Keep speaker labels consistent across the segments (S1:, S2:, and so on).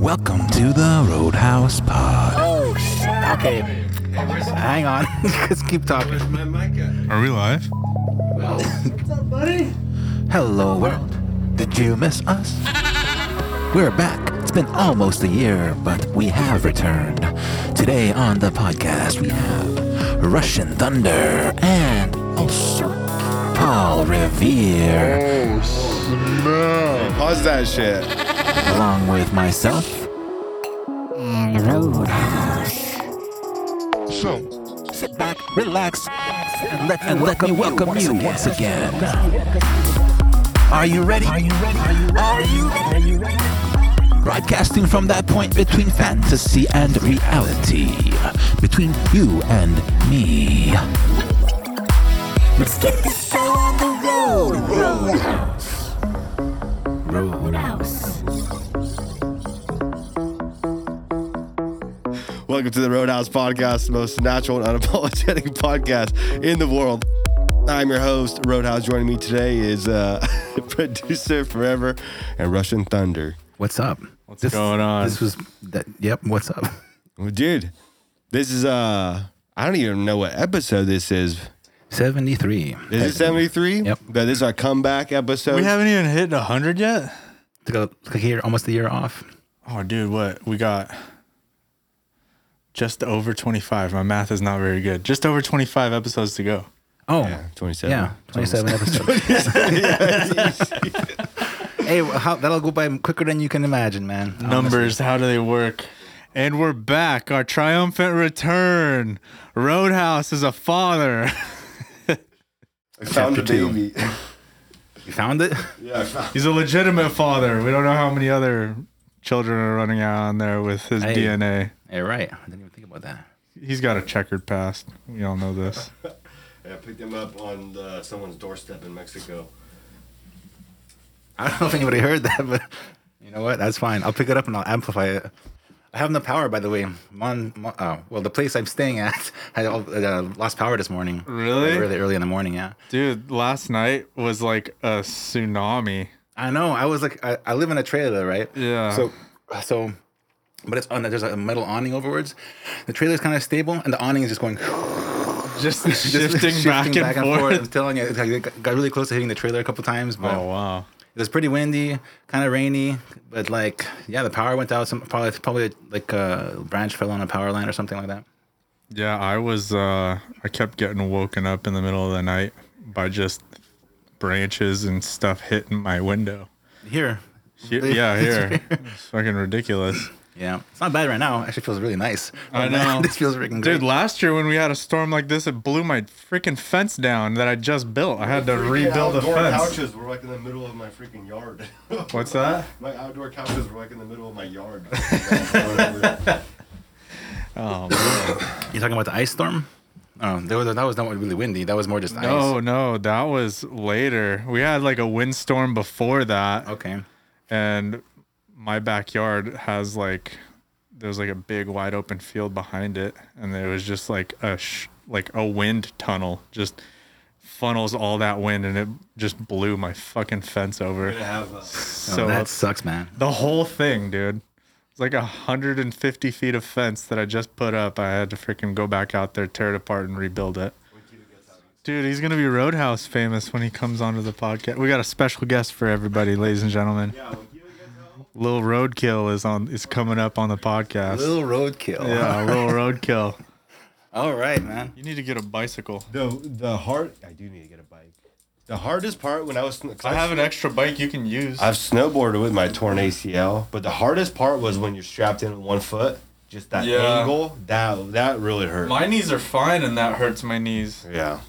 S1: Welcome to the Roadhouse Pod. Oh, Okay, hang on. Let's keep talking.
S2: Where's my mic at?
S3: Are we live?
S1: Hello, world. Did you miss us? We're back. It's been almost a year, but we have returned. Today on the podcast, we have Russian Thunder and also Paul Revere,
S2: Oh, Pause that shit.
S1: along with myself. And
S3: So,
S1: Sit back, relax, and let, and let me welcome you once again. Are you ready? Are you ready? Are you ready? Broadcasting from that point between fantasy and reality, between you and me. Let's get this show on the road.
S2: Welcome to the Roadhouse Podcast, the most natural and unapologetic podcast in the world. I'm your host, Roadhouse. Joining me today is uh, producer forever and Russian Thunder.
S1: What's up? What's
S3: going on?
S1: This was that. Yep. What's up?
S2: Well, Dude, this is uh, I don't even know what episode this is.
S1: Seventy-three.
S2: Is it 73?
S1: Yep.
S2: But this is our comeback episode.
S3: we haven't even hit 100 yet?
S1: Took a, took a year, almost a year off.
S3: Oh, dude, what? We got just over 25. My math is not very good. Just over 25 episodes to go.
S1: Oh,
S2: Yeah, 27.
S1: Yeah, 27 episodes. hey, well, how, that'll go by quicker than you can imagine, man.
S3: Numbers, how do they work? And we're back. Our triumphant return. Roadhouse is a father.
S2: I found a
S1: Chapter two.
S2: baby.
S1: You found it?
S2: yeah, I found-
S3: He's a legitimate father. We don't know how many other children are running out on there with his
S1: Hey.
S3: DNA.
S1: Yeah, right. I didn't even think about that.
S3: He's got a checkered past. We all know this.
S2: I picked him up on uh someone's doorstep in Mexico.
S1: I don't know if anybody heard that, but you know what? That's fine. I'll pick it up and I'll amplify it. I have no power, by the way. I'm on, mo- oh, well, the place I'm staying at had all, uh, lost power this morning.
S3: Really?
S1: Really early in the morning, yeah.
S3: Dude, last night was like a tsunami.
S1: I know. I was like, I, I live in a trailer, right?
S3: Yeah.
S1: So, so, but it's on. There's a metal awning overwards. The trailer's kind of stable, and the awning is just going
S3: Just
S1: just
S3: shifting, back, and, forth.
S1: I'm telling you, it's like, it got really close to hitting the trailer a couple times, but
S3: Oh wow.
S1: it was pretty windy, kind of rainy. But like, yeah, the power went out. Some probably probably like uh, a branch fell on a power line or something like that.
S3: Yeah, I was uh I kept getting woken up in the middle of the night by just branches and stuff hitting my window.
S1: Here,
S3: He- yeah, here. It's fucking ridiculous.
S1: yeah, it's not bad right now. Actually, feels really nice.
S3: I know.
S1: this feels freaking good.
S3: Dude, last year when we had a storm like this, it blew my freaking fence down that I just built. I had to rebuild the
S2: outdoor
S3: fence.
S2: couches were like in the middle of my freaking yard.
S3: What's that?
S2: My outdoor couches were like in the middle of my yard.
S3: Oh
S1: You're talking about the ice storm? Oh, that was, that was not really windy. That was more just
S3: no, no, that was later. We had like a windstorm before that.
S1: ice. Okay.
S3: and my backyard has like there's like a big wide open field behind it and there was just like a sh- like a wind tunnel just funnels all that wind and it just blew my fucking fence over
S2: uh,
S1: Oh,
S3: so
S1: that sucks, man.
S3: the whole thing dude it's like 150 feet of fence that i just put up i had to freaking go back out there tear it apart and rebuild it dude he's gonna be roadhouse famous when he comes onto the podcast we got a special guest for everybody ladies and gentlemen Lil Roadkill is on is coming up on the podcast.
S1: Little roadkill.
S3: yeah, Lil Roadkill.
S1: All right, man.
S3: You need to get a bicycle.
S2: the the hard. I do need to get a bike. The hardest part when I was
S3: I have an extra bike you can use.
S2: I've snowboarded with my torn ACL, but the hardest part was when you're strapped in with one foot. Just that
S3: Yeah.
S2: angle. That that really hurt.
S3: my knees are fine, and that hurts my knees.
S2: yeah.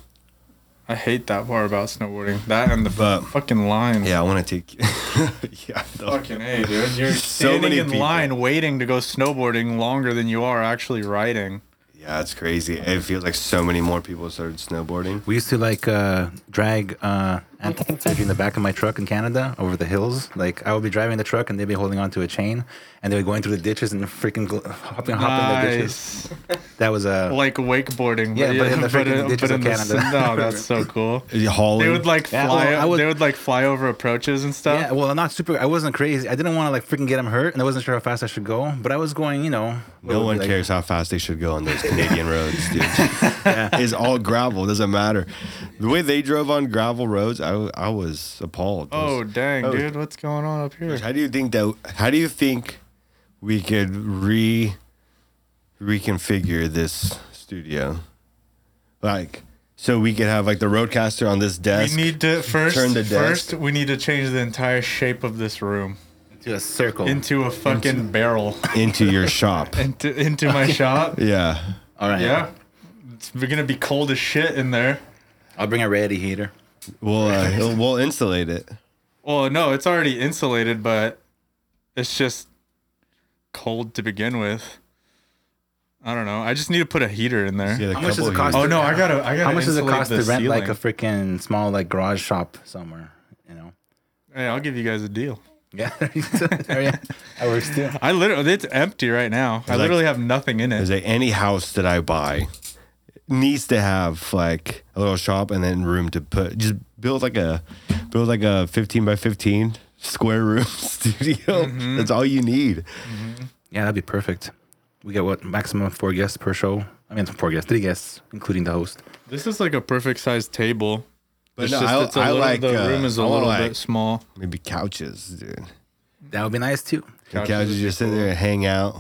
S3: I hate that part about snowboarding. That and the
S2: But-
S3: fucking lines.
S2: Yeah, I want to take. yeah. the-
S3: Fucking a, dude. You're
S2: So
S3: standing
S2: many
S3: in
S2: people.
S3: line waiting to go snowboarding longer than you are actually riding.
S2: Yeah, it's crazy. It feels like so many more people started snowboarding.
S1: We used to like uh, drag uh, Maybe in the back of my truck in Canada over the hills. Like I would be driving the truck and they'd be holding onto a chain and they were going through the ditches and freaking gl- hopping, hopping the ditches.
S3: Nice.
S1: That was uh, a
S3: Like wakeboarding.
S1: Yeah, but in the freaking
S3: uh,
S1: ditches
S3: but
S1: of
S3: in the
S1: Canada.
S3: s- No, that's so cool.
S2: Is he hauling?
S3: They would like
S1: Yeah.
S3: fly.
S1: Well, I would-
S3: they would like fly over approaches and stuff.
S1: yeah. Well, I'm not super. I wasn't crazy. I didn't want to like freaking get him hurt and I wasn't sure how fast I should go. But I was going, you know.
S2: no
S1: what,
S2: one
S1: like-
S2: cares how fast they should go on those Canadian roads, dude. It's all gravel. Doesn't matter. The way they drove on gravel roads, I, w- I was appalled. It was-
S3: Oh dang,
S2: was-
S3: dude, what's going on up here?
S2: How do you think that? How do you think we could re reconfigure this studio? Like, so we could have like the roadcaster on this
S3: We
S2: desk.
S3: need to first.
S2: Turn the desk.
S3: First, we need to change the entire shape of this room
S1: To a circle.
S3: into a fucking barrel.
S2: into your shop.
S3: Into into my shop.
S2: Yeah.
S1: All right.
S3: Yeah, it's gonna be cold as shit in there.
S1: I'll bring a radiator.
S2: We'll uh, he'll- we'll insulate it.
S3: Well, no, it's already insulated, but it's just cold to begin with. I don't know. I just need to put a heater in there.
S2: Get a
S1: How much does
S2: couple
S1: it cost
S2: of
S3: Oh
S2: you-
S3: no, I gotta. I gotta.
S1: How much does it
S3: insulate
S1: cost to
S3: the
S1: rent like a
S3: ceiling.
S1: freaking small like garage shop somewhere? You know.
S3: Hey, I'll give you guys a deal.
S1: Yeah. that works too.
S3: I literally, it's empty right now. I
S2: Like-
S3: literally have nothing in
S2: Is
S3: it.
S2: there any house that I buy needs to have like a little shop and then room to put just build like a build like a 15 by 15 square room studio.
S3: Mm-hmm.
S2: That's all you need.
S1: Yeah, that'd be perfect. We get what maximum four guests per show. I mean, four guests, three guests, including the host.
S3: This is like a perfect sized table.
S2: But
S3: It's
S2: no,
S3: just,
S2: I,
S3: it's a
S2: I
S3: little,
S2: like
S3: the
S2: uh,
S3: room is a
S2: I wanna
S3: little
S2: like
S3: bit small.
S2: maybe couches, dude.
S1: That would be nice too.
S2: The
S3: Couches
S2: couches
S3: would be
S2: just sit there and hang out.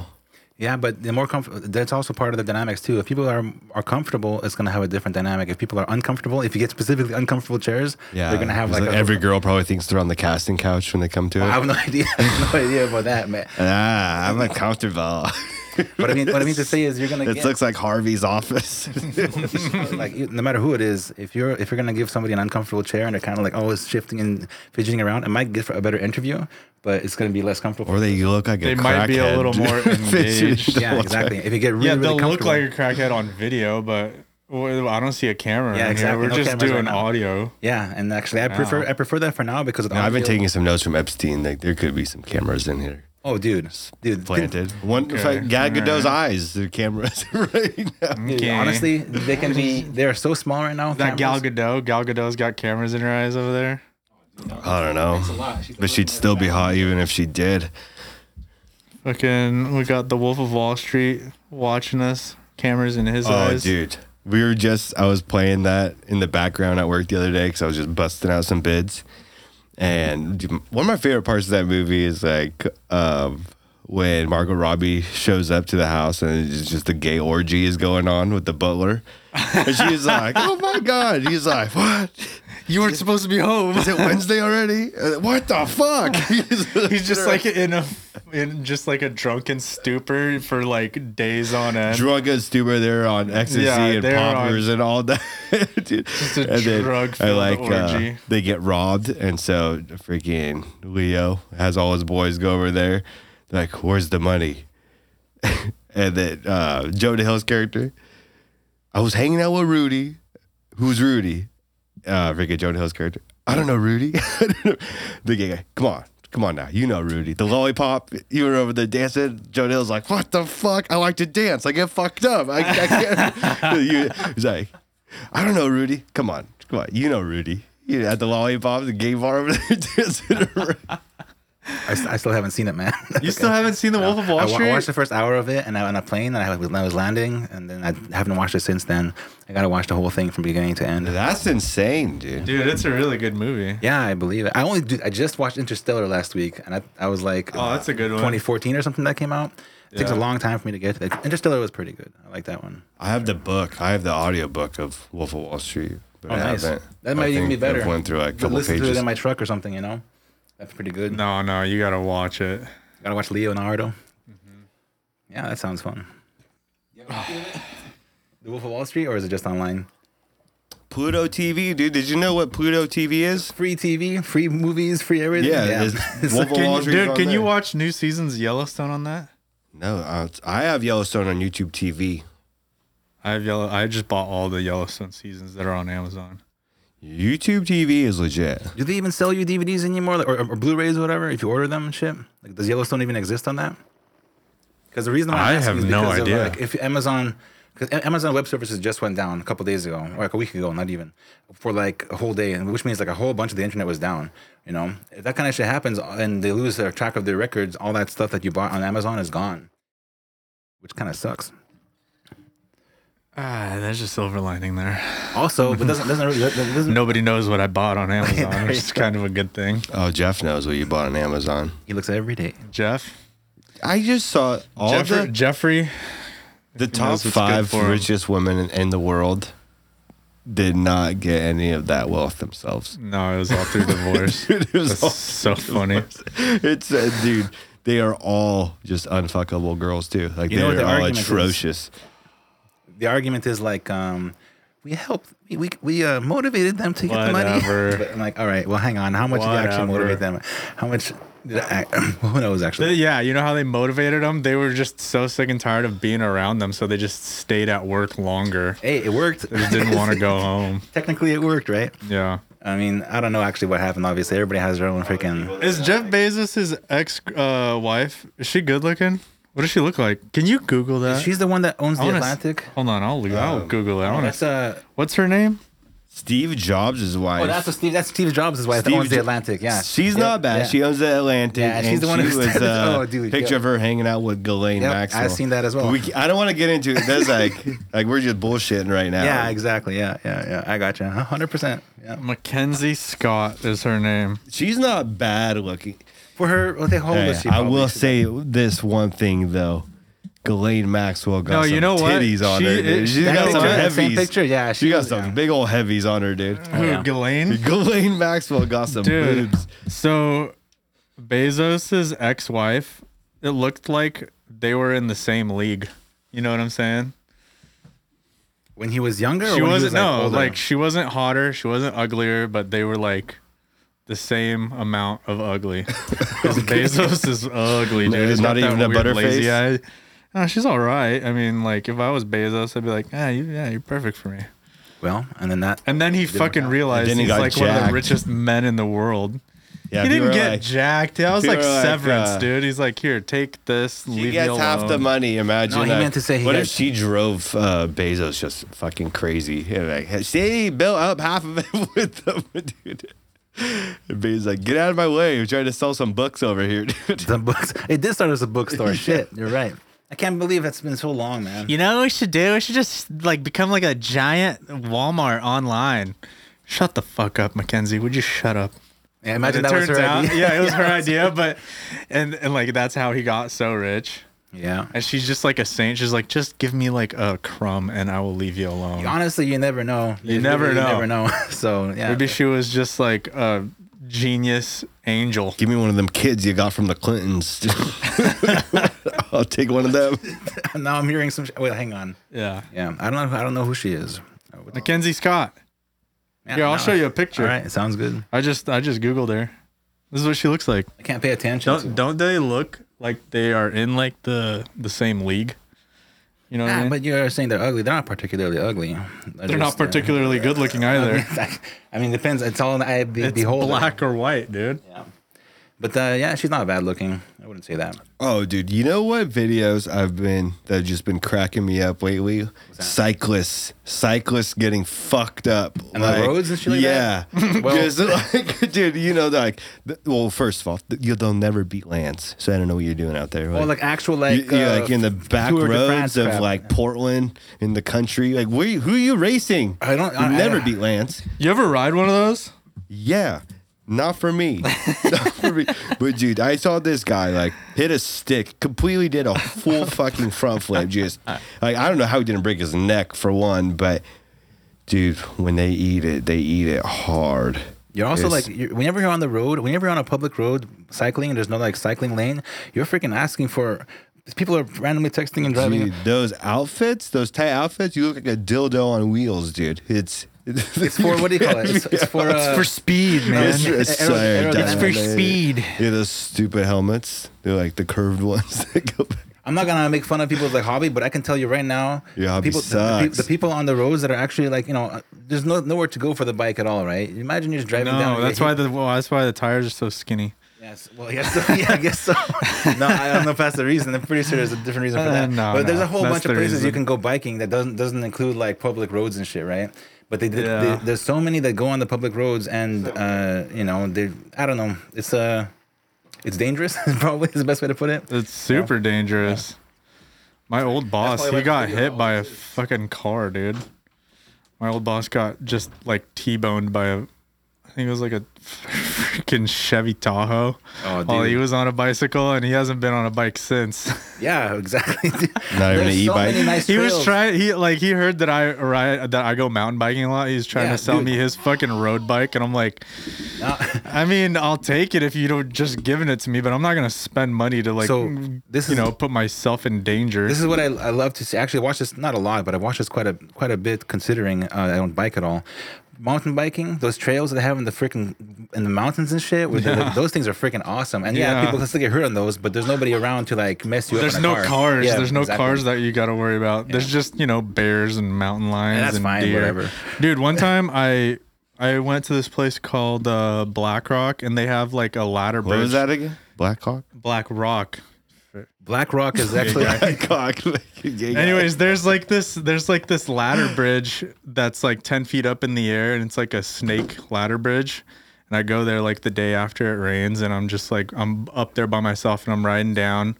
S1: Yeah, but the more comfort, that's also part of the dynamics too. If people are are comfortable, it's gonna have a different dynamic. If people are uncomfortable, if you get specifically uncomfortable chairs,
S2: Yeah,
S1: they're gonna have
S2: it's
S1: like, a,
S2: every girl probably thinks they're on the casting couch when they come to it.
S1: I have no idea, I have no idea about that, man.
S2: ah, I'm uncomfortable.
S1: But I mean, what I mean to say is, you're gonna
S2: it
S1: get
S2: looks like Harvey's office.
S1: like you- no matter who it is, if you're if you're gonna give somebody an uncomfortable chair and they're kind of like always shifting and fidgeting around, it might give a better interview, but it's gonna be less comfortable.
S2: or they look like
S3: They
S2: a
S3: might be a
S2: crackhead,
S3: little
S2: dude.
S3: more
S2: Fidgeting
S3: engaged.
S2: the
S1: yeah,
S2: whole time.
S1: exactly. If you get really,
S3: yeah,
S1: really
S3: they'll look
S1: comfortable,
S3: like a crackhead on video, but well, I don't see a camera.
S1: Yeah,
S3: in
S1: exactly.
S3: Here. We're
S1: No
S3: just
S1: cameras right
S3: doing
S1: now.
S3: audio.
S1: yeah. And actually, I prefer I prefer that for now because of the
S2: Now, I've been
S1: audio.
S2: taking some notes from Epstein. Like there could be some cameras in here
S1: Oh, dude, dude,
S2: planted. One
S3: Okay.
S2: okay. Gad Godot's eyes. The cameras right now.
S1: dude,
S3: Okay.
S1: honestly, they can be. They are so small right now.
S3: That Gal
S1: cameras.
S3: Gadot, Gal Gadot's got cameras in her eyes over there.
S2: I don't know, but she'd still be hot even if she did.
S3: Fucking, we got the Wolf of Wall Street watching us. Cameras in his
S2: Oh,
S3: eyes.
S2: dude. We were just, I was playing that in the background at work the other day because I was just busting out some bids. And dude, one of my favorite parts of that movie is like um, when Margot Robbie shows up to the house and it's just the gay orgy is going on with the butler. And she's like, oh my God. He's like, what?
S3: You weren't supposed to be home.
S2: Is it Wednesday already? Uh, What the fuck?
S3: He's just like in a in just like a drunken stupor for like days on end.
S2: drunk and stupid. They're on ecstasy
S3: Yeah,
S2: and
S3: they're on-
S2: poppers and all that. Dude.
S3: Just a drug-filled orgy.
S2: uh, they get robbed, and so freaking Leo has all his boys go over there. They're like, "Where's the money?" and then uh, Joe DeHill's character, I was hanging out with Rudy. Who's Rudy? Uh, freaking Joe DeHill's character. I don't know Rudy. I don't know. the gay guy. Come on. Come on now, you know Rudy. The lollipop, you were over there dancing. Joe Dill's like, "What the fuck? I like to dance. I get fucked up. I, I can't." You- he's like, "I don't know Rudy. Come on, come on. You know Rudy. You at the lollipop, the gay bar over there dancing." around.
S1: I, s- I still haven't seen it, man.
S3: You still haven't seen the Wolf of
S1: I
S3: Wall
S1: wa-
S3: Street?
S1: I watched the first hour of it, and I on a plane, and I, when I was landing, and then I haven't watched it since then. I gotta watch the whole thing from beginning to end.
S2: That's insane, dude.
S3: Dude, it's a really good movie.
S1: Yeah, I believe it. I only do, I just watched Interstellar last week, and I, I was like,
S3: Oh, that's a good one.
S1: 2014 or something that came out. It takes a
S3: Yeah.
S1: long time for me to get to that. Interstellar was pretty good. I like that one.
S2: I have the book. I have the audio book of Wolf of Wall Street, but I
S1: Oh, nice.
S2: haven't.
S1: That
S2: I
S1: might even
S2: think
S1: be better.
S2: I've went through like a
S1: But
S2: couple
S1: listen to
S2: pages.
S1: it in my truck or something. You know, that's pretty good.
S3: No, no, you gotta watch it.
S1: Gotta watch Leonardo. Yeah, that sounds fun. the Wolf of Wall Street, or is it just online?
S2: Pluto TV, dude. Did you know what Pluto TV is?
S1: Free TV, free movies, free everything.
S2: Yeah, it's Wolf of
S3: Can
S2: Wall
S3: you,
S2: Street's
S3: dude,
S2: on
S3: can you
S2: there.
S3: watch new seasons of Yellowstone on that?
S2: No, uh, I have Yellowstone on YouTube TV.
S3: I have Yellow. I just bought all the Yellowstone seasons that are on Amazon.
S2: YouTube TV is legit.
S1: Do they even sell you DVDs anymore, like, or, or Blu-rays or whatever? If you order them and shit, like does Yellowstone even exist on that? Because the reason why I'm
S2: I
S1: asking
S2: have
S1: is
S2: no
S1: because of,
S2: idea.
S1: like, if Amazon, because Amazon Web Services just went down a couple days ago, or like a week ago, not even, for like a whole day, and which means like a whole bunch of the internet was down. You know, if that kind of shit happens, and they lose their track of their records, all that stuff that you bought on Amazon is gone, which kind of sucks.
S3: Ah, there's a silver lining there.
S1: Also, but doesn't doesn't really doesn't,
S3: Nobody knows what I bought on Amazon, which is kind of a good thing.
S2: Oh, Jeff knows what you bought on Amazon.
S1: he looks every day.
S3: Jeff,
S2: I just saw all
S3: Jeffrey,
S2: the
S3: Jeffrey,
S2: the top
S3: knows what's good
S2: five
S3: for 'em.
S2: richest women in, in the world did not get any of that wealth themselves.
S3: no, it was all through divorce.
S2: Dude, it was
S3: That's
S2: all-
S3: so funny.
S2: It's uh, dude, they are all just unfuckable girls too. Like
S1: You know what
S2: they're
S1: the
S2: all
S1: argument is?
S2: atrocious.
S1: the argument is like um we helped we we, we uh, motivated them to get the
S3: Whatever.
S1: money but i'm like all right well hang on how much did I actually motivate them how much did i well, who knows
S3: But
S1: actually
S3: yeah, you know how they motivated them? They were just so sick and tired of being around them, so they just stayed at work longer.
S1: hey it worked
S3: They just didn't want to go home.
S1: technically it worked right
S3: Yeah.
S1: i mean i don't know actually what happened obviously everybody has their own freaking
S3: Is Jeff Bezos his ex uh, wife? Is she good looking? What does she look like? Can you Google that?
S1: she's the one that owns
S3: I
S1: the
S3: wanna s-
S1: atlantic
S3: Hold on, I'll, I'll Google that. I wanna
S1: that's uh
S3: What's her name?
S2: Steve Jobs is wife.
S1: oh that's what steve that's steve jobs is why
S2: Steve
S1: owns the
S2: Jo-
S1: atlantic yeah
S2: She's
S1: Yep,
S2: not bad.
S1: yeah.
S2: She owns the Atlantic.
S1: Yeah,
S2: and
S1: she's the one
S2: she
S1: who
S2: was
S1: said-
S2: uh,
S1: oh, dude,
S2: picture
S1: yeah.
S2: of her hanging out with Ghislaine
S1: Yep,
S2: Maxwell.
S1: I've seen that as well.
S2: We, I don't want to get into it. That's like like we're just bullshitting right now.
S1: yeah exactly yeah yeah yeah i got you 100% yeah
S3: Mackenzie Scott is her name.
S2: she's not bad looking.
S1: for her well, they hold
S2: Hey,
S1: us she
S2: I
S1: probably-
S2: will
S1: she's-
S2: say this one thing though. Ghislaine Maxwell got
S3: No,
S2: some
S3: you know what?
S2: titties on
S3: She-
S2: her. Dude.
S3: it-
S2: She
S3: that
S2: got
S3: picture-
S2: some
S3: that
S2: heavies.
S1: same picture, yeah,
S2: she,
S1: she
S2: got
S1: was-
S2: some
S1: yeah.
S2: big old heavies on her, dude.
S3: Who,
S1: Oh, yeah.
S3: Ghislaine?
S2: Ghislaine Maxwell got some
S3: Dude.
S2: boobs.
S3: So Bezos's ex-wife, it looked like they were in the same league. You know what I'm saying?
S1: when he was younger or
S3: She
S1: when he was,
S3: wasn't no,
S1: older?
S3: like she wasn't hotter, she wasn't uglier, but they were like the same amount of ugly. 'Cause Bezos is ugly, dude.
S2: There's
S3: He's
S2: not
S3: got
S2: even
S3: that
S2: a
S3: weird
S2: butter
S3: lazy
S2: face?
S3: eye. No, she's all right. I mean, like if I was Bezos, I'd be like, ah, you, yeah, you're perfect for me.
S1: well and then that
S3: And then he fucking realized
S2: Then he
S3: he's
S2: got
S3: like one of
S2: jacked.
S3: the richest men in the world.
S2: Yeah,
S3: He
S2: people
S3: didn't
S2: are
S3: get
S2: like,
S3: jacked. That was
S2: people
S3: like
S2: are like,
S3: severance,
S2: uh,
S3: dude. He's like, here, take this.
S2: She
S3: leave me
S2: gets
S3: alone.
S2: half the money. Imagine.
S1: No, he
S2: like,
S1: meant to say he
S2: what
S1: got-
S2: if she drove uh, Bezos just fucking crazy? And like, she built up half of it with them, dude. And Bezos like, get out of my way. We're trying to sell some books over here, dude.
S1: The books. It did start as a bookstore. Shit, you're right. I can't believe it's been so long, man.
S3: You know what we should do? We should just like become like a giant Walmart online. Shut the fuck up, Mackenzie. Would you shut up?
S1: Yeah,
S3: And
S1: imagine
S3: it
S1: that was
S3: turns
S1: her
S3: out,
S1: idea.
S3: yeah, it was her idea, but and and like that's how he got so rich.
S1: Yeah.
S3: And she's just like a saint. She's like, just give me like a crumb, and I will leave you alone.
S1: Honestly, you never know.
S3: You never
S1: really
S3: know.
S1: never know. So yeah.
S3: Maybe she was just like a genius angel.
S2: Give me one of them kids you got from the Clintons. I'll take one of them.
S1: now I'm hearing some. Sh- Wait, hang on.
S3: Yeah.
S1: Yeah, I don't know. I don't know who she is. Oh,
S3: Mackenzie Scott.
S1: Yeah,
S3: Here, I'll
S1: no.
S3: show you a picture.
S1: All right, it sounds good.
S3: I just I just googled her. This is what she looks like.
S1: I can't pay attention. to-
S3: Don't don't they look like they are in like the the same league? You know what I
S1: Ah,
S3: mean?
S1: but you're saying they're ugly. They're not particularly ugly. They're,
S3: They're not
S1: just, uh,
S3: particularly good looking either.
S1: I mean, depends. It's all in the eye be-
S3: It's
S1: beholder.
S3: black or white, dude.
S1: Yeah. But uh, yeah, she's not bad looking. I wouldn't say that.
S2: Oh, dude, you know what videos I've been that have just been cracking me up lately? Cyclists, cyclists getting fucked up
S1: On the roads and shit like
S2: yeah.
S1: that? Well-
S2: just like, dude, you know, like, th- well, first of all, th- you, they'll never beat Lance, so I don't know what you're doing out there.
S1: Or like actual
S2: you-
S1: like
S2: you're
S1: uh,
S2: like in the
S1: f-
S2: back
S1: Tour de
S2: roads
S1: France
S2: of
S1: crap.
S2: like Portland in the country. Like, where, you- who are you racing?
S1: I don't-
S2: You
S1: I- I-
S2: never beat Lance.
S3: You ever ride one of those?
S2: Yeah, not for me. not for me. But dude, I saw this guy like hit a stick, completely did a full fucking front flip. Just like I don't know how he didn't break his neck for one, but dude, when they eat it, they eat it hard.
S1: You're also
S2: It's-
S1: like you're, whenever you're on the road, whenever you're on a public road cycling and there's no like cycling lane, you're freaking asking for. People are randomly texting and driving.
S2: Dude, those outfits, those tight outfits, you look like a dildo on wheels, dude. It's
S1: It's for what do you call it? It's, it's for uh,
S3: speed,
S2: It's, it's,
S1: Aero-
S2: so
S1: aerodynamic.
S2: dynamic.
S3: speed.
S2: Yeah, those stupid helmets. They're like the curved ones that go back.
S1: I'm not gonna make fun of people's like hobby, but I can tell you right now,
S2: Your hobby
S1: people, the- the pe-
S2: sucks.
S1: The, people on the roads that are actually like, you know, uh, there's no nowhere to go for the bike at all, right? Imagine you're just driving down.
S3: No,
S1: and
S3: that's
S1: you-
S3: why the well, that's why the tires are so skinny.
S1: Yes. Well, yes. yeah, I guess so. no, I don't know if that's the reason. I'm pretty sure there's a different reason for
S3: Uh,
S1: that.
S3: no,
S1: but there's
S3: no,
S1: a whole
S3: that's
S1: bunch of
S3: the
S1: places you
S3: reason.
S1: can go biking that doesn't doesn't include like public roads and shit, right? But they, did
S3: Yeah.
S1: they, there's so many that go on the public roads, and uh, you know, they I don't know. It's uh, it's dangerous. probably is the best way to put it.
S3: It's super dangerous. My old boss,
S1: why I
S3: he
S1: like
S3: got
S1: video
S3: hit by a fucking car, dude. My old boss got just like T-boned by a, I think it was like a freaking Chevy Tahoe.
S1: Oh,
S3: While he
S1: dude.
S3: was on a bicycle, and he hasn't been on a bike since.
S1: Yeah, exactly.
S2: Not even an e-bike.
S3: he was
S1: trails.
S3: trying. He like he heard that I ride that I go mountain biking a lot. He's trying
S1: Yeah,
S3: to sell
S1: dude. Uh,
S3: me his fucking road bike, and I'm like,
S1: No.
S3: I mean, I'll take it if you don't just giving it to me, but I'm not gonna spend money to like,
S1: So,
S3: this
S1: this
S3: you
S1: is-
S3: know, put myself in danger.
S1: This is what I, I love to see. Actually, I watch this not a lot, but I've watched this quite a quite a bit. Considering uh, I don't bike at all, mountain biking, those trails that they have in the freaking in the mountains and shit, with the- those things are freaking awesome. And yeah,
S3: Yeah.
S1: people can still get hurt on those, but there's nobody around to like mess you
S3: There's
S1: up. in a
S3: no
S1: car.
S3: cars.
S1: Yeah,
S3: There's no
S1: exactly.
S3: cars that you got to worry about. There's just you know bears and mountain lions
S1: that's
S3: and
S1: fine,
S3: deer.
S1: whatever.
S3: Dude, one time I I went to this place called uh, Black Rock, and they have like a ladder
S2: What
S3: bridge.
S2: was that again? Blackhawk.
S3: Black Rock.
S1: Black Rock is actually
S2: Blackhawk.
S3: Anyways, there's like this there's like this ladder bridge that's like ten feet up in the air, and it's like a snake ladder bridge. And I go there like the day after it rains, and I'm just like I'm up there by myself, and I'm riding down.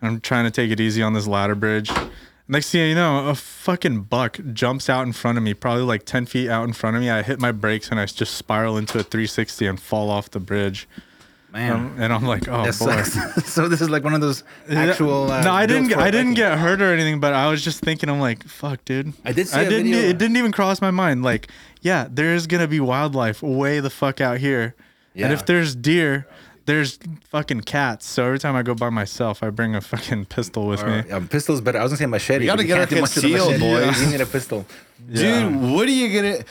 S3: And I'm trying to take it easy on this ladder bridge. Next thing you know, a fucking buck jumps out in front of me, probably like ten feet out in front of me. I hit my brakes, and I just spiral into a 360 and fall off the bridge.
S1: man.
S3: Um, and I'm like, oh
S1: that
S3: boy.
S1: sucks. so this is like one of those
S3: Yeah.
S1: actual. Uh,
S3: no, I didn't.
S1: built
S3: get-
S1: for
S3: I
S1: biking.
S3: didn't get hurt or anything, but I was just thinking. I'm like, fuck, dude.
S1: I did see
S3: I
S1: a
S3: didn't. e,
S1: video.
S3: It didn't even cross my mind. Like, yeah, there is gonna be wildlife way the fuck out here, and
S1: Yeah.
S3: if there's deer, there's fucking cats. So every time I go by myself, I bring a fucking pistol with me.
S1: Or, um, pistols, better. I was gonna say machete.
S2: gotta
S1: but you
S2: get
S1: can't
S2: our
S1: do much with a
S2: concealed,
S1: machete.
S2: boys.
S1: You need a pistol.
S2: dude, what are you gonna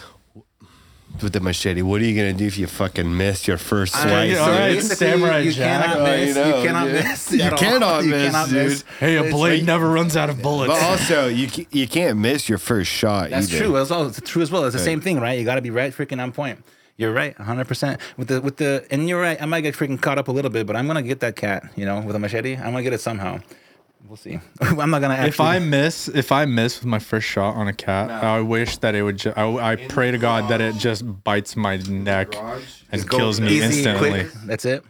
S2: with the machete? What are you gonna do if you fucking miss your first
S3: I-
S2: slice?
S3: all
S2: of
S3: right,
S2: it?
S1: Basically,
S3: Samurai
S1: you
S3: Jack.
S1: Cannot
S2: Oh, you
S1: miss.
S2: know,
S1: you cannot
S2: dude.
S1: miss.
S2: You
S1: at all.
S2: cannot
S1: You
S2: miss,
S1: cannot
S2: dude.
S1: miss.
S3: Hey, a
S1: It's
S3: blade
S1: like-
S3: never runs out of bullets.
S2: But also, you ca- you can't miss your first shot.
S1: That's
S2: either.
S1: true. That's all. It's true as well. It's the same thing, right? You got to be right freaking on point. You're right, 100. percent With the with the and you're right. I might get freaking caught up a little bit, but I'm gonna get that cat. You know, with a machete, I'm gonna get it somehow. We'll see. I'm not gonna. Actually,
S3: If I miss, if I miss with my first shot on a cat, I wish that it would. Ju- I, I pray to God that it just bites my neck and
S1: Go
S3: kills me
S1: easy,
S3: instantly.
S1: quick, that's it.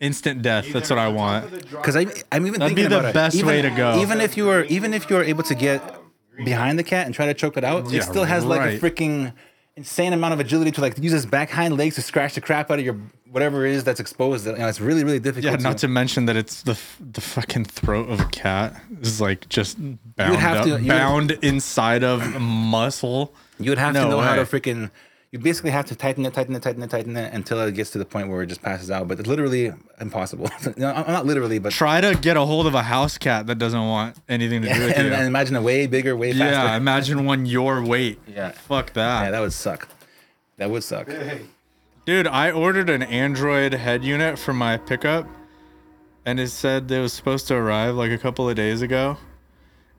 S3: Instant death. That's what I want.
S1: Because I I'm even
S3: That'd be
S1: thinking
S3: the
S1: about it.
S3: best
S1: Even-
S3: way to go.
S1: Even if you were even if you were able to get behind the cat and try to choke it out,
S3: Yeah,
S1: it still has like
S3: right.
S1: a freaking insane amount of agility to like use his back hind legs to scratch the crap out of your whatever it is that's exposed. You know, it's really really difficult.
S3: Yeah, not to mention that it's the f- the fucking throat of a cat is like just bound
S1: have
S3: up,
S1: to- you would-
S3: bound inside of muscle.
S1: You would have to
S3: No
S1: know how to
S3: way.
S1: freaking. You basically have to tighten it, tighten it, tighten it, tighten it until it gets to the point where it just passes out. But it's literally impossible. no, I'm not literally, but
S3: Try to get a hold of a house cat that doesn't want anything to do with
S1: and,
S3: you.
S1: and imagine a way bigger, way faster.
S3: yeah,
S1: Yeah,
S3: imagine one your weight.
S1: Yeah.
S3: Fuck that.
S1: that would suck. That would suck.
S3: Dude, I ordered an Android head unit for my pickup, and it said it was supposed to arrive like a couple of days ago.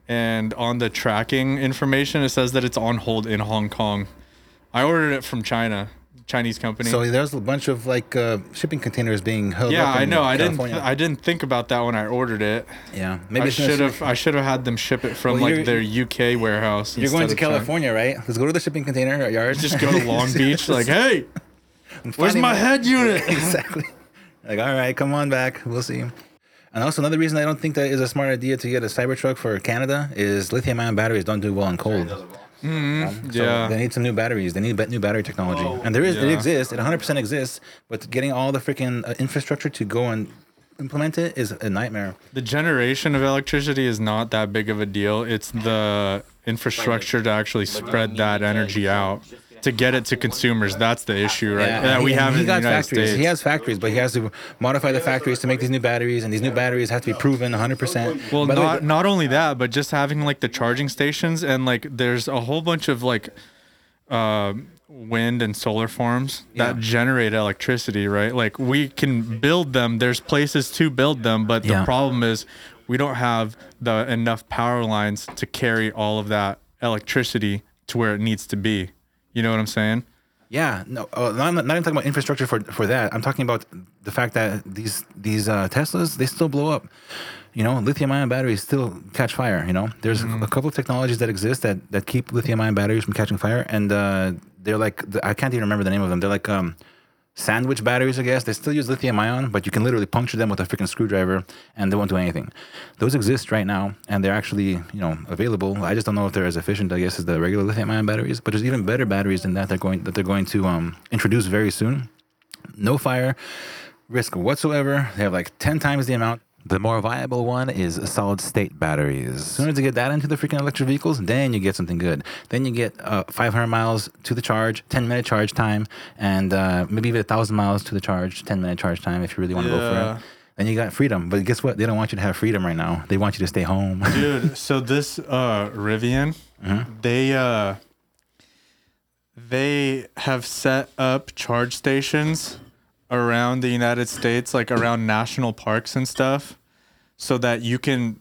S3: And on the tracking information, it says that it's on hold in Hong Kong. I ordered it from China, Chinese company.
S1: So there's a bunch of like uh, shipping containers being held
S3: Hmm. yeah,
S1: up. in
S3: I know. I didn't.
S1: California.
S3: I didn't think about that when I ordered it.
S1: yeah,
S3: I
S1: maybe it's gonna
S3: should have.
S1: ship-
S3: I should have had them ship it from
S1: Well,
S3: like
S1: you're-
S3: their UK warehouse.
S1: You're going
S3: instead
S1: to
S3: of China.
S1: California, right? Let's go to the shipping container yard.
S3: Just go to Long Beach. Like, hey, where's my head unit?
S1: exactly. Like, all right, come on back. We'll see. And also another reason I don't think that is a smart idea to get a Cybertruck for Canada is lithium-ion batteries don't do well in cold. So
S3: yeah. Oh,
S1: They need some new batteries. They need ba- new battery technology. and there is it
S3: Yeah.
S1: exists. It 100% exists. But getting all the freaking uh, infrastructure to go and implement it is a nightmare.
S3: The generation of electricity is not that big of a deal. It's the infrastructure to actually spread that energy out to get it to consumers. That's the issue, right?
S1: Yeah,
S3: That
S1: and
S3: we
S1: he-
S3: have
S1: he
S3: in the
S1: got
S3: United
S1: factories.
S3: States.
S1: He has factories, but he has to modify the factories to make these new batteries, and these new batteries have to be proven 100%.
S3: well,
S1: By the way,
S3: not not only that, but just having like the charging stations and like there's a whole bunch of like um wind and solar farms that
S1: Yeah.
S3: generate electricity, right? Like we can build them. There's places to build them, but the
S1: Yeah.
S3: problem is we don't have the enough power lines to carry all of that electricity to where it needs to be. You know what I'm saying?
S1: Yeah, no, uh, not, not even talking about infrastructure for for that. I'm talking about the fact that these these uh, Teslas they still blow up. You know, lithium-ion batteries still catch fire. You know, there's
S3: Mm-hmm.
S1: a couple of technologies that exist that that keep lithium-ion batteries from catching fire, and uh, they're like the, I can't even remember the name of them. They're like um, sandwich batteries, I guess. They still use lithium-ion, but you can literally puncture them with a freaking screwdriver, and they won't do anything. Those exist right now, and they're actually you know available. I just don't know if they're as efficient, I guess, as the regular lithium-ion batteries. But there's even better batteries than that. They're going that they're going to um, introduce very soon no fire risk whatsoever. They have like 10 times the amount.
S4: The more viable one is solid state batteries.
S1: As soon as you get that into the freaking electric vehicles, then you get something good. Then you get uh, 500 miles to the charge, 10 minute charge time, and uh, maybe even 1,000 miles to the charge, 10 minute charge time if you really want to go
S3: Yeah.
S1: for it. Then you got freedom. But guess what? They don't want you to have freedom right now. They want you to stay home.
S3: dude so this uh rivian they uh they have set up charge stations around the united states like around national parks and stuff so that you can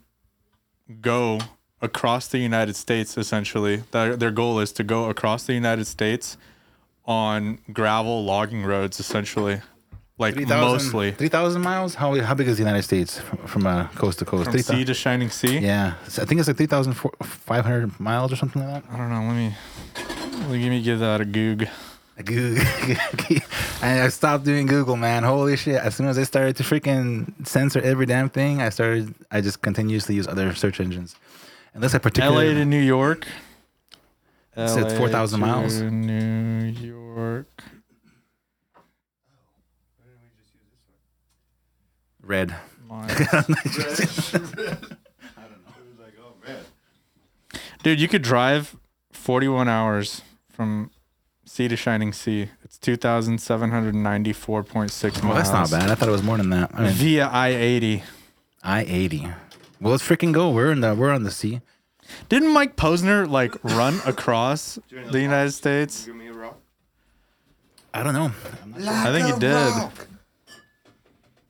S3: go across the united states essentially their, their goal is to go across the united states on gravel logging roads essentially like
S1: 3,000
S3: mostly
S1: 3,000 miles? How, how big is the United States from, from uh, coast to coast?
S3: from
S1: 3,000
S3: sea to shining sea
S1: yeah. So I think it's like 3,500 miles or something like that.
S3: i don't know let me let me give that a goog
S1: Google. and I stopped doing Google, man. Holy shit. As soon as they started to freaking censor every damn thing, I started, I just continuously use other search engines. Unless I
S3: LA
S1: particularly.
S3: to New York.
S1: It's at 4,000
S3: LA
S1: miles.
S3: to New York.
S1: Red.
S3: miles. Dude, you could drive 41 hours from sea to shining sea. It's 2,794.6 miles.
S1: Well, that's not bad. I thought it was more than that. I mean,
S3: Via I 80.
S1: I 80. Well, let's freaking go. We're in the, we're on the sea.
S3: Didn't Mike Posner like run across the United States?
S2: Give me a rock.
S1: I don't know.
S3: I think he did.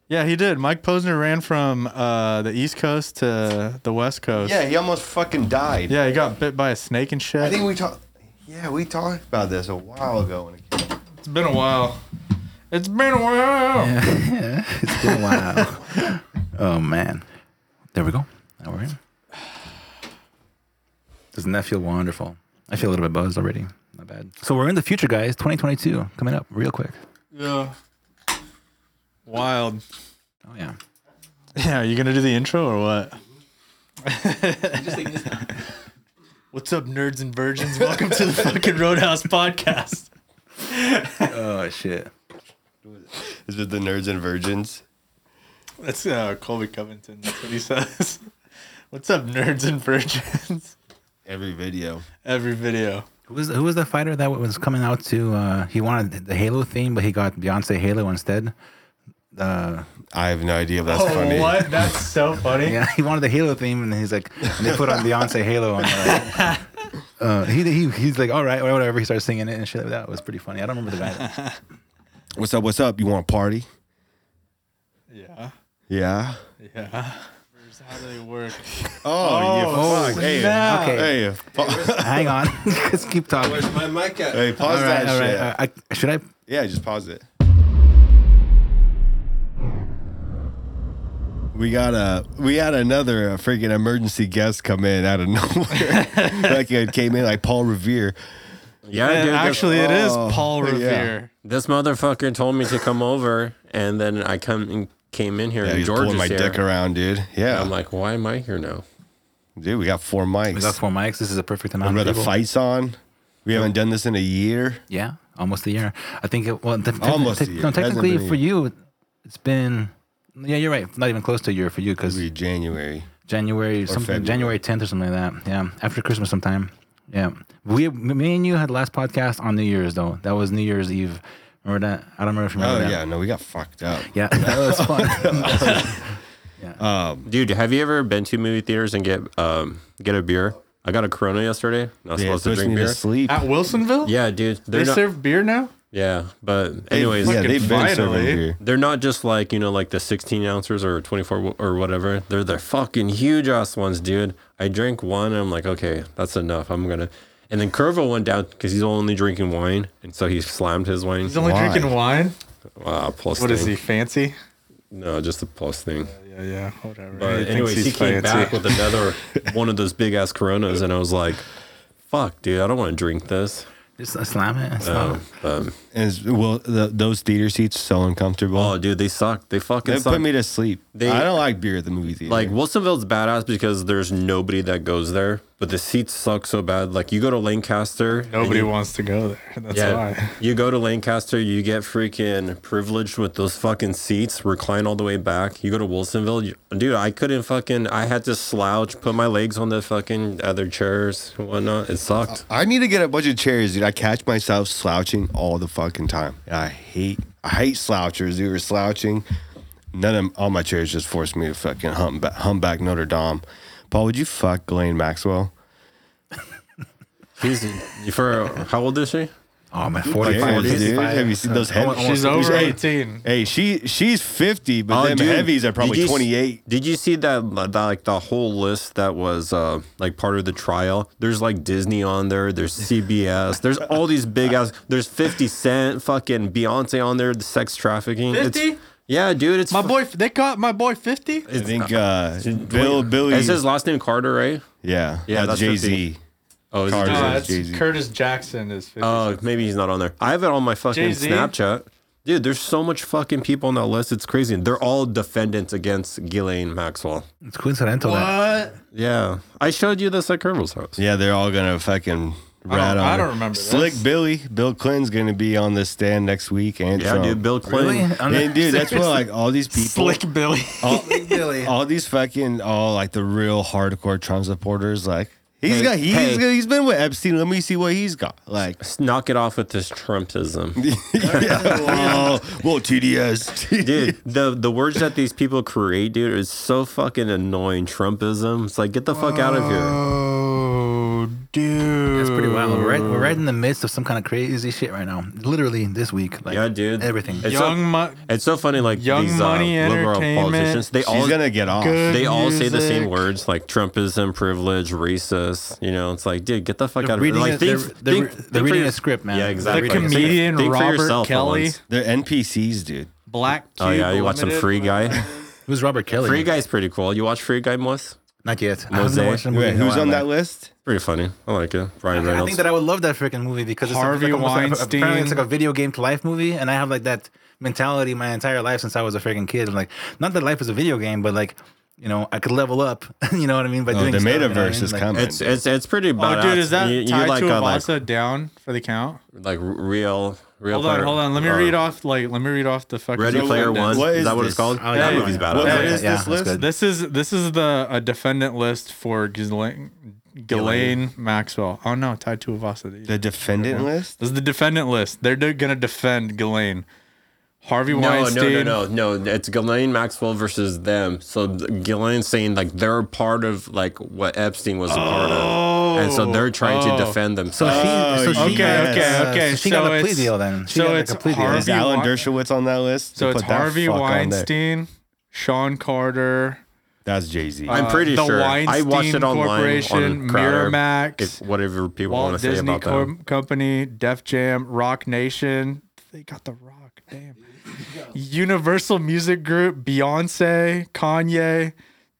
S3: Yeah, he did. Mike Posner ran from uh, the East Coast to the West Coast.
S2: Yeah, he almost fucking died.
S3: Yeah, he got bit by a snake and shit.
S2: I think we talked. Yeah, we talked about this a while ago. When it came.
S3: it's been a while. It's been a while.
S1: It's been a while. oh, man. There we go. Now we're in. Doesn't that feel wonderful? I feel a little bit buzzed already. Not bad. So we're in the future, guys. 2022 coming up real quick.
S3: Yeah. Wild.
S1: Oh yeah.
S3: Yeah, are you gonna do the intro or what? What's up, nerds and virgins? Welcome to the fucking Roadhouse podcast.
S1: Oh shit.
S2: Is it the Nerds and Virgins?
S3: That's uh, Colby Covington. That's what he says. What's up, nerds and virgins?
S2: Every video.
S3: Every video.
S1: Who was who was the fighter that was coming out to? Uh, he wanted the Halo theme, but he got Beyonce Halo instead. Uh,
S2: I have no idea if that's funny.
S3: Oh, what? That's so funny.
S1: yeah, he wanted the Halo theme, and he's like, and they put on Beyonce Halo. On, uh, uh, he, he he's like, all right, whatever. He starts singing it and shit. like That It was pretty funny. I don't remember the guy.
S2: What's up? What's up? You want a party?
S3: Yeah.
S2: Yeah.
S3: Yeah. Here's how they work.
S2: Oh, oh you fuck. Hey,
S3: snap.
S2: hey, you fu-
S1: Hang on, let's keep talking.
S2: my mic at? Hey, pause
S1: All right,
S2: that
S1: all right. Uh,
S2: shit.
S1: I, should I?
S2: Yeah, just pause it. We got a we had another uh, freaking emergency guest come in out of nowhere. like it came in like Paul Revere.
S5: Yeah,
S3: And
S5: dude, this-
S3: actually, it is
S2: Oh,
S3: Paul
S2: yeah.
S3: Revere.
S5: This motherfucker told me to come over, and then I come and came in here,
S2: Yeah,
S5: and
S2: he's
S5: George
S2: pulling
S5: is
S2: my
S5: here.
S2: dick around, dude. Yeah,
S5: I'm like, why am I here now?
S2: dude, we got four
S1: We got
S2: mics.
S1: four mics. This is a perfect
S2: We
S1: amount.
S2: got
S1: of
S2: the
S1: people.
S2: fights on. We haven't done this in a year.
S1: Yeah, almost a year. I think it. Well, te- te-
S2: Almost a
S1: te-
S2: year.
S1: No,
S2: Hasn't
S1: technically
S2: been a
S1: for you, it's been. Yeah, you're right. Not even close to a year for you because
S2: It'll be January.
S1: January something,
S2: February.
S1: January 10th or something like that. Yeah, after Christmas sometime. Yeah, we me and you had last podcast on New Year's though. That was New Year's Eve. Remember that? I don't remember if you
S2: Oh
S1: remember
S2: yeah,
S1: that.
S2: no, we got fucked up.
S1: Yeah, yeah, that was fun.
S5: Dude, have you ever been to movie theaters and get um get a beer? I got a Corona yesterday. Not
S2: Yeah,
S5: supposed to
S2: puts
S5: drink
S2: me
S5: beer.
S2: to sleep.
S3: At Wilsonville?
S5: Yeah, dude. They're
S3: They
S5: not,
S3: serve beer now?
S5: Yeah, but
S2: They-
S5: anyways,
S2: yeah, they've been serving
S3: finally.
S2: beer.
S5: They're not just like, you know, like the 16 ounces or 24 w- or whatever. They're the fucking huge ass ones, dude. I drink one and I'm like, okay, that's enough. I'm going to. And then Curvo went down because he's only drinking wine. And so he slammed his wine.
S3: He's only
S2: Why?
S3: drinking wine.
S5: Ah, plus
S3: What is
S5: thing.
S3: he fancy?
S5: No, just the plus thing.
S3: Yeah, yeah, whatever.
S5: But
S3: thinks
S5: anyways, he
S3: he's
S5: came back
S3: fancy.
S5: with another one of those big ass Coronas. And I was like, fuck, dude, I don't want to drink this.
S6: Just slam it. Slam
S2: Oh.
S5: Um, um,
S2: And it's- well, the, those theater seats so uncomfortable.
S5: oh, dude, they suck. They fucking
S2: they
S5: suck.
S2: put me to sleep.
S5: They-
S2: I don't like beer at the movie theater.
S5: Like Wilsonville's badass because there's nobody that goes there, but the seats suck so bad. Like you go to Lancaster, and
S3: Nobody
S5: you-
S3: wants to go there. That's
S5: yeah,
S3: why.
S5: you go to Lancaster, you get freaking privileged with those fucking seats, recline all the way back. You go to Wilsonville, you, dude. I couldn't fucking. I had to slouch, put my legs on the fucking other chairs and whatnot. It sucked.
S2: I need to get a bunch of chairs, dude. I catch myself slouching all the fucking time. And I hate, I hate slouchers. We were slouching. None of all my chairs just forced me to fucking hump back, hump back Notre Dame. Paul, would you fuck Ghislaine Maxwell?
S5: She's for how old is she?
S6: Oh man,
S2: Like,
S6: 45,
S2: dude,
S6: 55.
S2: Have you seen those heavies?
S3: She's over 18.
S2: Hey, she she's fifty, but them
S5: Oh, dude,
S2: heavies are
S5: did you
S2: probably
S5: s-
S2: twenty eight.
S5: Did you see that, that like the whole list that was uh like part of the trial? There's like Disney on there, there's CBS, there's all these big ass there's 50 Cent, fucking Beyonce on there, the sex trafficking. It's-
S3: 50?
S5: yeah, dude, it's
S3: My
S5: fu-
S3: boy, they caught my boy 50.
S2: I think uh, Bill Billy.
S5: It's his last name Carter, right?
S2: yeah, uh,
S5: Yeah, that's
S2: Jay Z.
S5: Oh, is it
S2: Carter.
S5: Jay-Z?
S3: No,
S2: Jay-Z.
S3: that's
S2: Jay-Z.
S3: Curtis Jackson is 50.
S5: Oh, maybe he's not on there. I have it on my fucking
S3: Jay-Z?
S5: Snapchat. Dude, there's so much fucking people on that list. It's crazy. And They're all defendants against Ghislaine Maxwell.
S6: It's coincidental that
S3: what?
S5: Yeah. I showed you this at Kerbal's house.
S2: Yeah, they're all gonna fucking rat on.
S3: I
S2: her.
S3: don't remember
S2: Slick
S3: this.
S2: Billy, Bill Clinton's gonna be on this stand next week, and
S5: Yeah,
S2: Trump.
S5: dude, Bill Clinton.
S6: I'm
S2: And dude, that's what
S6: serious.
S2: like all these people,
S3: Slick Billy.
S2: all,
S6: Billy.
S2: all these fucking, all like the real hardcore Trump supporters, like he's
S5: Hey,
S2: got, he's
S5: hey.
S2: got, he's been with Epstein. Let me see what he's got. Like,
S5: Just knock it off with this Trumpism.
S2: oh, well, TDS,
S5: Dude, the, the words that these people create, dude, is so fucking annoying. Trumpism. It's like, get the fuck out of here.
S3: Oh, dude.
S6: That's pretty wild. We're right, we're right in the midst of some kind of crazy shit right now. Literally this week. Like,
S5: Yeah, dude.
S6: Everything.
S5: It's
S3: Young
S5: so,
S3: Mu-
S5: It's so funny, like,
S3: Young
S5: these uh,
S3: Money
S5: liberal
S3: Entertainment.
S5: politicians, they
S2: She's
S5: all,
S2: gonna get off.
S3: Good.
S5: they all say the same
S3: music.
S5: words, like Trumpism, privilege, racist. You know, it's like, dude, get the fuck out of here.
S6: reading
S5: Like,
S6: it- they're- they're- they're
S5: for
S6: reading
S5: your-
S6: a script, man.
S5: Yeah,
S6: The
S5: exactly.
S3: The comedian
S5: Think for
S3: Robert
S5: yourself for
S3: Kelly.
S5: once.
S2: they're NPCs, dude.
S3: Black Cube.
S5: Oh, yeah, you watch some
S3: Limited,
S5: Free
S3: whatever.
S5: Guy.
S6: Who's Robert Kelly?
S5: Free Guy's pretty cool. You watch Free Guy, Moss?
S6: Not yet. I haven't
S5: Mosaic.
S6: watched the movie
S2: Wait,
S6: in a
S2: who's
S6: while,
S2: on
S6: man.
S2: that list?
S5: Pretty funny. I like it. Brian
S6: I
S5: Reynolds.
S6: think that I would love that freaking movie because it's
S3: Harvey
S6: like almost like-
S3: Weinstein.
S6: apparently it's like a video game to life movie, and I have like that mentality my entire life since I was a freaking kid. And like, not that life is a video game, but like, you know, I could level up. you know what I mean? By
S2: Oh,
S6: doing
S2: the
S6: stuff, you know what I
S2: metaverse
S6: mean?
S2: is
S6: Like,
S2: coming.
S5: It's it's it's pretty bad.
S3: Oh, dude, is that
S5: you, you
S3: tied
S5: like
S3: to
S5: a, like,
S3: Avasa down for the count?
S5: like r- real real?
S3: Hold on,
S5: player-
S3: hold on. Let me
S5: or
S3: read off like let me read off the fucking
S5: Ready
S3: So
S5: Player
S3: what-
S5: One.
S2: What
S5: is
S2: is
S5: that what
S2: this?
S5: it's called?
S6: Oh,
S5: that
S3: yeah.
S5: movie's badass.
S2: What
S3: that
S2: is
S6: yeah,
S2: this
S6: that's
S2: list?
S6: good.
S3: This is this is the a defendant list for Ghislaine, Ghislaine Maxwell. Oh no, tied to Avasa.
S2: The defendant list.
S3: This is the defendant list. They're de- gonna defend Ghislaine. Harvey
S5: No,
S3: Weinstein.
S5: no, no, no, no. It's Ghislaine Maxwell versus them. So th- Ghislaine's saying like they're part of like what Epstein was a part of, and so they're trying to
S3: Oh.
S5: defend
S6: So
S5: themselves.
S6: she, so she
S2: Oh,
S3: Okay,
S6: got,
S2: yes.
S3: okay, okay.
S6: so she
S3: so
S6: got a plea
S3: it's-
S6: deal then. She
S3: so
S6: got like
S3: it's
S6: a plea deal.
S3: Harvey
S2: Is Alan
S3: Wein-
S2: Dershowitz on that list?
S3: So
S2: They
S3: it's
S2: put that
S3: Harvey
S2: fuck on there.
S3: Weinstein, Sean Carter,
S2: That's Jay Z.
S5: I'm pretty
S3: uh, the
S5: sure. I watched
S3: Weinstein
S5: it online
S3: Corporation,
S5: on Crowder,
S3: Miramax,
S5: if- whatever people want
S3: Walt
S5: to say
S3: Disney
S5: about that.
S3: Com- Company, Def Jam, Rock Nation. They got the Rock. Damn. Universal Music Group, Beyonce, Kanye,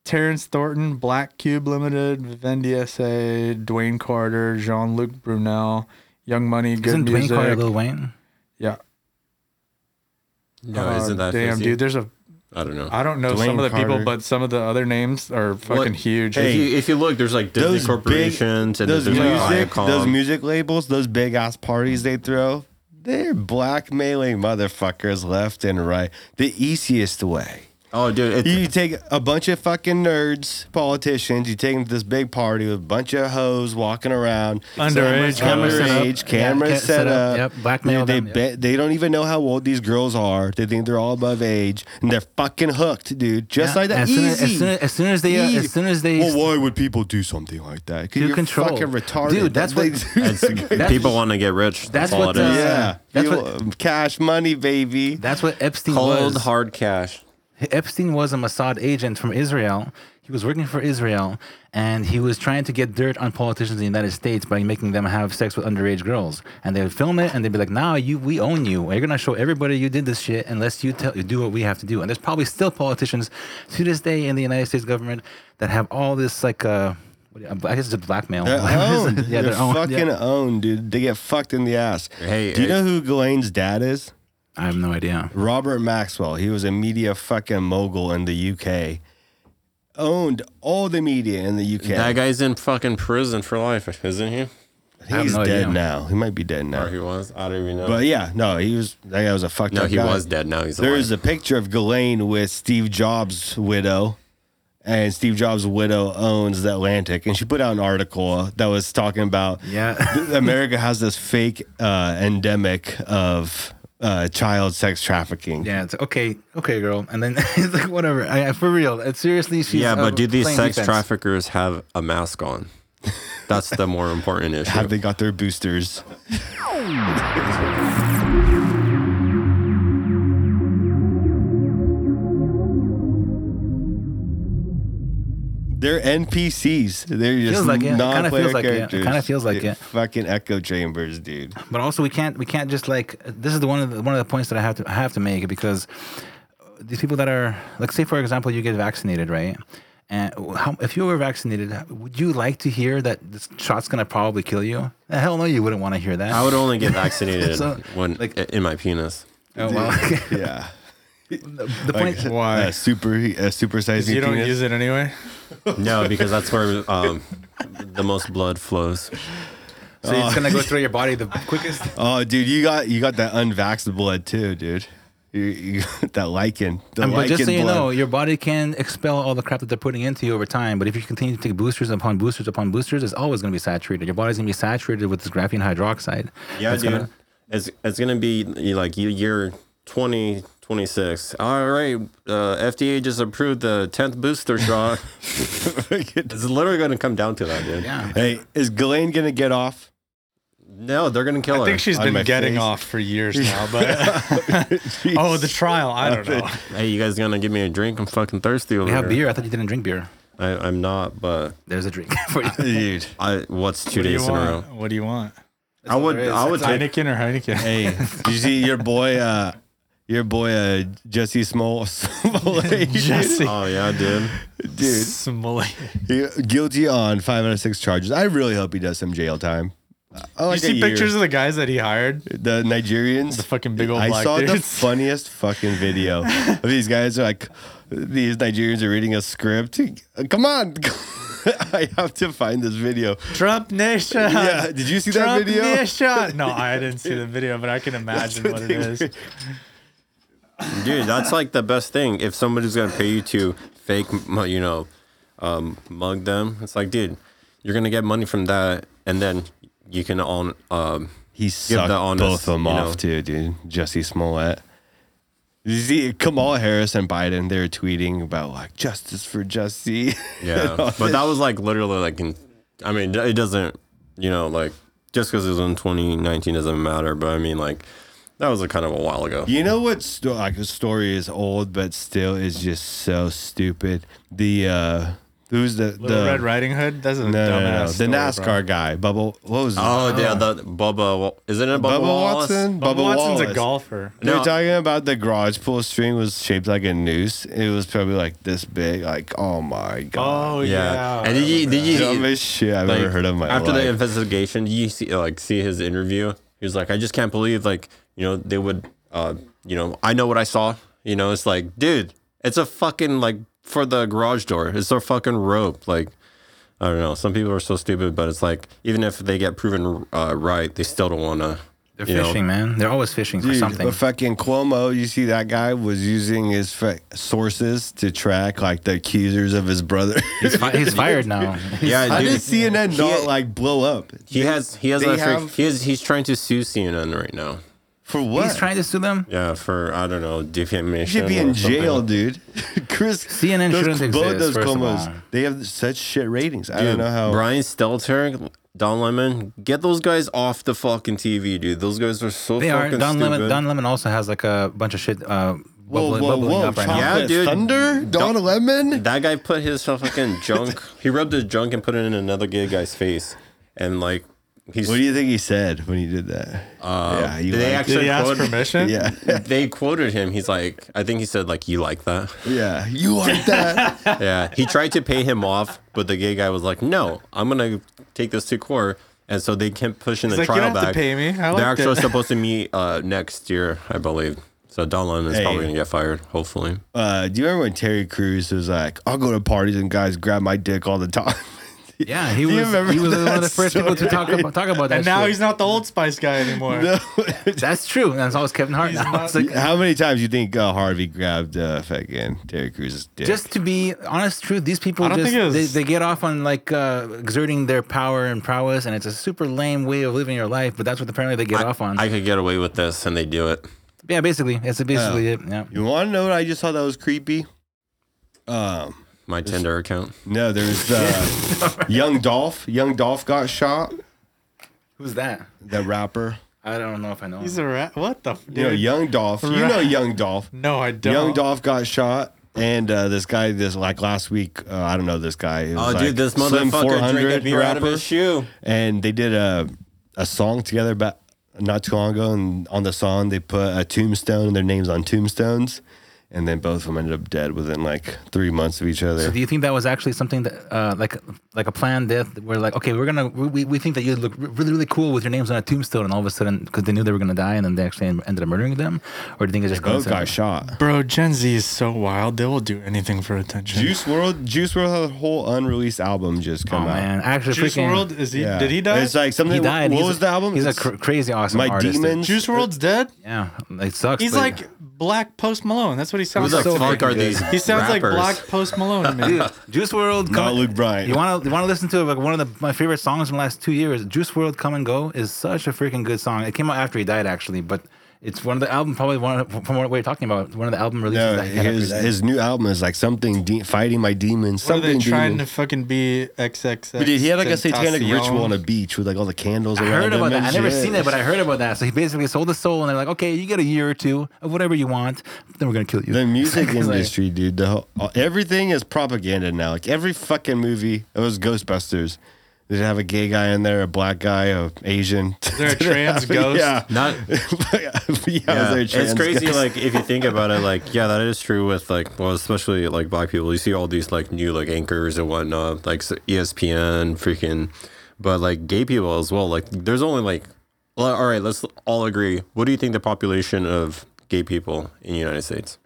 S3: Terrence Thornton, Black Cube Limited, Vivendi SA, Dwayne Carter, Jean Luc Brunel, Young Money, Good
S6: Isn't Dwayne
S3: Music.
S6: Carter Lil Wayne?
S3: yeah.
S5: No,
S3: Uh,
S5: isn't that
S3: damn,
S5: crazy?
S3: dude? There's a
S5: I don't know.
S3: I don't know
S2: Dwayne
S3: some of the
S2: Carter.
S3: people, but some of the other names are fucking
S5: What-
S3: huge.
S5: If you, if you look, there's like Disney
S2: Those big-
S5: corporations and
S2: those
S5: there's
S2: music,
S5: like Viacom.
S2: those music labels, those big ass parties they throw, they're blackmailing motherfuckers left and right. The easiest way.
S5: Oh, dude, it's,
S2: You take a bunch of fucking nerds, politicians. You take them to this big party with a bunch of hoes walking around.
S3: Underage
S2: cameras
S3: hoes.
S2: underage, cameras
S1: Yeah,
S2: set up.
S1: Yep, blackmail
S2: They,
S1: them,
S2: they, bet- they don't even know how old these girls are. They think they're all above age, and they're fucking hooked, dude. Just
S1: Yeah,
S2: like that.
S1: as soon as-
S2: Easy.
S1: as soon as- as soon as they, uh,
S2: Easy.
S1: as soon as they-
S2: Well, why would people do something like that? 'Cause
S1: To
S2: you're
S1: control.
S2: fucking retarded.
S1: Dude, that's
S2: They-
S1: what-
S5: it's- people want to get rich. That's,
S1: that's
S5: all
S1: what,
S5: it is.
S1: uh,
S2: yeah.
S1: That's
S2: You-
S1: what-
S2: cash money, baby.
S1: That's what Epstein
S5: Cold
S1: was.
S5: hard cash.
S1: Epstein was a Mossad agent from Israel. He was working for Israel, and he was trying to get dirt on politicians in the United States by making them have sex with underage girls. And they would film it, and they'd be like, "Now you, we own you. You're gonna show everybody you did this shit unless you tell, you do what we have to do." And there's probably still politicians to this day in the United States government that have all this like, uh, what do you- I guess it's a blackmail.
S2: They're owned.
S1: yeah,
S2: they're,
S1: they're owned.
S2: Oh, fucking
S1: Yeah.
S2: owned, dude. They get fucked in the ass.
S5: Hey,
S2: do you
S5: hey.
S2: know who Elaine's dad is?
S1: I have no idea.
S2: Robert Maxwell. He was a media fucking mogul in the UK. Owned all the media in the UK.
S5: That guy's in fucking prison for life, isn't he?
S1: have
S2: He's
S1: no
S2: dead
S1: idea.
S2: now. He might be dead
S5: Or
S2: now.
S5: he was? I don't even know.
S2: But yeah, no, he was that guy was a fucked
S5: no,
S2: up
S5: he
S2: guy.
S5: was dead. Now he's alive.
S2: There is a picture of Ghislaine with Steve Jobs' widow, and Steve Jobs' widow owns the Atlantic, and she put out an article that was talking about
S1: Yeah.
S2: America has this fake uh, endemic of uh, child sex trafficking.
S1: Yeah, it's okay, okay, girl. And then it's like, whatever. I, I- for real, it's seriously, she's
S5: yeah,
S1: uh,
S5: but do these
S1: playing
S5: sex
S1: defense.
S5: traffickers have a mask on? That's the more important issue.
S2: Have they got their boosters? They're NPCs. They're just
S1: Feels like it. It kinda
S2: non-player
S1: feels like it. It
S2: characters.
S1: kinda feels like
S2: They're
S1: it.
S2: Fucking echo chambers, dude.
S1: But also, we can't, we can't just like. This is the one of the one of the points that I have to I have to make because these people that are like, say for example, you get vaccinated, right? And how, if you were vaccinated, would you like to hear that this shot's gonna probably kill you? Hell no, you wouldn't want to hear that.
S5: I would only get vaccinated
S1: So,
S5: when in my penis.
S1: Oh, well,
S2: Yeah.
S1: the point.
S3: Why?
S2: Uh, super, uh, super sized.
S3: you don't use it anyway.
S5: No, because that's where um, the most blood flows.
S1: So it's
S5: oh.
S1: gonna go through your body the quickest.
S2: Oh, dude, you got you got that unvaxxed blood too, dude. You, you got that lichen. The
S1: Um, but
S2: lichen
S1: just so you
S2: blood.
S1: know, your body can expel all the crap that they're putting into you over time. But if you continue to take boosters upon boosters upon boosters, it's always going to be saturated. Your body's going to be saturated with this graphene hydroxide.
S5: Yeah,
S1: It's
S5: dude.
S1: gonna-
S5: It's it's gonna be you like you- you're 20, 26. All right, uh, FDA just approved the tenth booster shot. it's literally gonna come down to that, dude.
S1: yeah.
S2: Hey, is Ghislaine gonna get off?
S5: No, they're gonna kill
S3: I
S5: her.
S3: think she's
S2: on my
S3: been getting
S2: face.
S3: off for years now, but oh, the trial. I don't know.
S5: hey, you guys gonna give me a drink? I'm fucking thirsty over
S1: You have
S5: here.
S1: beer. I thought you didn't drink beer.
S5: I, I'm not, but
S1: There's a drink for you.
S2: Dude.
S5: I what's two
S3: What do you
S5: days in a row?
S3: want? What do you want?
S5: I would
S1: there is.
S5: I would take
S3: Heineken or Heineken?
S2: Hey, did you see your boy uh your boy uh Jesse Smol Smollett,
S3: Jesse
S5: Oh yeah, dude.
S2: dude.
S3: Smollett.
S2: He- guilty on five out of six charges. I really hope he does some jail time. I
S3: You
S2: like a
S3: see
S2: year.
S3: pictures of the guys that he hired?
S2: the Nigerians.
S3: The fucking big old
S2: I
S3: black
S2: saw the
S3: dudes.
S2: funniest fucking video of these guys are like, these Nigerians are reading a script. Come on. I have to find this video.
S3: Trump Nation.
S2: Yeah, did you see that
S3: Trump
S2: video?
S3: Nation. No, I didn't see the video, but I can imagine what, it is.
S5: Dude, that's like the best thing. If somebody's gonna pay you to fake, mu- you know, um, mug them, it's like, dude, you're gonna get money from that, and then you can on. Um,
S2: He sucked
S5: the honest,
S2: both of them
S5: you
S2: off
S5: know.
S2: too, dude. Jesse Smollett. You see, Kamala Harris and Biden, they were tweeting about like justice for Jesse.
S5: yeah, but that was like literally like in. I mean, it doesn't, you know, like just because it was in 2019 doesn't matter. But I mean, like that was a kind of a while ago.
S2: You know what? Sto- like the story is old, but still is just so stupid. The uh who's the
S3: Little
S2: the
S3: Red Riding Hood. That's a
S2: no, no,
S3: dumbass.
S2: no, no. the NASCAR
S3: story, bro.
S2: guy, Bubble. What was his-
S5: Oh, yeah, the Bubba. Wa- Isn't it Bubba,
S2: Bubba
S5: Wallace?
S2: Watson?
S3: Bubba Watson's a
S2: Wallace.
S3: golfer.
S2: They
S5: No.
S2: were talking about the garage pool string was shaped like a noose. It was probably like this big. Like, oh my god,
S3: Oh
S5: Yeah.
S3: yeah.
S5: And did you, did you
S2: dumbest shit I've
S5: like,
S2: ever heard of in my
S5: after
S2: life.
S5: the investigation you see like see his interview he was like i just can't believe like you know they would uh you know i know what i saw you know it's like dude it's a fucking like for the garage door it's a fucking rope like i don't know some people are so stupid but it's like even if they get proven uh, right they still don't want to
S1: They're
S5: You know.
S1: fishing, man. They're always fishing for
S2: Dude,
S1: something.
S2: But fucking Cuomo, you see that guy was using his fa- sources to track like the accusers of his brother.
S1: He's, fi- he's fired now.
S5: Yeah,
S2: How
S5: dude,
S2: did CNN
S5: he-
S2: not like blow up?
S5: He has he has
S2: They
S5: a freak-
S2: have-
S5: he has, he's trying to sue CNN right now.
S2: For what?
S1: He's trying to sue them.
S5: Yeah, for I don't know
S2: He
S5: defamation.
S2: should be
S5: or
S2: in
S5: something.
S2: jail, dude. Chris,
S1: CNN shouldn't exist, first of all.
S2: they have such shit ratings. I don't
S5: Dude,
S2: know how.
S5: Brian Stelter, Don Lemon, get those guys off the fucking TV, dude. Those guys are so
S1: They are.
S5: fucking
S1: Don
S5: stupid.
S1: Lemon. Don Lemon also has like a bunch of shit uh,
S2: whoa,
S1: bubbling,
S2: whoa,
S1: bubbling
S2: whoa!
S1: up right now.
S5: Yeah,
S2: Chocolate
S5: dude.
S2: Thunder, Don
S5: Don't-
S2: Lemon.
S5: that guy put his fucking junk. he rubbed his junk and put it in another gay guy's face, and like he's.
S2: What do you think he said when he did that?
S5: uh,
S2: yeah, you
S5: they
S2: like
S3: Did
S5: actually
S3: he ask
S5: quoted,
S3: permission?
S2: yeah,
S5: they quoted him. He's like, I think he said like, you like that?
S2: yeah. You like that?
S5: Yeah, he tried to pay him off, but the gay guy was like, "No, I'm gonna take this to court." And so they kept pushing the
S3: like, "You
S5: trial
S3: don't have to
S5: back.
S3: pay me. I
S5: They're
S3: liked it."
S5: actually supposed to meet uh, next year, I believe. So Don Lemon is
S2: Hey.
S5: probably gonna get fired, hopefully.
S2: uh, do you remember when Terry Crews was like, "I'll go to parties and guys grab my dick all the time."
S1: Yeah, he
S2: Do you
S1: was.
S2: remember
S1: He was
S2: that
S1: one of the first people to talk about talk about that.
S3: And now
S1: shit.
S3: he's not the Old Spice guy anymore.
S1: That's true. That's always Kevin Hart.
S3: He's
S1: Now
S3: not-
S1: it's like
S2: how many times you think uh, Harvey grabbed uh, fucking Terry Crews' dick?
S1: just to be honest, truth. These people
S3: I don't
S1: just
S3: think it was-
S1: they, they get off on like uh, exerting their power and prowess, and it's a super lame way of living your life. But that's what apparently they get off on.
S5: I could get away with this, and they do it.
S1: yeah, basically, it's basically it. Yeah.
S2: you want to know what I just thought that was creepy? Um.
S5: My Tinder account.
S2: No, there was uh, Young Dolph. Young Dolph got shot.
S1: Who's that?
S2: The rapper.
S1: I don't know if I know.
S3: He's
S1: him.
S3: a rat. What the? F-
S2: You know,
S3: dude?
S2: Young Dolph. You know Young Dolph.
S3: No, I don't.
S2: Young Dolph got shot. And uh, this guy, this like last week, uh, I don't know this guy. It
S5: Oh,
S2: was, like,
S5: dude, this
S2: Slim
S5: motherfucker
S2: 400
S5: drinking beer out of his
S2: rapper.
S5: shoe.
S2: And they did a a song together about not too long ago. And on the song, they put a tombstone and their names on tombstones. And then both of them ended up dead within like three months of each other.
S1: So do you think that was actually something that, uh, like, like a planned death? Where like, okay, we're gonna, we, we- we think that you look re- really, really cool with your names on a tombstone, and all of a sudden, because they knew they were gonna die, and then they actually en- ended up murdering them, or do you think it's just
S2: Both got
S1: coincidence?
S2: shot.
S3: Bro, Gen Z is so wild. They will do anything for attention.
S2: Juice World, Juice World had a whole unreleased album just
S1: Oh
S2: come out.
S1: man, actually,
S3: Juice
S1: freaking,
S3: World is he?
S2: Yeah.
S3: Did he die?
S2: It's like something.
S1: he died.
S2: What
S1: He's a-
S2: was the album?
S1: He's a
S2: It's
S1: cr- crazy awesome
S2: My
S1: artist.
S2: Demons.
S3: Juice World's dead.
S1: Yeah, it sucks.
S3: He's
S1: but-
S3: like Black Post Malone. That's what he
S5: Who
S3: sounds
S5: the
S3: like.
S1: so
S5: fuck
S1: freaking
S5: are
S1: good.
S5: these?
S3: He sounds like
S5: rappers?
S3: Black Post Malone to me.
S1: Dude, Juice World.
S2: Not
S1: come-
S2: Luke Bryan.
S1: You want to you want to listen to like one of the, my favorite songs from the last two years. Juice World Come and Go is such a freaking good song. It came out after he died actually, but it's one of the album probably one of, from what we're talking about. One of the album releases.
S2: No,
S1: that he had after
S2: his,
S1: he died.
S2: his new album is like something de- fighting my demons.
S3: What are
S2: something
S3: they trying
S2: demon.
S3: to fucking be XXX?
S2: But dude, he had like a satanic
S3: Tentacion?
S2: ritual on a beach with like all the candles
S1: I
S2: around
S1: heard
S2: him
S1: about that.
S2: and
S1: I never
S2: shit.
S1: seen it, but I heard about that. So he basically sold his soul, and they're like, "Okay, you get a year or two of whatever you want, then we're gonna kill you."
S2: The music
S1: It's like-
S2: industry, dude. The whole, everything is propaganda now. Like every fucking movie, it was Ghostbusters. They have a gay guy in there, a black guy, a Asian. Is
S3: there a trans ghost?
S2: Yeah.
S5: Not
S2: yeah, is
S5: Yeah,
S2: there a
S5: it's
S2: trans
S5: crazy.
S2: ghost?
S5: Like if you think about it, like yeah, that is true with like well, especially like black people. You see all these like new like anchors and whatnot, like s- ESPN, freaking, but like gay people as well. Like there's only like, well, all right, let's all agree. What do you think the population of gay people in the United States?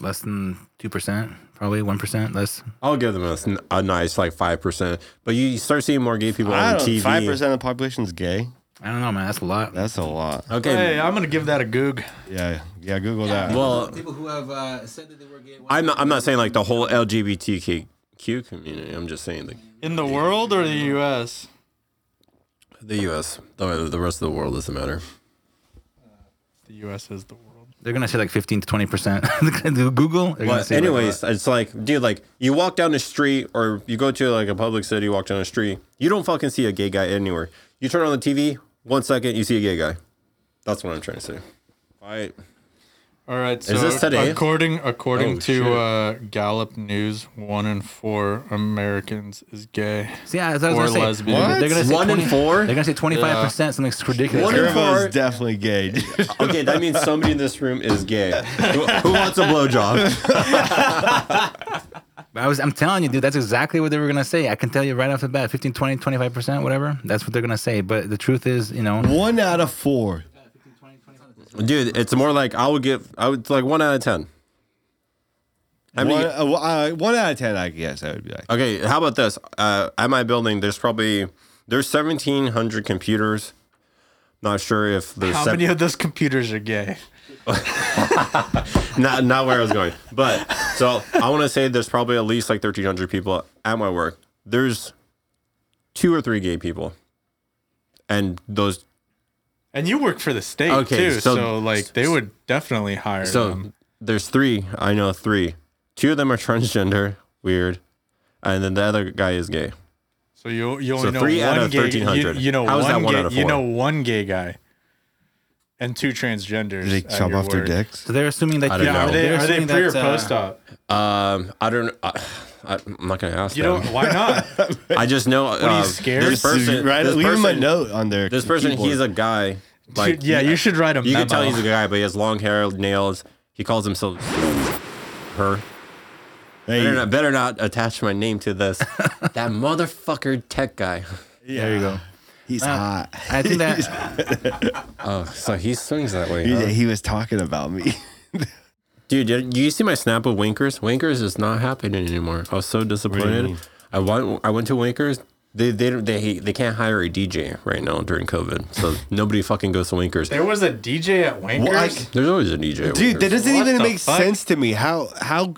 S1: less than two percent, probably one percent less.
S5: I'll give them a, s- a nice like five percent, but you start seeing more gay people
S2: I
S5: on
S2: don't
S5: TV.
S2: Five percent of the population's gay.
S1: I don't know, man. That's a lot.
S2: That's a lot.
S5: Okay.
S3: Hey, I'm gonna give that a goog.
S2: Yeah, yeah. Google that.
S5: Well,
S1: People who have uh, said that they were gay.
S5: I'm not, I'm not saying like the whole LGBTQ community. I'm just saying like
S3: In the world or the U.S.
S5: the U.S. The, the rest of the world doesn't matter.
S3: The U.S. is the world.
S1: They're gonna say like fifteen to twenty percent. Google. they're gonna say,
S5: But
S1: like, uh,
S5: anyways, it's like, dude, like you walk down the street or you go to like a public city, you walk down the street, you don't fucking see a gay guy anywhere. You turn on the TV, one second, you see a gay guy. That's what I'm trying to say. I
S3: All right. So
S5: this today?
S3: according according
S5: Oh, shit.
S3: to uh, Gallup News, one in four Americans is gay.
S1: See, I was I was
S3: Or
S1: gonna say,
S3: lesbian.
S1: They're,
S2: What?
S1: gonna say
S5: One in
S1: 20
S5: four?
S1: They're gonna say twenty-five percent. Something ridiculous.
S5: One in
S1: Like,
S5: four.
S2: Curvo is definitely gay. dude.
S5: okay, that means somebody in this room is gay. Who, who wants a blowjob?
S1: I was, I'm telling you, dude, that's exactly what they were gonna say. I can tell you right off the bat, 15, 20, 25 percent, whatever. That's what they're gonna say. But the truth is, you know,
S2: One out of four.
S5: Dude, it's more like I would give. I would it's like one out of ten. I mean,
S2: one, uh, well, uh, one out of ten, I guess. I would be like,
S5: Okay, how about this? Uh, at my building, there's probably there's 1,700 computers, Not sure if the
S3: How
S5: sep-
S3: many of those computers are gay?
S5: not not where I was going, but so I want to say there's probably at least like 1,300 people at my work. There's two or three gay people, and those
S3: And you work for the state
S5: Okay,
S3: too, so,
S5: so-
S3: like they would definitely hire them.
S5: So there's three. I know three. Two of them are transgender. Weird. And then the other guy is gay.
S3: So you you only
S5: So
S3: know
S5: three out
S3: one
S5: of
S3: gay. You,
S5: 1300.
S3: you know
S5: How is that
S3: one
S5: one
S3: gay.
S5: out of
S3: You
S5: four?
S3: know one gay guy, and two
S2: Did
S3: transgenders.
S2: they
S3: at
S2: chop
S3: your
S2: off their
S3: work.
S2: dicks?
S1: So they're assuming that
S5: I
S1: you
S5: don't
S3: Yeah,
S5: No.
S3: are they
S1: they're
S3: are they
S1: assuming
S3: pre or
S1: that, uh,
S3: post op?
S5: Um, I don't. I, I, I'm not gonna ask.
S3: You
S5: them.
S3: don't. Why not?
S5: I just know.
S3: are you
S5: uh,
S3: scared?
S5: This person.
S2: right?
S5: This
S2: Leave
S5: person,
S2: him a note on their.
S5: This person.
S2: keyboard.
S5: He's a guy. Like
S3: Dude, yeah, you should write a
S5: You
S3: memo.
S5: can tell he's a guy, but he has long hair, nails. He calls himself her.
S2: Hey,
S5: Better not, better not attach my name to this. that motherfucker tech guy.
S1: There you go.
S2: he's hot.
S1: I think that
S5: Oh, so he swings that way.
S2: He,
S5: huh?
S2: he was talking about me.
S5: Dude, did you see my snap with Winkers? Winkers is not happening anymore. I was so disappointed.
S2: mean?
S5: I went. I went to Winkers. They they don't- they they can't hire a DJ right now during COVID, so nobody fucking goes to Winkers.
S3: There was a DJ at Wankers.
S2: Well, I-
S5: There's always a DJ,
S2: dude,
S5: at
S2: that
S5: Winkers.
S2: doesn't
S3: What
S2: even
S3: the
S2: make
S3: fuck?
S2: sense to me. How how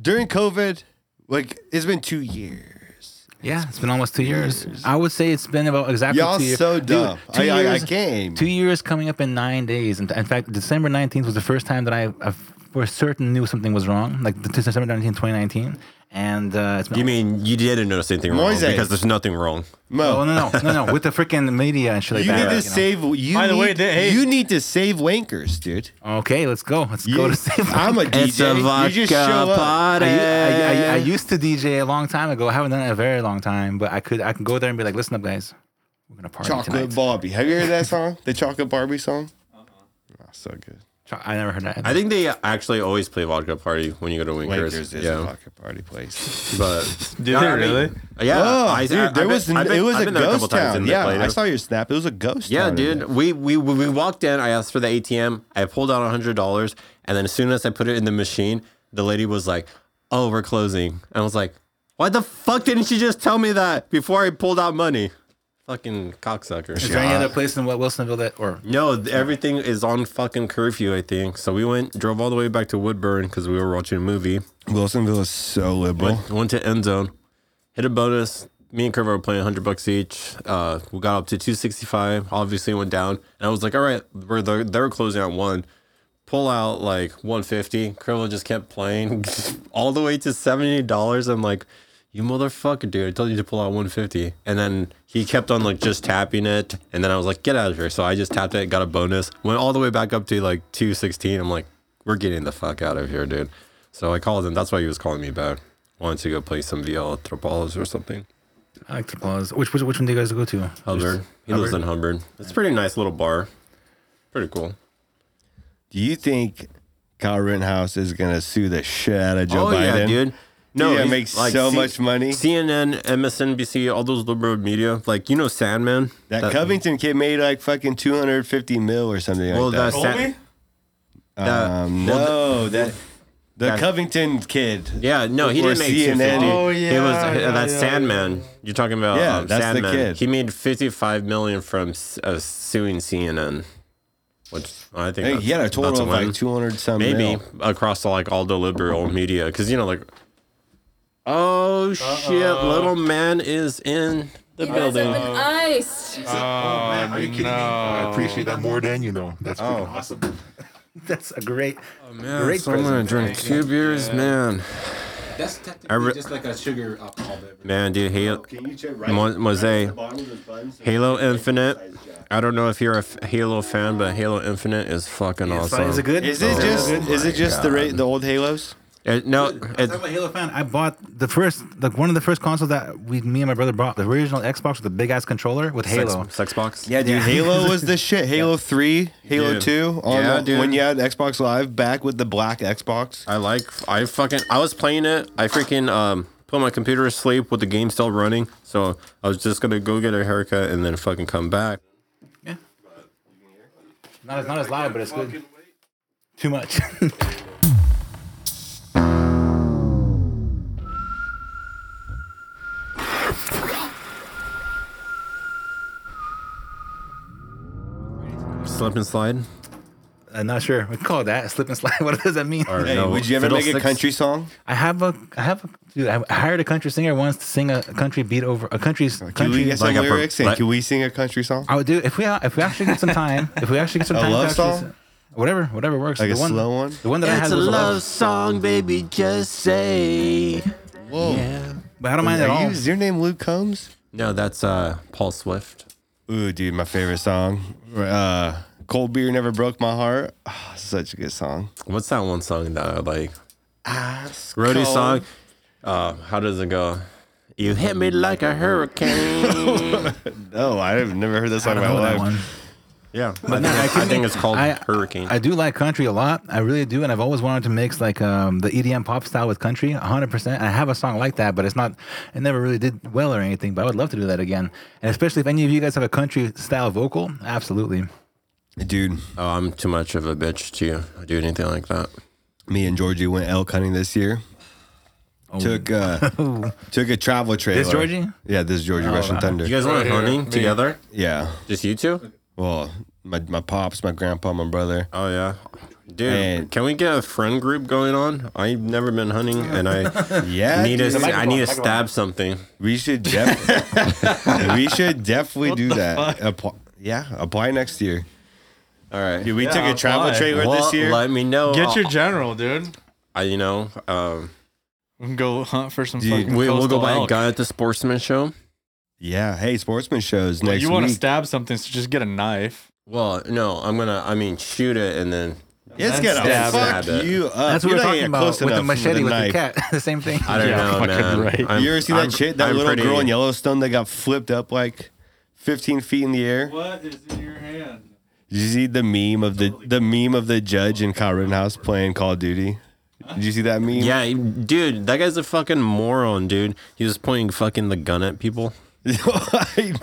S2: during COVID, like it's been two years.
S1: yeah, it's been almost two years. I would say it's been about exactly
S2: Y'all
S1: two years.
S2: so
S1: Dude,
S2: dumb.
S1: two
S2: I, I, I
S1: years-
S2: came.
S1: Two years coming up in nine days. And in fact, December 19th was the first time that I, I for certain knew something was wrong, like the December 19th, 2019. And uh, it's been
S5: You mean you didn't notice anything wrong
S2: Moise.
S5: because there's nothing wrong.
S2: Mo,
S1: Oh no no no no! With the freaking media and shit like
S2: you
S1: that.
S2: need
S1: you
S2: to
S1: know.
S2: save. You
S3: By the
S2: need,
S3: way, they- hey-
S2: you need to save wankers, dude.
S1: Okay, let's go. Let's
S2: You,
S1: go to save.
S2: I'm a DJ. you just show up.
S1: I, I, I, I used to DJ a long time ago. I haven't done it in a very long time, but I could I can go there and be like, listen up, guys, we're gonna party
S2: Chocolate
S1: tonight.
S2: Barbie. Have you heard that song? The Chocolate Barbie song. Oh, so good.
S1: Cho- I never heard that.
S5: I think they actually always play vodka party when you go to Winkers.
S2: Wankers is
S5: yeah,
S2: a fucking party place.
S5: but
S3: Did they really?
S5: yeah,
S2: oh,
S5: Uh, I- I-
S2: dude,
S5: I've
S2: there
S5: been-
S2: was n-
S5: I've been-
S2: it was
S5: I've
S2: a
S5: been there couple
S2: ghost
S5: times
S2: town.
S5: and they
S2: Yeah,
S5: play
S2: I
S5: there.
S2: saw your snap. It was a ghost
S5: Yeah,
S2: town. in
S5: dude.
S2: there.
S5: We, we we we walked in. I asked for the ATM. I pulled out hundred dollars, and then as soon as I put it in the machine, the lady was like, "Oh, we're closing." And I was like, "Why the fuck didn't she just tell me that before I pulled out money?" Fucking
S1: Is
S5: cocksucker.
S1: there any other place in Wil- Wilsonville that or
S5: No, th- everything is on fucking curfew. I think so. We went, drove all the way back to Woodburn because we were watching a movie.
S2: Wilsonville is so liberal.
S5: Went, went to end zone, hit a bonus. Me and Curvo were playing 100 bucks each. Uh, we got up to 265. Obviously went down, and I was like, "All right, we're they're, they're closing at one. Pull out like 150." Curvo just kept playing all the way to 70 dollars. I'm like, "You motherfucker, dude! I told you to pull out 150." And then he kept on like just tapping it, and then I was like, "Get out of here!" So I just tapped it, got a bonus, went all the way back up to like 216. I'm like, "We're getting the fuck out of here, dude." So I called him. That's why he was calling me back. Wanted to go play some VL at Tropolis or something.
S1: I like to pause. Which which which one do you guys go to?
S5: Hubbard. He lives in Hubbard. It's a pretty nice little bar. Pretty cool.
S2: Do you think Kyle Rittenhouse is gonna sue the shit out of Joe
S5: oh
S2: Biden?
S5: yeah, dude. No,
S2: Yeah,
S5: he's-
S2: makes so much money.
S5: CNN, MSNBC, all those liberal media. Like you know, Sandman.
S2: That, Covington kid made like fucking 250 mil or something like
S5: Well,
S2: that.
S5: that's San, that-
S2: um,
S5: well,
S2: no, that the
S5: that-
S2: Covington kid.
S5: Yeah, no, he
S2: Or
S5: didn't make
S2: CNN.
S5: 250.
S3: Oh,
S5: it was uh,
S3: yeah, yeah,
S5: that
S3: yeah,
S5: Sandman. You're talking about
S2: Yeah,
S5: um,
S2: that's the
S5: Sandman.
S2: kid.
S5: He made 55 million from s- uh, suing CNN, which
S2: I
S5: I think
S2: think
S5: that's,
S2: he had a
S5: that's
S2: total of
S5: win.
S2: like 200 some
S5: maybe
S2: mil.
S5: across like all the liberal media because you know like oh shit little man is in the
S7: You guys
S5: building
S7: have been iced.
S8: Man, are you kidding me? I appreciate that more than you know. That's freaking awesome.
S1: That's a great.
S5: man
S1: Great
S5: so i'm gonna
S1: president.
S5: drink two beers man
S1: That's
S5: I
S1: technically
S5: re-
S1: just like a sugar alcohol beverage.
S5: man dude halo
S2: Can you check right
S5: Mo- mosaic halo infinite i don't know if you're a f- halo fan but halo infinite is fucking awesome
S1: Is it good?
S2: Is it just is it just the ra- the old Halos?
S5: It- no it,
S1: I'm a Halo fan. I bought the first, like one of the first consoles that we, me and my brother bought, the original Xbox with the big ass controller with
S5: sex,
S1: Halo.
S5: sex box
S2: Yeah, dude. Halo was the shit. Halo three, Halo
S5: Dude.
S2: two, on
S5: Yeah,
S2: the-
S5: dude.
S2: when you had Xbox Live back with the black Xbox.
S5: I like I fucking I was playing it. I freaking um put my computer to sleep with the game still running. So I was just gonna go get a haircut and then fucking come back.
S1: Not as not as loud, but it's good. Too much.
S5: slip and slide?
S1: I'm not sure. We call it that slip and slide. What does that mean?
S5: Or
S2: Hey,
S5: no,
S2: would you ever make a
S5: fiddlesticks?
S2: country song?
S1: I have a, I have a, dude, I hired a country singer once to sing a country beat over a country's
S2: Can we
S1: country.
S2: get some
S5: like a per-
S2: lyrics and
S5: like-
S2: can we sing a country song?
S1: I would do if we if we actually get some time. if we actually get some
S2: A
S1: time, to
S2: love
S1: actually
S2: song?
S1: s- whatever, whatever works.
S2: Like
S1: the
S2: a
S1: one,
S2: slow one?
S1: The one that I had was a love.
S5: song, baby, just say.
S2: Whoa.
S1: But I don't mind at
S2: Are
S1: all.
S2: you, is your name Luke Combs?
S5: No, that's uh, Paul Swift.
S2: Ooh, dude, my favorite song. Uh, Cold Beer Never Broke My Heart. Ah, such a good song.
S5: What's that one song that I like? Roadie song. Uh, how does it go? You hit me like a hurricane.
S2: No, I've never heard that song in my
S1: know that
S2: life.
S1: one.
S5: yeah, but I, think, I think it's called
S1: I-
S5: Hurricane.
S1: I do like country a lot. I really do, and I've always wanted to mix like um, the EDM pop style with country, 100. percent I have a song like that, but it's not. It never really did well or anything. But I would love to do that again, and especially if any of you guys have a country style vocal, absolutely.
S2: Dude,
S5: oh, I'm too much of a bitch to do anything like that.
S2: me and Georgie went elk hunting this year. Took uh, took a travel trailer.
S1: Georgie?
S2: Yeah, this Georgie Russian Thunder.
S5: You guys went
S3: here,
S5: hunting
S3: me.
S5: together?
S2: yeah.
S5: Just you two?
S2: Well, my, my pops, my grandpa, my brother.
S5: Oh yeah. Dude,
S2: Man.
S5: can we get a friend group going on? I've never been hunting, and I
S2: Yeah,
S5: need
S2: dude,
S5: to I need to stab something.
S2: we should def- we should definitely do that. Apply- yeah, apply next year.
S5: All right.
S2: Dude, we took a travel
S3: apply.
S2: trailer
S5: Well,
S2: this year.
S5: Let me know.
S3: Get your
S5: I'll-
S3: general, dude.
S5: I, you know, um,
S3: We can go hunt for some
S2: Dude,
S3: fucking.
S5: we, we'll go
S3: coastal
S5: buy a
S3: elk.
S5: gun at the sportsman show.
S2: yeah, hey, sportsman shows next
S3: You want to
S2: week.
S3: stab something, so just get a knife.
S5: Well, no, I'm gonna. I mean, shoot it and then.
S2: it's
S3: That's
S2: gonna
S3: stab
S2: fuck
S5: it.
S2: you up.
S1: That's what we're
S2: Uh, You're not
S1: talking
S2: even close
S1: about with the
S2: enough
S1: machete with the
S2: knife.
S1: cat. the same thing.
S5: I don't
S3: Yeah,
S5: know,
S3: fucking
S5: man.
S3: right.
S5: I'm-
S2: you ever seen
S5: I'm-
S2: that shit? That
S5: I'm
S2: little
S5: pretty-
S2: girl in Yellowstone that got flipped up like 15 feet in the air.
S3: What is in your hand?
S2: Did you see the meme of the the meme of the judge in Kyle Rittenhouse playing Call of Duty? Did you see that meme?
S5: Yeah, he- dude, that guy's a fucking moron, dude. He was pointing fucking the gun at people.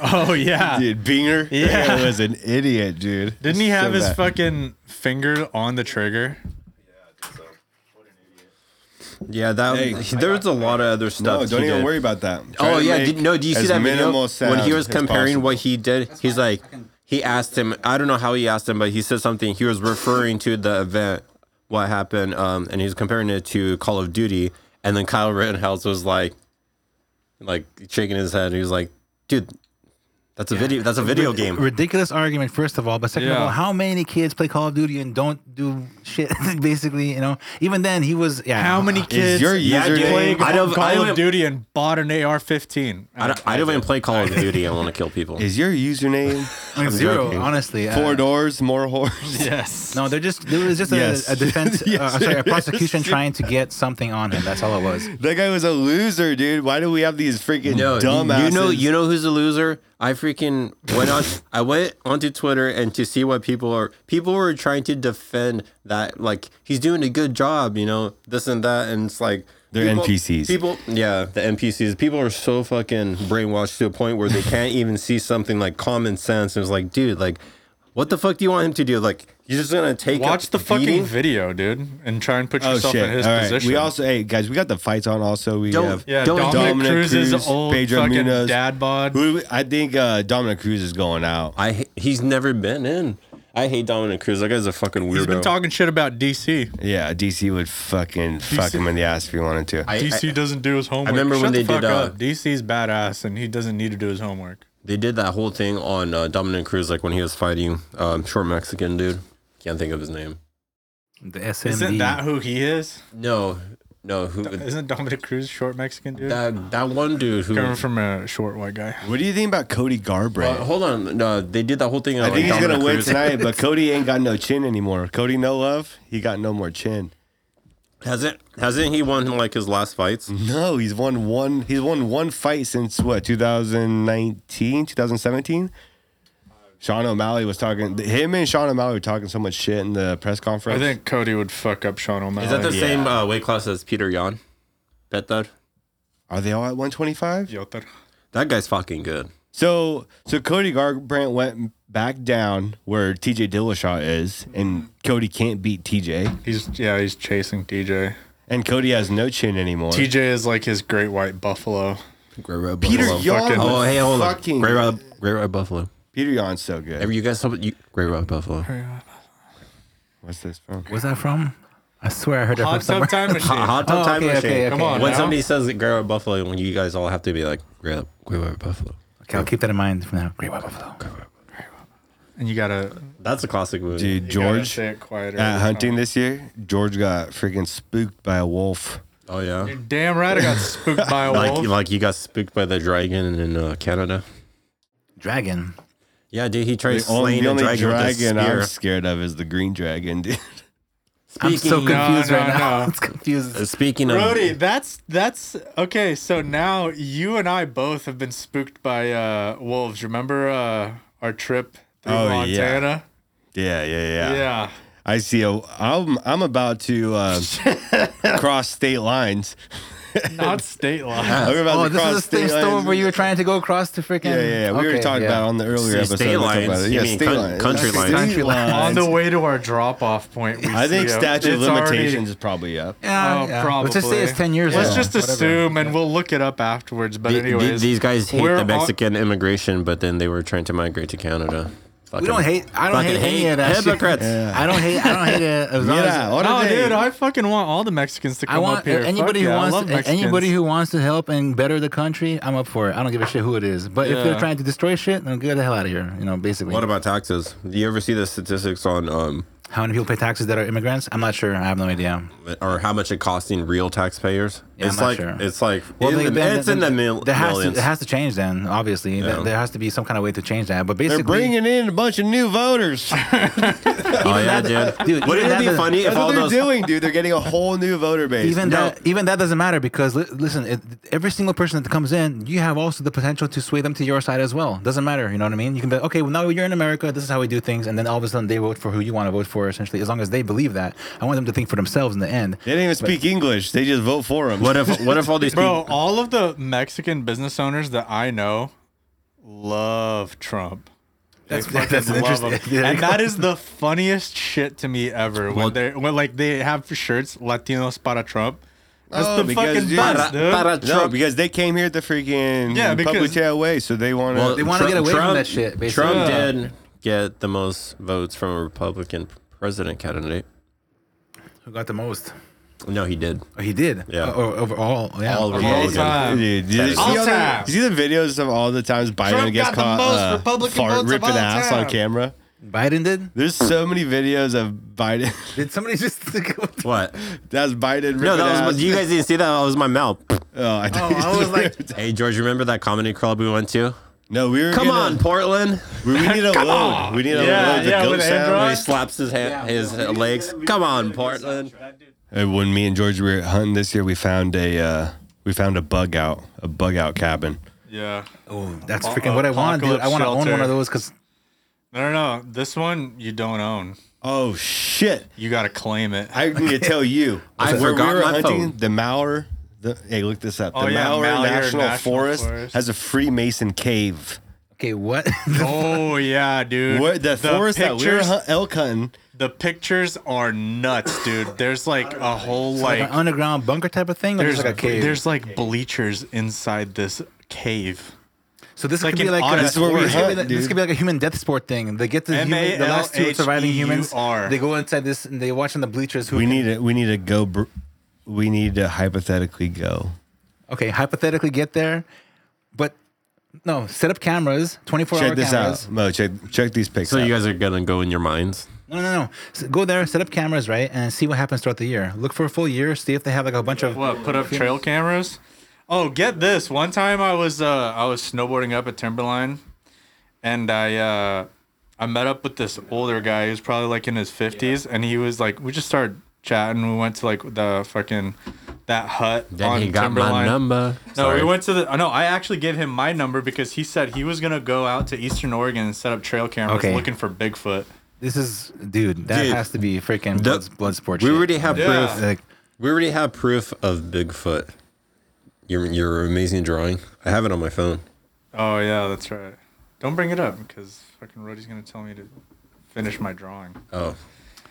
S3: Oh yeah.
S2: dude, Binger.
S3: Yeah.
S2: That guy was an idiot, dude.
S3: Didn't he
S2: So
S3: have his
S2: bad.
S3: fucking finger on the trigger?
S5: Yeah, that
S2: Hey.
S5: there's a lot of other stuff.
S2: No, don't
S5: he
S2: even
S5: did.
S2: worry about that. Try
S5: Oh
S2: to
S5: yeah,
S2: make
S5: did, no. Do you see
S2: as
S5: that video
S2: minimal
S5: when
S2: sound
S5: he was
S2: as
S5: comparing
S2: possible.
S5: what he did? he's like, he asked him. I don't know how he asked him, but he said something. He was referring to the event, what happened, um, and he's comparing it to Call of Duty. And then Kyle Rittenhouse was like, like shaking his head. He was like, dude, that's a video. That's a video game.
S1: Ridiculous argument, first of all, but second of
S3: Yeah.
S1: all, how many kids play Call of Duty and don't do shit? Basically, you know. Even then, he was yeah.
S3: How many kids
S2: your
S3: played
S2: username-
S5: I don't-
S3: Call
S5: I
S3: of
S5: don't-
S3: Duty and bought an AR-15?
S5: I don't, I don't even play Call of Duty. I want to kill people.
S2: Is your username
S1: Like zero?
S5: joking.
S1: Honestly, uh,
S2: four doors, more horse?
S3: Yes.
S1: No, they're just there was just
S2: Yes.
S1: a, a defense.
S2: Yes,
S1: uh, sorry, a
S2: it is.
S1: prosecution trying to get something on him. That's all it was.
S2: That guy was a loser, dude. Why do we have these freaking
S5: No,
S2: dumbasses?
S5: you know, you know who's a loser. I freaking went on. I went onto Twitter and to see what people are. People were trying to defend that, like he's doing a good job, you know, this and that, and it's like
S2: They're
S5: people-
S2: NPCs.
S5: People, yeah, the NPCs. People are so fucking brainwashed to a point where they can't even see something like common sense. And it's like, dude, like, what the fuck do you want him to do? Like, you're just gonna take a
S3: Watch the fucking
S5: beating?
S3: video, dude, and try and put
S2: Oh
S3: yourself
S2: shit!
S3: in his
S2: All right,
S3: position.
S2: we also, hey guys, we got the fights on. Also, we
S5: Don't-
S2: have
S3: yeah,
S5: Don't-
S3: Dominic,
S2: Dominic
S3: Cruz's
S2: Cruz,
S3: old
S2: Pedro
S3: fucking
S2: Munoz.
S3: dad bod.
S2: Who- I think uh, Dominic Cruz is going out.
S5: I h- he's never been in. I hate Dominic Cruz. That guy's a fucking weirdo.
S3: He's been talking shit about DC.
S2: Yeah, DC would fucking fuck him in the ass if he wanted to.
S5: I-
S3: DC
S5: I-
S3: doesn't do his homework.
S5: remember
S3: Shut
S5: when
S3: the
S5: they did,
S3: fuck up.
S5: uh,
S3: DC's badass, and he doesn't need to do his homework.
S5: They did that whole thing on uh, Dominic Cruz, like when he was fighting um, short Mexican dude. Can't think of his name.
S1: The E. SMD.
S3: Isn't that who he is?
S5: No, no, who
S3: Isn't Dominic Cruz short Mexican dude?
S5: that that one dude who?
S3: Coming from a short white guy.
S2: What do you think about Cody
S5: Uh,
S2: Garbrandt?
S5: hold on, no, they did that whole thing. On,
S2: I think he's
S5: Dominic
S2: gonna win
S5: Cruz.
S2: tonight, but Cody ain't got no chin anymore. Cody, no love. He got no more chin.
S5: Hasn't hasn't he won like his last fights?
S2: No, he's won one. He's won one fight since what 2019, 2017. Sean O'Malley was talking. Him and Sean O'Malley were talking so much shit in the press
S3: I
S2: conference.
S3: think Cody would fuck up Sean O'Malley.
S5: Is that the
S2: yeah.
S5: same uh, weight class as Peter Yan? Bet that
S2: Are they all at 125?
S3: Yotar.
S5: that guy's fucking good.
S2: So so Cody Garbrandt went back down where TJ Dillashaw is, and Cody can't beat TJ,
S3: He's yeah, he's chasing TJ.
S2: and Cody has no chin anymore.
S3: TJ is like his great white buffalo.
S5: Great Red
S2: Peter
S5: Buffalo.
S2: Yan
S3: fucking-
S2: was
S5: Oh hey, hold on.
S2: fucking-
S5: Great Red, Great Red Buffalo.
S2: Peter Yawn's so good.
S5: Ever you guys saw you, Great Rock Buffalo?
S2: What's this from?
S1: Where's that from? I swear I heard that
S3: Hot
S1: from somewhere.
S3: tub time machine.
S5: Hot, hot tub
S1: Oh,
S5: time
S1: okay,
S5: machine.
S1: okay,
S3: Come okay. on
S5: when
S3: now.
S5: somebody says Great White Buffalo, when you guys all have to be like Great, Great White Buffalo.
S1: Okay, I'll keep that in mind for now. Great White Buffalo.
S3: and you gotta
S5: That's a classic movie.
S2: Dude,
S3: you gotta
S2: George
S3: say it quieter.
S2: at hunting this year, George got freaking spooked by a wolf.
S5: Oh yeah.
S3: You're damn right, I got spooked by a wolf.
S5: Like like you got spooked by the dragon in uh, Canada.
S1: Dragon.
S5: Yeah, dude, he tried
S2: The only,
S5: slaying
S2: the
S5: a
S2: only
S5: dragon,
S2: dragon
S5: with a
S2: I'm
S5: spear.
S2: scared of is the green dragon, dude.
S1: I'm so
S5: Speaking-
S1: confused
S3: No,
S1: right
S3: no,
S1: now.
S3: no.
S1: It's confused.
S5: Uh, Speaking of
S3: Brody, that's that's okay. So now you and I both have been spooked by uh, wolves. Remember uh, our trip through
S2: Oh, yeah.
S3: Montana?
S2: Yeah, yeah, yeah.
S3: yeah.
S2: I see a. I'm I'm about to uh, cross state lines.
S3: Not state law.
S5: Ah.
S2: I'm about
S1: Oh,
S2: to
S1: this
S2: cross
S1: is the same store
S2: lines.
S1: where you were trying to go across to freaking.
S2: Yeah, yeah, yeah. We
S1: Okay,
S2: were talking
S1: yeah.
S2: about it on the earlier
S5: See,
S2: episode.
S5: state
S2: we talked about
S5: lines,
S2: it.
S5: you
S2: Yeah,
S5: mean
S2: state
S5: coun-
S2: lines.
S5: country
S2: State
S5: lines.
S1: Country
S3: On the way to our drop off point. we
S2: I think
S3: see a-
S2: statute of
S3: it's already-
S2: limitations is probably up.
S1: Yeah,
S3: Oh,
S1: yeah. Let's just say
S3: probably.
S1: it's 10 years
S3: Let's
S1: ago.
S3: just
S1: Whatever.
S3: assume and we'll look it up afterwards. But,
S5: the- the-
S3: anyways,
S5: these guys hate
S3: we're
S5: the
S3: on-
S5: Mexican immigration, but then they were trying to migrate to Canada. Fucking,
S1: We don't hate. I don't
S5: fucking
S1: hate, any of that. shit.
S5: hypocrites.
S1: I don't hate. I don't hate it. As long
S2: Yeah,
S1: as,
S2: what
S3: Oh,
S2: a day.
S3: dude, I fucking want all the Mexicans to come
S1: I want
S3: up here.
S1: anybody who
S3: Fuck yeah, I love
S1: wants to,
S3: Mexicans.
S1: anybody who wants to help and better the country. I'm up for it. I don't give a shit who it is. But if they're
S3: Yeah.
S1: trying to destroy shit, then get the hell out of here. You know, basically.
S5: What about taxes? Do you ever see the statistics on um
S1: How many people pay taxes that are immigrants? I'm not sure. I have no idea.
S5: or how much it costing real taxpayers?
S1: Yeah, I'm
S5: it's
S1: not
S5: like
S1: sure.
S5: it's like
S1: Well,
S5: in
S1: they-
S5: the,
S1: then-
S5: it's
S1: then-
S5: in the mil-
S1: there has
S5: millions.
S1: To, it has to change then, obviously. There, there has to be some kind of way to change that. But
S2: They're
S1: basically,
S2: bringing in a bunch of new voters.
S5: oh yeah,
S1: that-
S5: dude.
S1: dude,
S5: Wouldn't
S1: even
S5: it be
S1: that-
S5: funny if
S2: That's
S5: all
S2: what they're
S5: those
S2: doing, dude. They're getting a whole new voter base.
S1: even
S2: No,
S1: that even that doesn't matter because li- listen, it, every single person that comes in, you have also the potential to sway them to your side as well. Doesn't matter, you know what I mean? You can be like, okay, well now you're in America, this is how we do things, and then all of a sudden they vote for who you want to vote for. Essentially, as long as they believe that, I want them to think for themselves in the end.
S2: they didn't even speak English. They just vote for them.
S5: what if what if all these
S3: Bro,
S5: people
S3: all of the Mexican business owners that I know love Trump. They fucking
S1: that's
S3: love
S1: interesting.
S3: him.
S1: There you
S3: and
S1: go.
S3: that is the funniest shit to me ever. When they when like they have shirts Latinos para Trump. That's
S2: Oh,
S3: the
S2: because
S3: fucking
S2: you-
S3: best,
S5: Para-
S3: dude.
S5: para-
S2: No, because they came here at the freaking
S3: Yeah,
S2: yeah,
S3: because-
S2: Publica way, so they want to.
S5: Well,
S1: They wanna
S5: Trump-
S1: get away from
S5: Trump-
S1: that shit, basically.
S5: Trump
S3: Yeah.
S5: did get the most votes from a Republican president candidate.
S1: Who got the most?
S5: No, he did.
S1: Oh, he did.
S5: Yeah.
S1: O- o- overall, yeah.
S5: All
S1: Overall.
S5: Republican.
S3: time.
S2: Dude, did you, see
S3: All
S2: all the,
S3: time.
S2: you see the videos of all the times Biden
S3: Trump
S2: gets
S3: got the
S2: caught
S3: most
S2: uh,
S3: Republican votes
S2: fart
S3: of
S2: ripping
S3: all
S2: ass
S3: time.
S2: on camera?
S1: Uh, Biden did.
S2: There's so many videos of Biden.
S1: Did somebody just?
S5: What?
S2: That's Biden.
S5: No, that was.
S2: ass.
S5: my- You guys didn't see that. That was my mouth.
S2: Oh, I,
S1: oh, I was like,
S5: Hey George, remember that comedy club we went to?
S2: no, we were.
S5: Come
S2: gonna-
S5: on, Portland.
S2: we, we need a load. We need a
S3: Yeah,
S2: load. The
S3: yeah,
S2: goat
S3: with
S2: sound.
S3: Andros.
S5: He slaps his ha- his legs. Come on, Portland.
S2: Uh, When me and George were hunting this year, we found a uh, we found a bug out a bug out cabin.
S3: Yeah.
S1: oh, that's freaking what I want to do.
S3: Apocalypse
S1: I want to own
S3: shelter.
S1: one of those because
S3: No, no, no. This one you don't own.
S2: Oh shit!
S3: You gotta claim it.
S2: I need to tell you,
S5: I
S2: where
S5: forgot
S2: we were
S5: my
S2: hunting
S5: phone.
S2: the Mauer. The, hey, look this up. The
S3: Oh, yeah,
S2: Mauer,
S3: Malheur
S2: National,
S3: National
S2: Forest,
S3: Forest.
S2: has a Freemason cave.
S1: okay, what?
S3: oh yeah, dude.
S2: Where the, forest that we were
S3: pictures,
S2: hun- elk hunting.
S3: the pictures are nuts, dude. There's like a whole
S1: like,
S3: like
S1: an underground bunker type of thing, or
S3: there's
S1: just like a cave.
S3: There's like bleachers inside this cave.
S1: So this
S3: like
S1: could be
S3: an
S1: like a,
S3: otter.
S1: this,
S3: This is where
S2: we
S1: could be
S2: hunt,
S1: like, this
S2: dude.
S1: could be like a human death sport thing. They get the, human, the last two surviving humans.
S3: M-A-L-H-E-U-R.
S1: They go inside this and they watch on the bleachers. Who
S2: We
S1: can-
S2: need to we need to go. Br- we need to hypothetically go.
S1: okay hypothetically get there, but no set up cameras, twenty four hour
S2: Check this
S1: cameras.
S2: out, Mo. Check check these pics.
S5: So
S2: out.
S5: you guys are gonna go in your minds.
S1: No, no, no. So go there, set up cameras, right, and see what happens throughout the year. Look for a full year. See if they have like a bunch of.
S3: What? Put up trail cameras? Oh, get this! One time I was uh I was snowboarding up at Timberline, and I uh I met up with this older guy. He was probably like in his fifties, and he was like, we just started chatting. We went to like the fucking that hut
S5: Then
S3: on
S5: he got
S3: Timberline.
S5: my number.
S3: No,
S5: Sorry.
S3: we went to the. uh, No, I actually gave him my number because he said he was gonna go out to Eastern Oregon and set up trail cameras
S1: Okay.
S3: looking for Bigfoot.
S1: This is, dude. That
S5: Dude.
S1: has to be freaking
S5: The-
S1: blood, blood sport.
S5: We
S1: shit.
S5: already have
S3: Yeah.
S5: proof.
S1: Like,
S5: We already have proof of Bigfoot. Your your amazing drawing. I have it on my phone.
S3: Oh yeah, that's right. Don't bring it up because fucking Rody's gonna tell me to finish my drawing.
S5: Oh,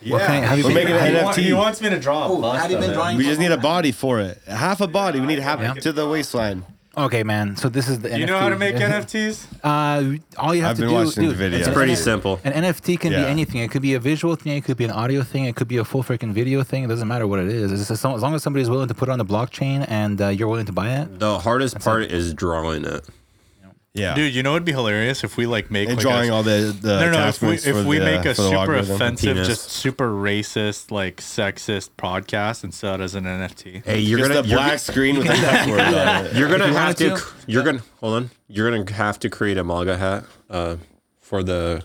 S1: what kind of, have you
S2: We're
S1: been,
S2: making
S1: have
S2: an
S1: you-
S3: He, want-
S2: NFT.
S3: he wants me to draw a bust.
S1: have you
S3: of
S1: been
S3: it.
S1: drawing?
S2: We just need a body for it. Half a body. We need half
S1: Yeah.
S2: to the waistline.
S1: Okay, man. So this is the.
S3: You know how to make NFTs?
S1: Uh, all you have
S2: I've
S1: to
S2: been
S1: do,
S2: watching the
S1: dude,
S2: video.
S5: It's
S2: Yeah.
S5: pretty
S1: an-
S5: simple.
S1: An NFT can
S2: Yeah.
S1: be anything. It could be a visual thing. It could be an audio thing. It could be a full freaking video thing. It doesn't matter what it is. It's just as, long, as long as somebody's willing to put it on the blockchain and uh, you're willing to buy it.
S5: The hardest part is drawing it.
S2: Yeah,
S3: Dude, you know it'd be hilarious if we like make
S2: and
S3: like
S2: drawing
S3: a,
S2: all the the
S3: no, no. If we,
S2: attachments for
S3: if we
S2: the,
S3: make a
S2: for the
S3: super
S2: algorithm.
S3: offensive,
S5: Penis.
S3: just super racist, like sexist podcast and sell it as an NFT.
S5: Hey, you're
S2: Just
S5: gonna
S2: the
S5: you're
S2: black
S5: gonna-
S2: screen with the F word on it.
S5: You're gonna
S1: you
S5: have to.
S1: wanted
S5: cr- You're gonna hold on. You're gonna have to create a MAGA hat uh, for the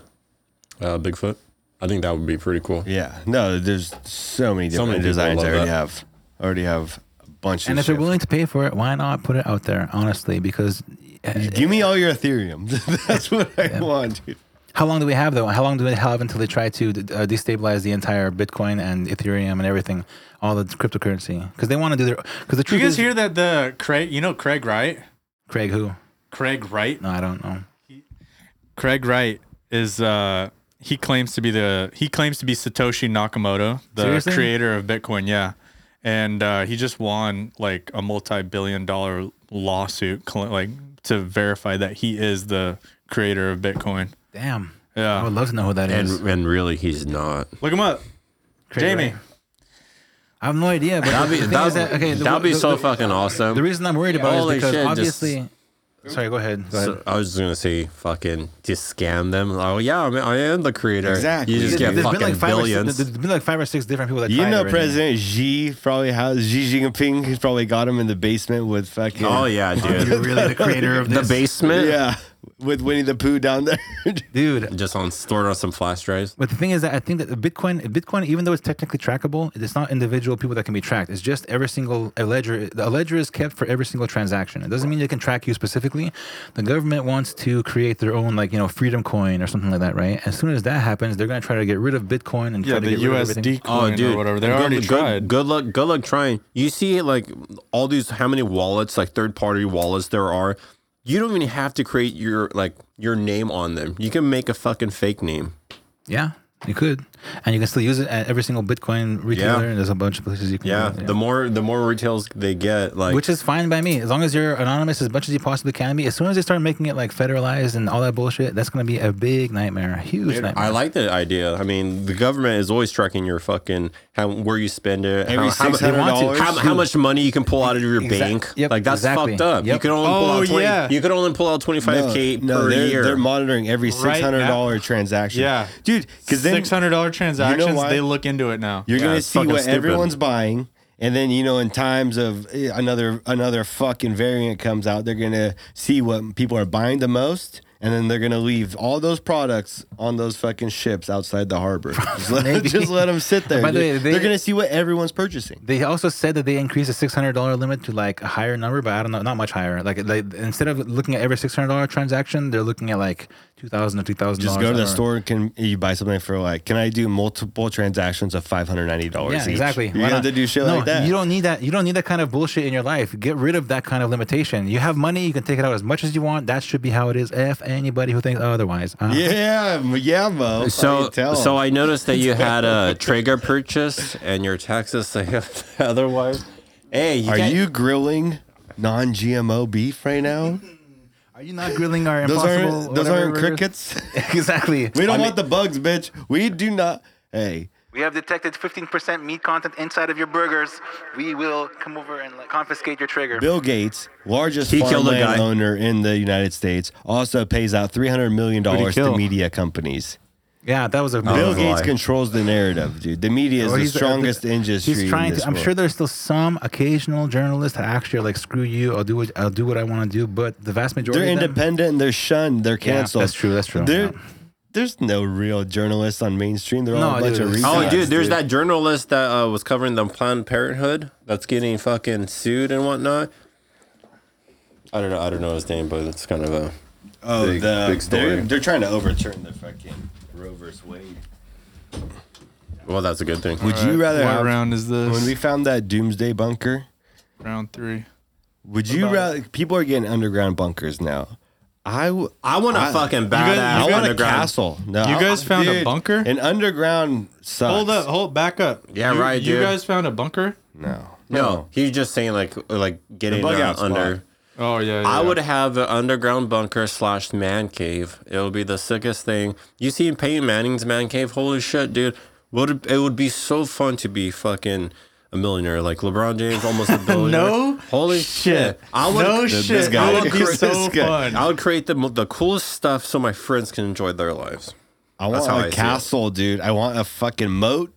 S5: uh, Bigfoot. I think that would be pretty cool.
S2: Yeah, no, there's so many
S5: So
S2: different
S5: many people
S2: designs I
S5: love
S2: already
S5: that.
S2: have. Already have a bunch.
S1: And
S2: of
S1: if you're
S2: shit.
S1: willing to pay for it, why not put it out there? Honestly, because uh,
S2: give me all your Ethereum. That's what I want, dude.
S1: how long do we have though? How long do we have until they try to uh, destabilize the entire Bitcoin and Ethereum and everything, all the cryptocurrency? Because they want to do their. Because the
S3: Did
S1: truth
S3: you guys
S1: is,
S3: hear that the Craig? You know Craig Wright?
S1: Craig who?
S3: Craig Wright.
S1: No, I don't know.
S3: Craig Wright is uh he claims to be the he claims to be Satoshi Nakamoto, the
S1: Seriously?
S3: creator of Bitcoin, yeah. And uh, he just won like a multi-billion dollar lawsuit cl- like to verify that he is the creator of Bitcoin.
S1: Damn. I
S3: Yeah.
S1: would love to know who that
S5: And
S1: is.
S5: and really, he's not.
S3: Look him up.
S1: Craig
S3: Jamie.
S1: Wright. I have no idea. But
S5: That'd be
S1: the thing
S5: that'd,
S1: is that, okay, the-
S5: that'd be
S1: the-
S5: so
S1: the-
S5: fucking awesome.
S1: The reason I'm worried about it
S5: Holy
S1: is because
S5: shit, just-
S1: obviously. Sorry, go ahead. Go ahead.
S5: So, I was just gonna say, fucking, just scam them. Oh yeah, I, mean, I am the creator.
S2: Exactly.
S5: You just
S1: There's
S5: get
S1: been
S5: fucking
S1: like five or six,
S5: billions.
S1: there's been like five or six different people that
S2: You
S1: tried
S2: know,
S1: already.
S2: President Xi probably has Xi Jinping. He's probably got him in the basement with fucking.
S5: oh yeah,
S1: You're
S5: dude.
S1: really the creator of
S5: the
S1: this,
S5: basement.
S2: yeah, with Winnie the Pooh down there.
S1: dude.
S5: Just on stored on some flash drives.
S1: But the thing is that I think that the Bitcoin, Bitcoin, even though it's technically trackable, it's not individual people that can be tracked. It's just every single a ledger. A ledger is kept for every single transaction. It doesn't mean they can track you specifically. The government wants to create their own, like you know, Freedom Coin or something like that, right? As soon as that happens, they're going to try to get rid of Bitcoin and
S3: Yeah,
S1: try to
S3: the
S1: get rid of everything.
S3: USD coin or whatever. They
S5: good,
S3: already
S5: good,
S3: tried.
S5: Good luck. Good luck trying. You see, like all these, how many wallets, like third party wallets there are. You don't even have to create your like your name on them. You can make a fucking fake name.
S1: Yeah, you could, and you can still use it at every single Bitcoin retailer.
S5: Yeah.
S1: And there's a bunch of places you can.
S5: Yeah.
S1: do it,
S5: The more the more retails they get, like
S1: which is fine by me as long as you're anonymous as much as you possibly can be. As soon as they start making it like federalized and all that bullshit, that's gonna be a big nightmare, a huge nightmare.
S5: I like the idea. I mean, the government is always tracking your fucking how where you spend it,
S2: Every
S5: how, how,
S2: $600
S5: how, how, how much money you can pull out of your bank.
S1: Yep,
S5: like that's
S1: exactly.
S5: fucked up.
S1: Yep.
S5: You can only pull
S3: Oh,
S5: out 20,
S3: yeah.
S5: you can only pull out twenty five k per
S2: they're,
S5: year.
S2: They're monitoring every
S3: Right
S2: six hundred dollar transaction.
S3: Yeah.
S2: dude, because then
S3: Six hundred dollar transactions,
S2: why?
S3: they look into it now.
S2: you're
S5: Yeah,
S2: gonna
S5: it's
S2: see
S5: fucking
S2: what
S5: stupid.
S2: everyone's buying, and then you know, in times of eh, another another fucking variant comes out, they're gonna see what people are buying the most. And then they're gonna leave all those products on those fucking ships outside the harbor. Just let,
S1: Maybe.
S2: just let them sit there.
S1: By the
S2: dude.
S1: way, they-
S2: they're gonna see what everyone's purchasing.
S1: They also said that they increased the six hundred dollar limit to like a higher number, but I don't know, not much higher. Like, like instead of looking at every six hundred dollar transaction, they're looking at like two thousand or two thousand.
S2: Just go to the store. and Can you buy something for like? Can I do multiple transactions of five hundred ninety dollars?
S1: Yeah, exactly.
S2: You
S1: Why
S2: have
S1: not?
S2: to do shit
S1: no,
S2: like that.
S1: You don't need that. You don't need that kind of bullshit in your life. Get rid of that kind of limitation. You have money, you can take it out as much as you want. That should be how it is. F anybody who thinks otherwise. Uh,
S2: Yeah, m- yeah, Mo.
S5: so,
S2: tell
S5: so I noticed that you had a Traeger purchase and your taxes say otherwise. Hey, you
S2: are
S5: got-
S2: you grilling non-GMO beef right now?
S1: Are you not grilling our
S2: Those
S1: impossible?
S2: aren't those
S1: whatever-
S2: aren't crickets.
S1: exactly.
S2: we don't want the bugs, bitch. We do not. Hey,
S1: We have detected 15% meat content inside of your burgers. We will come over and like, confiscate your trigger.
S2: Bill Gates, largest
S5: He killed a guy.
S2: farmland owner in the United States, also pays out three hundred million dollars to
S3: kill?
S2: media companies.
S1: Yeah, that was a
S2: Bill
S5: Oh, that's a
S2: Gates
S5: lie.
S2: controls the narrative, dude. The media is
S1: Or
S2: the
S1: he's-
S2: strongest industry.
S1: He's
S2: in
S1: trying
S2: this
S1: to. I'm
S2: world.
S1: sure there's still some occasional journalists that actually are like, "Screw you! I'll do what I'll do what I want to do." But the vast majority
S2: They're
S1: of them-
S2: independent. and They're shunned. They're
S1: Yeah,
S2: canceled.
S1: that's true, that's true,
S2: There-
S1: yeah.
S2: There's no real journalists on mainstream. They're all
S1: No,
S2: a bunch
S1: dude,
S2: of
S1: it's-
S5: Oh,
S2: retards,
S5: dude, there's that journalist that uh, was covering the Planned Parenthood that's getting fucking sued and whatnot. I don't know. I don't know his name, but it's kind of a.
S2: Oh,
S5: Big-
S2: the,
S5: big story.
S2: They're, they're trying to overturn the fucking Roe vs. Wade.
S5: Well, that's a good thing.
S2: Would you rather
S3: what
S2: have,
S3: round is this?
S2: when we found that doomsday bunker?
S3: round three.
S2: Would you rather? People are getting underground bunkers now. I w-
S5: I want a
S2: I-
S5: fucking
S3: guys-
S5: badass
S2: I want a
S5: underground.
S2: castle. No,
S3: You
S2: I-
S3: guys found a bunker?
S2: An underground. Sucks.
S3: Hold up, hold back up.
S5: Yeah,
S3: You-
S5: right,
S3: You
S5: dude.
S3: guys found a bunker?
S2: No,
S5: No, he's just saying like like getting
S2: bug
S5: uh,
S2: out spot.
S5: under.
S3: Oh yeah, yeah.
S5: I would have an underground bunker slash man cave. It would be the sickest thing. You seen Peyton Manning's man cave? Holy shit, dude! Would it would be so fun to be fucking a millionaire like LeBron James, almost a billionaire.
S3: No
S5: holy
S3: shit.
S5: shit! I would
S3: No
S5: This
S3: shit.
S5: guy-
S3: That would be
S5: This
S3: so
S5: guy.
S3: fun.
S5: I would create the mo- the coolest stuff so my friends can enjoy their lives.
S2: I
S5: That's
S2: want
S5: how I
S2: a
S5: see it.
S2: castle, dude. I want a fucking moat.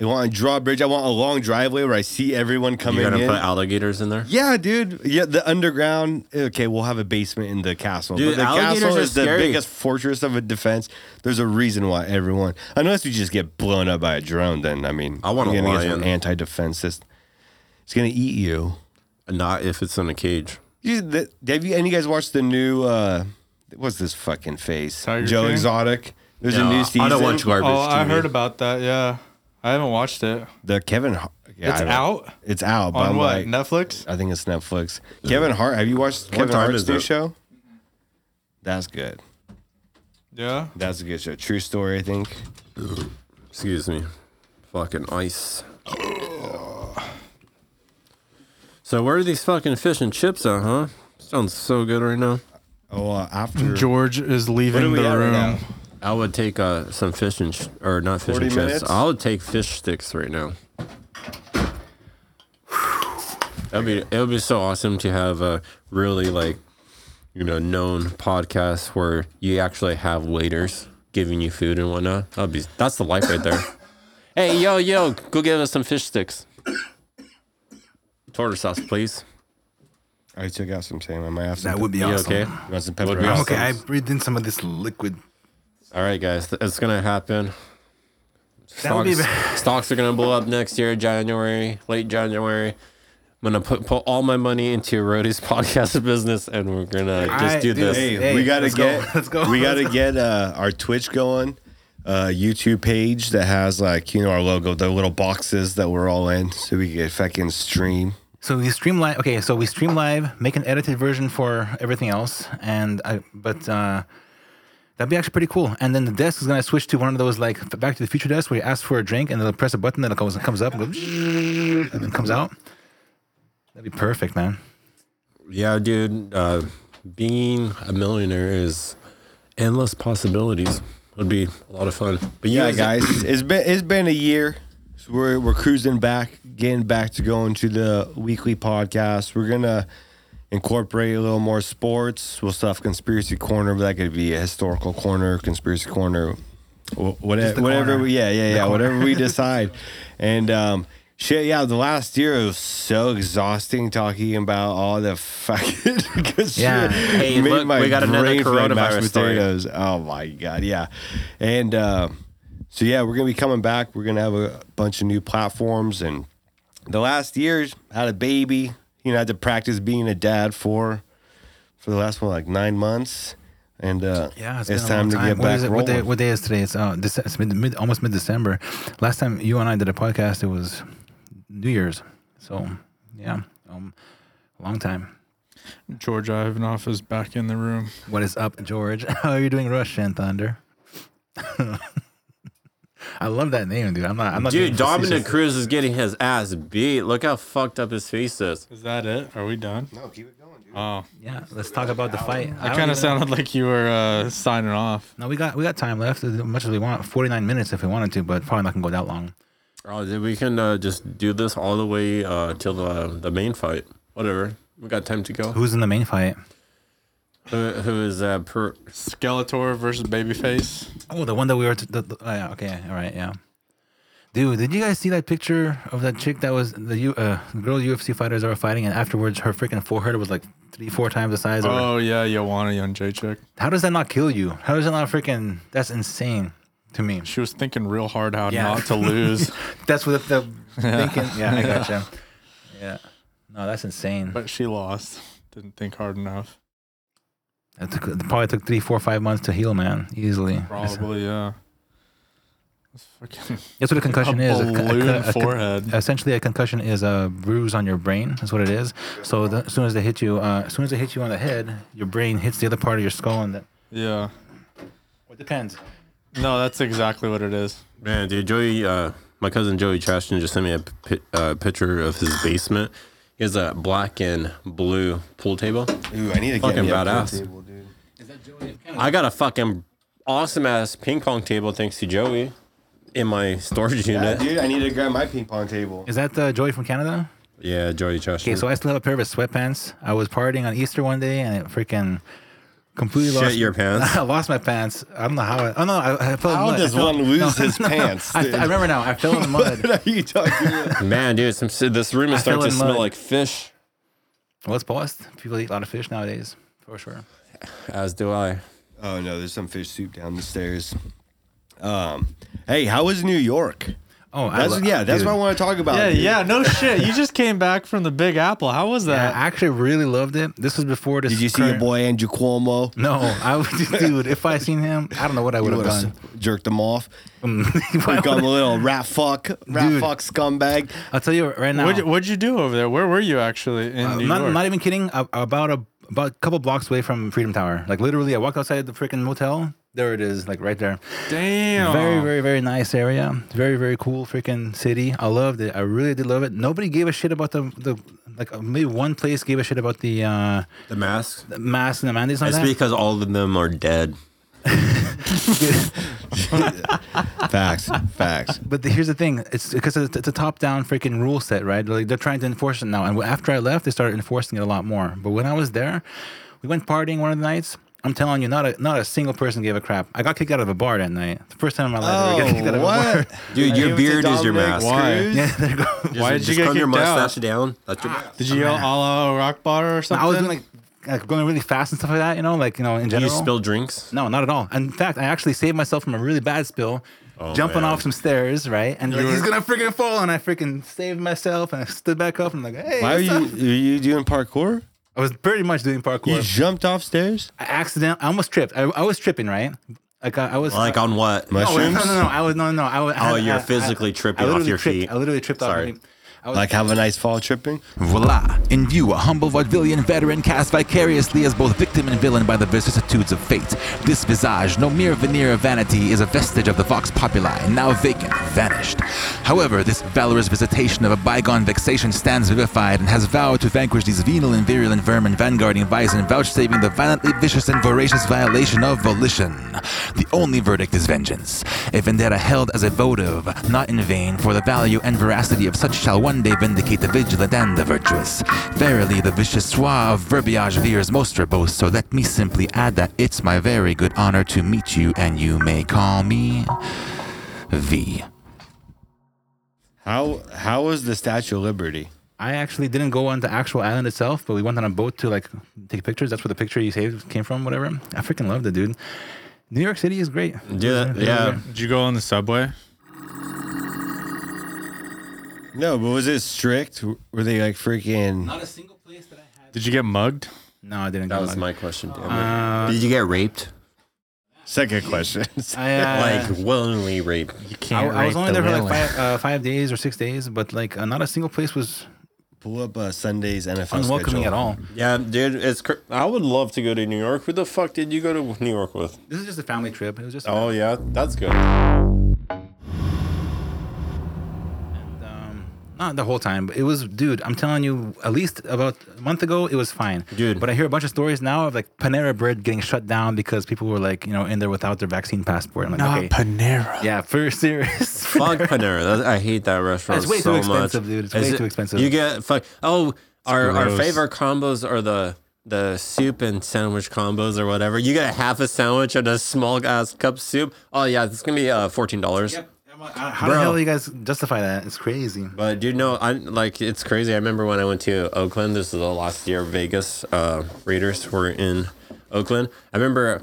S2: I want a drawbridge. I want a long driveway where I see everyone coming
S5: You're gonna
S2: in.
S5: put alligators in there.
S2: yeah, dude. Yeah, the underground. Okay, we'll have a basement in the castle.
S5: Dude,
S2: but the
S5: alligators
S2: castle
S5: are
S2: is
S5: scary.
S2: the biggest fortress of a defense. There's a reason why everyone, unless you just get blown up by a drone, then I mean,
S5: I want a
S2: you're gonna get
S5: lion.
S2: some anti-defense system. It's gonna eat you.
S5: Not if it's in a cage.
S2: You, the, have you and you guys watched the new uh what's this fucking face?
S3: Tiger
S2: Joe
S3: King?
S2: Exotic. There's
S5: No,
S2: a new season.
S5: I don't watch garbage.
S3: Oh, I
S5: TV.
S3: heard about that. Yeah, I haven't watched it.
S2: the Kevin. Har- Yeah,
S3: it's
S2: I don't-
S3: out
S2: It's out. But
S3: on
S2: I'm
S3: what
S2: like,
S3: Netflix.
S2: I think it's Netflix. Kevin Hart. Have you watched Kevin
S5: time
S2: Hart's
S5: is
S2: new
S5: it?
S2: show? That's good.
S3: Yeah.
S2: That's a good show. True story, I think.
S5: Excuse me. Fucking ice. So where are these fucking fish and chips at, huh? Sounds so good right now.
S2: Oh, uh, after
S3: George is leaving the room.
S5: I would take uh, some fish and sh- or not fish
S2: 40
S5: and
S2: minutes?
S5: chips. I would take fish sticks right now. That'd be it would be so awesome to have a really like you know known podcast where you actually have waiters giving you food and whatnot. That'd be that's the life right there. hey yo yo, go get us some fish sticks. Tartar sauce, please.
S2: I took out some Sam. I might have some.
S6: That would be
S5: You
S6: awesome.
S5: okay?
S2: you want some
S5: Would
S2: pepper?
S5: be
S6: I'm
S5: awesome.
S6: okay. I breathed in some of this liquid.
S5: All right, guys, th- it's gonna happen.
S6: That would be
S5: Stocks, stocks are gonna blow up next year, January, late January. I'm gonna put put all my money into Rody's podcast business, and we're gonna just
S6: right,
S5: do
S6: dude.
S5: this.
S2: Hey,
S6: Hey,
S2: we gotta
S6: let's go.
S2: get
S6: Let's go.
S2: we gotta get uh, our Twitch going, uh, YouTube page that has like you know our logo, the little boxes that we're all in, so we can fucking stream.
S1: So we stream live. Okay, so we stream live, make an edited version for everything else, and I. But uh, that'd be actually pretty cool. And then the desk is gonna switch to one of those like f- Back to the Future desks where you ask for a drink and they'll press a button and it comes comes up and, goes, and it comes out. That'd be perfect, man.
S5: Yeah, dude. Uh, being a millionaire is endless possibilities. Would be a lot of fun. But you
S2: Yeah,
S5: guys-
S2: guys, it's been it's been a year. So we're we're cruising back, getting back to going to the weekly podcast. We're gonna incorporate a little more sports. We'll stuff conspiracy corner, but that could be a historical corner, conspiracy corner, whatever. Whatever.
S1: corner.
S2: We, yeah, yeah, yeah. Whatever we decide. And um, shit, yeah. The last year was so exhausting talking about all the fucking. 'cause
S1: Yeah.
S2: shit
S5: Hey, look, we got another
S2: brain feel like
S5: coronavirus
S2: mashed
S5: story.
S2: potatoes. Oh my god, yeah, and uh, so yeah, we're gonna be coming back. We're gonna have a bunch of new platforms, and the last years had a baby. You know, I had to practice being a dad for for the last one like nine months, and uh,
S1: Yeah,
S2: it's,
S1: been a long
S2: time to get
S1: What
S2: back
S1: is it? What
S2: rolling.
S1: day, what day is today? It's, uh, Dece- it's mid, mid, almost mid December. Last time you and I did a podcast, it was New Year's. So yeah, um, long time.
S3: George Ivanov is back in the room.
S1: What is up, George? How are you doing, Russian Thunder? I love that name, dude. I'm not. I'm not. being
S5: dude, Dominic
S1: facetious.
S5: Cruz is getting his ass beat. Look how fucked up his face is.
S3: Is that it? Are we done?
S2: no, keep it going, dude.
S3: Oh,
S1: Yeah, let's talk about the fight.
S3: I
S1: don't
S3: kind
S1: even-
S3: of sounded like you were uh, signing off.
S1: No, we got we got time left as much as we want. 49 minutes if we wanted to, but probably not gonna go that long.
S5: Oh, then we can uh, just do this all the way uh, till the the main fight. Whatever. We got time to go.
S1: Who's in the main fight?
S5: Who, who is uh, per?
S3: Skeletor versus Babyface.
S1: Oh, the one that we were. T- the, the, oh, yeah, okay, all right, yeah. Dude, did you guys see that picture of that chick that was the U, uh, girl UFC fighters that were fighting, and afterwards her freaking forehead was like three, four times the size. of
S5: Uh,
S1: her-
S3: Oh yeah, Joanna Young Jacek.
S1: How does that not kill you? How does that not freaking? That's insane to me.
S3: She was thinking real hard how
S1: Yeah.
S3: not to lose,
S1: That's what the thinking. Yeah, I gotcha. Yeah. No, that's insane.
S3: but she lost. Didn't think hard enough.
S1: It, took, it probably took three, four, five months to heal, man. Easily. That's,
S3: Probably yeah. That's fucking
S1: that's what a concussion
S3: a
S1: is. A, co- a co-
S3: balloon
S1: a co-
S3: forehead.
S1: essentially, a concussion is a bruise on your brain. That's what it is. So the, as soon as they hit you, uh, as soon as they hit you on the head, your brain hits the other part of your skull, and that.
S3: yeah.
S1: It depends.
S3: No, that's exactly what it is.
S5: Man, dude, Joey. Uh, my cousin Joey Trashton just sent me a pi- uh, picture of his basement. He is a black and blue pool table.
S2: Ooh, I need to get
S5: Fucking
S2: me a pool
S5: badass.
S2: table, dude.
S5: I got a fucking awesome ass ping pong table thanks to Joey in my storage
S2: Yeah,
S5: unit.
S2: dude, I need to grab my ping pong table.
S1: Is that uh, Joey from Canada?
S5: Yeah, Joey Chester.
S1: Okay, so I still have a pair of his sweatpants. I was partying on Easter one day and it freaking completely
S5: Shit
S1: lost
S5: your pants?
S1: I lost my pants. I don't know how. I, oh no, I, I fell in
S2: How
S1: mud.
S2: does
S1: I fell-
S2: one lose his pants?
S1: I, I
S2: dude?
S1: remember now. I fell in the mud.
S2: What are you talking about?
S5: Man, dude, some, this room is
S1: I fell
S5: starting to
S1: in
S5: smell
S1: mud.
S5: like fish,
S1: Well, it's paused. People eat a lot of fish nowadays, for sure.
S5: as do I.
S2: Oh no, there's some fish soup down the stairs. Um, hey, how was New York?
S1: Oh, I
S2: That's
S1: lo-
S2: yeah, that's
S1: dude.
S2: what I want to talk about.
S3: Yeah,
S2: dude.
S3: yeah, no shit. You just came back from the Big Apple. How was
S1: I
S3: that?
S1: actually really loved it. This was before this.
S2: Did you see your
S1: current-
S2: boy Andrew Cuomo?
S1: No, I would, dude. If I seen him, I don't know what I would have
S2: Would've
S1: done.
S2: jerked him off.
S1: Why
S2: Become
S1: would
S2: a little rat fuck, rat
S1: Dude.
S2: fuck scumbag.
S1: I- Uh, I'll tell you right now.
S3: What'd, you- what'd you do over there? Where were you actually in
S1: I'm
S3: New
S1: not,
S3: York?
S1: not even kidding. a- About a about a couple blocks away from Freedom Tower. Like literally, I walked outside the freaking motel. There it is, like right there.
S3: Damn.
S1: Very, very, very nice area. Very, very cool freaking city. I loved it. I really did love it. Nobody gave a shit about the the like uh, maybe one place gave a shit about the uh
S5: The mask.
S1: the mask and the mandates and
S5: It's
S1: all that.
S5: because all of them are dead.
S2: Facts, facts.
S1: But the, here's the thing: it's because it's, it's a top-down freaking rule set, right? Like they're trying to enforce it now. And after I left, they started enforcing it a lot more. But when I was there, we went partying one of the nights. I'm telling you, not a not a single person gave a crap. I got kicked out of a bar that night. The first time in my life I ever got kicked out of a bar.
S5: Dude, your beard is your mask.
S3: Oh, Why?
S1: Yeah, there you go.
S5: Just-
S3: Why did you
S5: just
S3: get
S5: comb your
S3: kicked out?
S5: mustache down? That's your mask.
S3: Did you yell a la rock bar or
S1: No,
S3: something?
S1: I was doing like, like going really fast and stuff like that. You know, like you know in
S5: You
S1: general.
S5: spill drinks?
S1: No, not at all. In fact, I actually saved myself from a really bad spill, jumping
S5: Oh, man.
S1: off some stairs, right? And like,
S3: were-
S1: he's gonna freaking fall, and I freaking saved myself, and I stood back up, and I'm like, hey,
S2: Why are
S1: what's
S2: you
S1: up?
S2: are you doing parkour?
S1: I was pretty much doing parkour.
S2: You jumped off stairs?
S1: I accident. I almost tripped. I, I was tripping, right? Like I, I was
S5: Like on what?
S1: no, no,
S2: Mushrooms?
S1: no, no. I was no, no. I was.
S5: Oh,
S1: I-
S5: you're
S1: I-
S5: physically tripping
S1: I
S5: off
S1: literally
S5: your
S1: tripped-
S5: feet.
S1: I literally tripped off.
S5: Sorry.
S1: my feet. I was,
S2: Like have a nice fall tripping?
S9: Voila! In view, a humble vaudevillian veteran cast vicariously as both victim and villain by the vicissitudes of fate. This visage, no mere veneer of vanity, is a vestige of the vox populi, now vacant, vanished. However, this valorous visitation of a bygone vexation stands vivified and has vowed to vanquish these venal and virulent vermin vanguarding vice and vouchsafing the violently vicious and voracious violation of volition. The only verdict is vengeance. A vendetta held as a votive, not in vain, for the value and veracity of such shall one day vindicate the vigilant and the virtuous. Verily, the vicious soir of verbiage veers most verbose, so let me simply add that it's my very good honor to meet you, and you may call me V.
S2: How how was the Statue of Liberty?
S1: I actually didn't go on the actual island itself, but we went on a boat to like take pictures. That's where the picture you saved came from, whatever. I freaking loved it, dude. New York City is great.
S5: Yeah, yeah.
S3: Did you go on the subway?
S2: No, but was it strict? Were they like freaking
S1: Not a single place that I had.
S3: Did you get mugged?
S1: No, I didn't.
S5: That
S1: go
S5: was
S1: on.
S5: my question. Damn
S1: Uh,
S5: it. Did you get raped?
S2: second questions?
S1: I, uh,
S5: Like willingly raped?
S3: You
S1: I,
S3: can't.
S1: I was only there for like five, uh, five days or six days, but like uh, not a single place was
S2: Pull up uh, Sunday's NFL
S1: unwelcoming
S2: schedule.
S1: at all.
S5: Yeah, dude. It's. Cr- I would love to go to New York. Who the fuck did you go to New York with?
S1: This is just a family trip. It was just
S5: Oh yeah, that's good.
S1: um, not the whole time, but it was, dude. I'm telling you, at least about a month ago, it was fine,
S5: Dude.
S1: But I hear a bunch of stories now of like Panera Bread getting shut down because people were like, you know, in there without their vaccine passport. I'm like, okay,
S3: Panera.
S1: yeah, for serious.
S5: Fuck Panera. That- I hate that restaurant.
S1: It's way
S5: so
S1: too
S5: much.
S1: expensive, dude. It's way too expensive.
S5: You get fuck. Oh, our, our
S3: gross.
S5: favorite combos are the the soup and sandwich combos or whatever. You get half a sandwich and a small ass cup soup. Oh yeah, it's gonna be uh, fourteen dollars.
S1: How
S5: Bro.
S1: the hell do you guys justify that? It's crazy.
S5: But dude, no, I like it's crazy. I remember when I went to Oakland. This is the last year Vegas uh, Raiders were in Oakland. I remember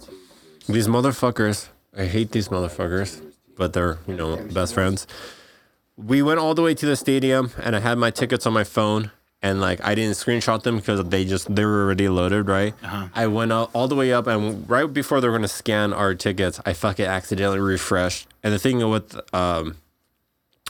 S5: these motherfuckers. I hate these motherfuckers, but they're you know best friends. We went all the way to the stadium, and I had my tickets on my phone, and like I didn't screenshot them because they just they were already loaded, right? I went out, all the way up, and right before they were gonna scan our tickets, I fucking accidentally refreshed. And the thing with um,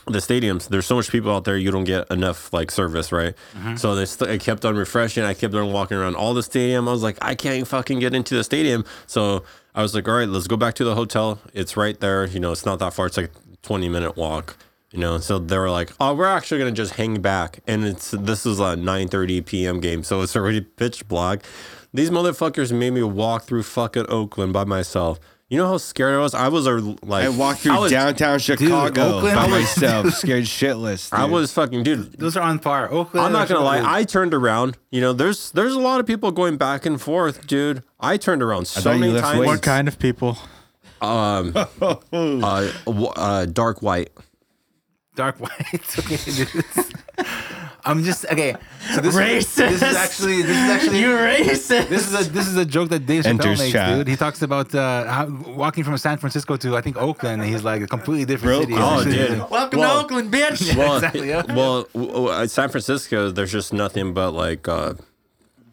S5: the stadiums, there's so much people out there, you don't get enough like service, right?
S2: Mm-hmm.
S5: So they st- I kept on refreshing. I kept on walking around all the stadium. I was like, I can't fucking get into the stadium. So I was like, all right, let's go back to the hotel. It's right there. You know, it's not that far. It's like 20 minute walk. You know, so they were like, "Oh, we're actually gonna just hang back." And it's this is a 9:30 p.m. game, so it's already pitch black. These motherfuckers made me walk through fucking Oakland by myself. You know how scared I was? I was a, like
S2: I walked through
S5: I was,
S2: downtown Chicago
S1: Oakland-
S2: by myself, scared shitless.
S5: I
S2: dude.
S5: was fucking dude.
S1: Those are on par. Oakland.
S5: I'm not gonna lie. I turned around. You know, there's there's a lot of people going back and forth, dude. I turned around so
S2: thought you
S5: many
S2: left
S5: times.
S2: weights.
S3: What kind of people?
S5: Uh, w- uh, dark white.
S1: dark white. Okay, dude. I'm just okay. So this, This is actually this is actually you racist. This is a this is a joke that Dave Chappelle
S2: Enters
S1: makes,
S2: chat.
S1: dude. He talks about uh, how, walking from San Francisco to I think Oakland, and he's like a completely different
S2: Bro,
S1: city.
S5: Oh, dude.
S1: Welcome
S5: Well-
S1: to Oakland, bitch.
S5: Well,
S1: exactly. Yeah.
S5: well, w- w- uh, San Francisco, there's just nothing but like uh,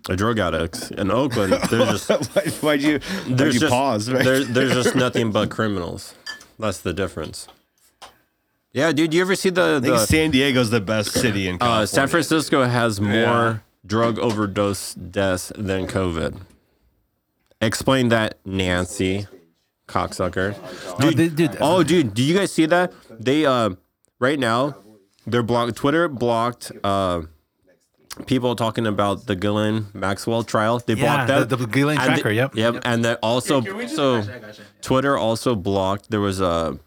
S5: drug addicts. In Oakland, there's just
S2: Why- Why'd you? Why'd
S5: there's
S2: you
S5: just
S2: pause? Right?
S5: there- there's just nothing but criminals. That's the difference. Yeah, dude. You ever see the,
S2: I think
S5: the
S2: San Diego's the best city in California.
S5: uh, San Francisco has more drug overdose deaths than COVID? Explain that, Nancy, cocksucker.
S10: No, dude, dude,
S5: Oh, dude, do you guys see that? They uh, right now, they're blocked. Twitter blocked uh, people talking about the Gillen Maxwell trial. They
S10: Yeah,
S5: blocked that.
S10: the- the Ghislaine
S5: And they-
S10: tracker, yep.
S5: Yep, and that also so Twitter also blocked. There was a.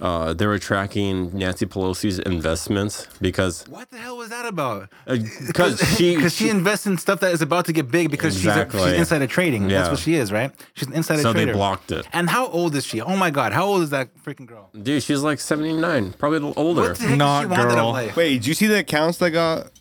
S5: Uh, they were tracking Nancy Pelosi's investments because
S1: What the hell was that about?
S5: because Uh, she,
S1: Because she, invests in stuff that is about to get big because she's, a,
S5: Exactly.
S1: she's insider trading. That's
S5: Yeah.
S1: what she is, right? She's an insider
S5: so they
S1: trader.
S5: blocked it.
S1: And how old is she? Oh my God, how old is that freaking girl?
S5: Dude, she's like seventy nine, probably older.
S1: What the heck does
S3: Not
S1: she want out of
S3: girl.
S1: life?
S2: Wait, did you see the accounts that got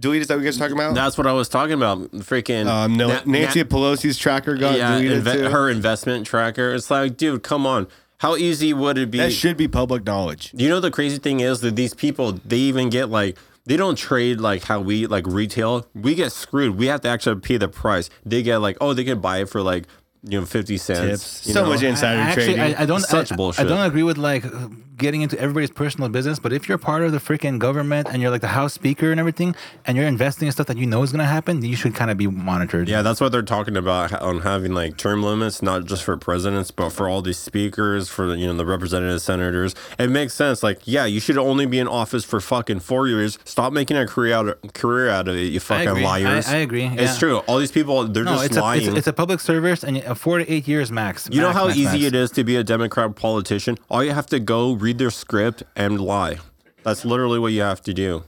S2: deleted that we guys talking about?
S5: That's what I was talking about. Freaking
S2: um, no,
S5: Na- Na-
S2: Nancy Pelosi's tracker got
S5: yeah,
S2: deleted
S5: inve-
S2: too.
S5: her investment tracker. It's like, dude, come on. How easy would it be?
S2: that should be public knowledge.
S5: you know, the crazy thing is that these people, they even get like, they don't trade like how we like retail. We get screwed. We have to actually pay the price. They get like, oh, they can buy it for like, you know, 50
S2: Tips.
S5: cents. you
S2: So
S5: know?
S2: much insider
S1: I- I
S2: trading.
S1: Actually, I, I don't.
S5: Such
S1: I,
S5: bullshit.
S1: I don't agree with like getting into everybody's personal business. But if you're part of the freaking government and you're like the House Speaker and everything, and you're investing in stuff that you know is gonna happen, then you should kind of be monitored.
S5: Yeah, that's what they're talking about h- on having like term limits, not just for presidents, but for all these speakers, for you know the representatives, senators. It makes sense. Like, yeah, you should only be in office for fucking four years. Stop making a career out of, career out of it, you fucking
S1: agree. I-
S5: liars.
S1: I agree,
S5: It's
S1: yeah.
S5: true. All these people, they're
S1: No,
S5: just
S1: it's a,
S5: lying.
S1: it's, a- it's a public service and uh, four to eight years max.
S5: you know
S1: max,
S5: how
S1: max,
S5: easy
S1: max.
S5: it is to be a Democrat politician. All you have to go read their script and lie. That's literally what you have to do.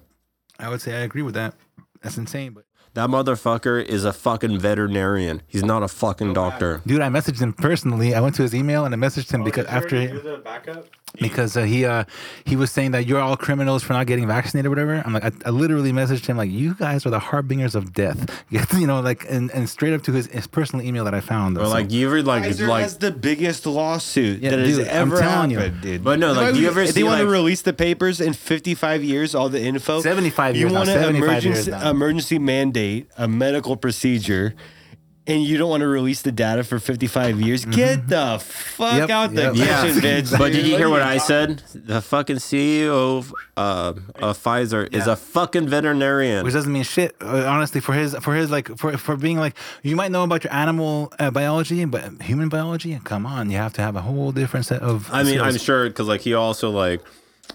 S1: I would say I agree with that. That's insane, but.
S5: That motherfucker is a fucking veterinarian. He's not a fucking doctor.
S1: Dude, I messaged him personally. I went to his email and I messaged him because after because uh, he uh, he was saying that you're all criminals for not getting vaccinated or whatever. I'm like, I, I literally messaged him like, you guys are the harbingers of death. you know, like, and, and straight up to his, his personal email that I found.
S5: But
S1: So-
S5: like you ever like
S2: Pfizer
S5: like
S2: has the biggest lawsuit
S1: Yeah,
S2: that has
S1: dude, I'm
S2: ever
S1: telling you.
S2: happened, dude.
S5: But no, like,
S2: Why
S5: you
S2: would-
S5: ever
S2: if
S5: see,
S2: they want to
S5: like-
S2: release the papers in 55 years, all the info.
S1: 75
S2: You
S1: years now,
S2: want an
S1: 75
S2: emergency,
S1: years now.
S2: emergency mandate, a medical procedure, and you don't want to release the data for 55 years? Get the fuck
S1: Mm-hmm. Yep,
S2: out the
S1: yep. Yeah.
S2: kitchen, bitch.
S5: But did
S2: dude.
S5: you hear
S2: are
S5: what I said? The fucking CEO of, uh, of Pfizer is a fucking veterinarian.
S1: which doesn't mean shit, uh, honestly. For his, for his, like, for for being like, you might know about your animal uh, biology, but human biology, come on, you have to have a whole different set of.
S5: I mean, I'm
S1: skills.
S5: sure because like he also like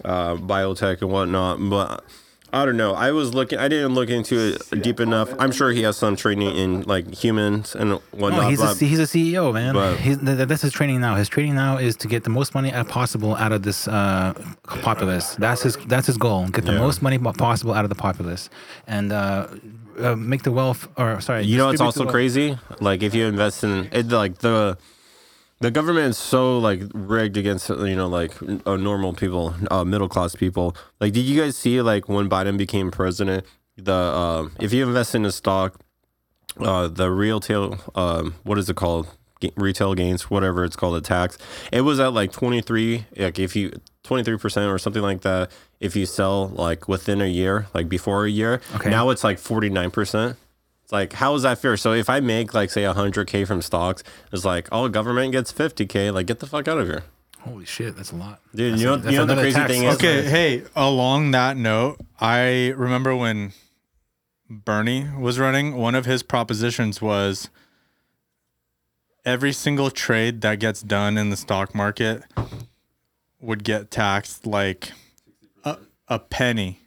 S5: uh, biotech and whatnot, but. I don't know. I was looking. I didn't look into it deep enough. I'm sure he has some training in like humans and whatnot.
S1: No, he's a,
S5: but-
S1: he's a CEO, man.
S5: but-
S1: he's, th- th- that's his training now. His training now is to get the most money uh, possible out of this uh, populace. That's his that's his goal. Get the
S5: Yeah.
S1: most money mo- possible out of the populace, and uh, uh, make the wealth. Or sorry,
S5: you know it's
S1: distribute
S5: also
S1: the wealth.
S5: crazy like if you invest in it like the the government is so like rigged against you know like uh, normal people uh, middle class people like did you guys see like when biden became president the um if you invest in a stock uh, the retail um, what is it called Ga- retail gains whatever it's called a tax it was at like 23 like if you 23% or something like that if you sell like within a year like before a year
S1: Okay.
S5: now it's like 49% it's like how is that fair so if i make like say 100k from stocks it's like oh government gets 50k like get the fuck out of here
S1: Holy shit, that's a lot.
S5: Dude,
S1: That's
S5: you know-
S1: that's
S5: you know the
S1: another
S5: crazy
S1: tax.
S5: thing is-
S1: Okay.
S3: Okay, hey, along that note, I remember when Bernie was running, one of his propositions was every single trade that gets done in the stock market would get taxed like a penny.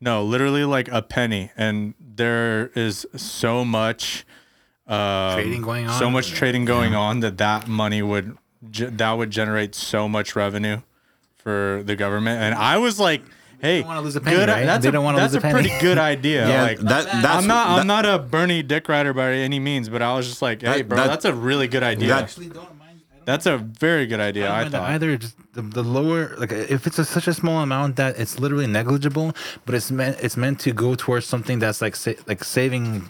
S3: No, literally like a penny. And there is so much um,
S1: Trading going
S3: So
S1: on?
S3: much trading going on that that money would ge- that would generate so much revenue for the government. And I was like, hey,
S1: wanna lose a penny,
S3: good,
S1: right?
S3: that's
S1: They
S3: a,
S1: don't wanna
S3: that's
S1: lose
S3: a
S1: a penny.
S3: pretty good idea.
S5: Yeah,
S3: like,
S5: that, that's
S3: I'm not.
S5: that,
S3: I'm not a Bernie dick rider by any means, but I was just like, hey,
S5: That-
S3: bro,
S5: that-
S3: that's a really good idea.
S5: that-
S1: Actually, don't mind. I don't
S3: that's a very good idea. I,
S1: mind that
S3: thought.
S1: either just the, the lower like if it's a, such a small amount that it's literally negligible, but it's meant it's meant to go towards something that's like sa- like saving.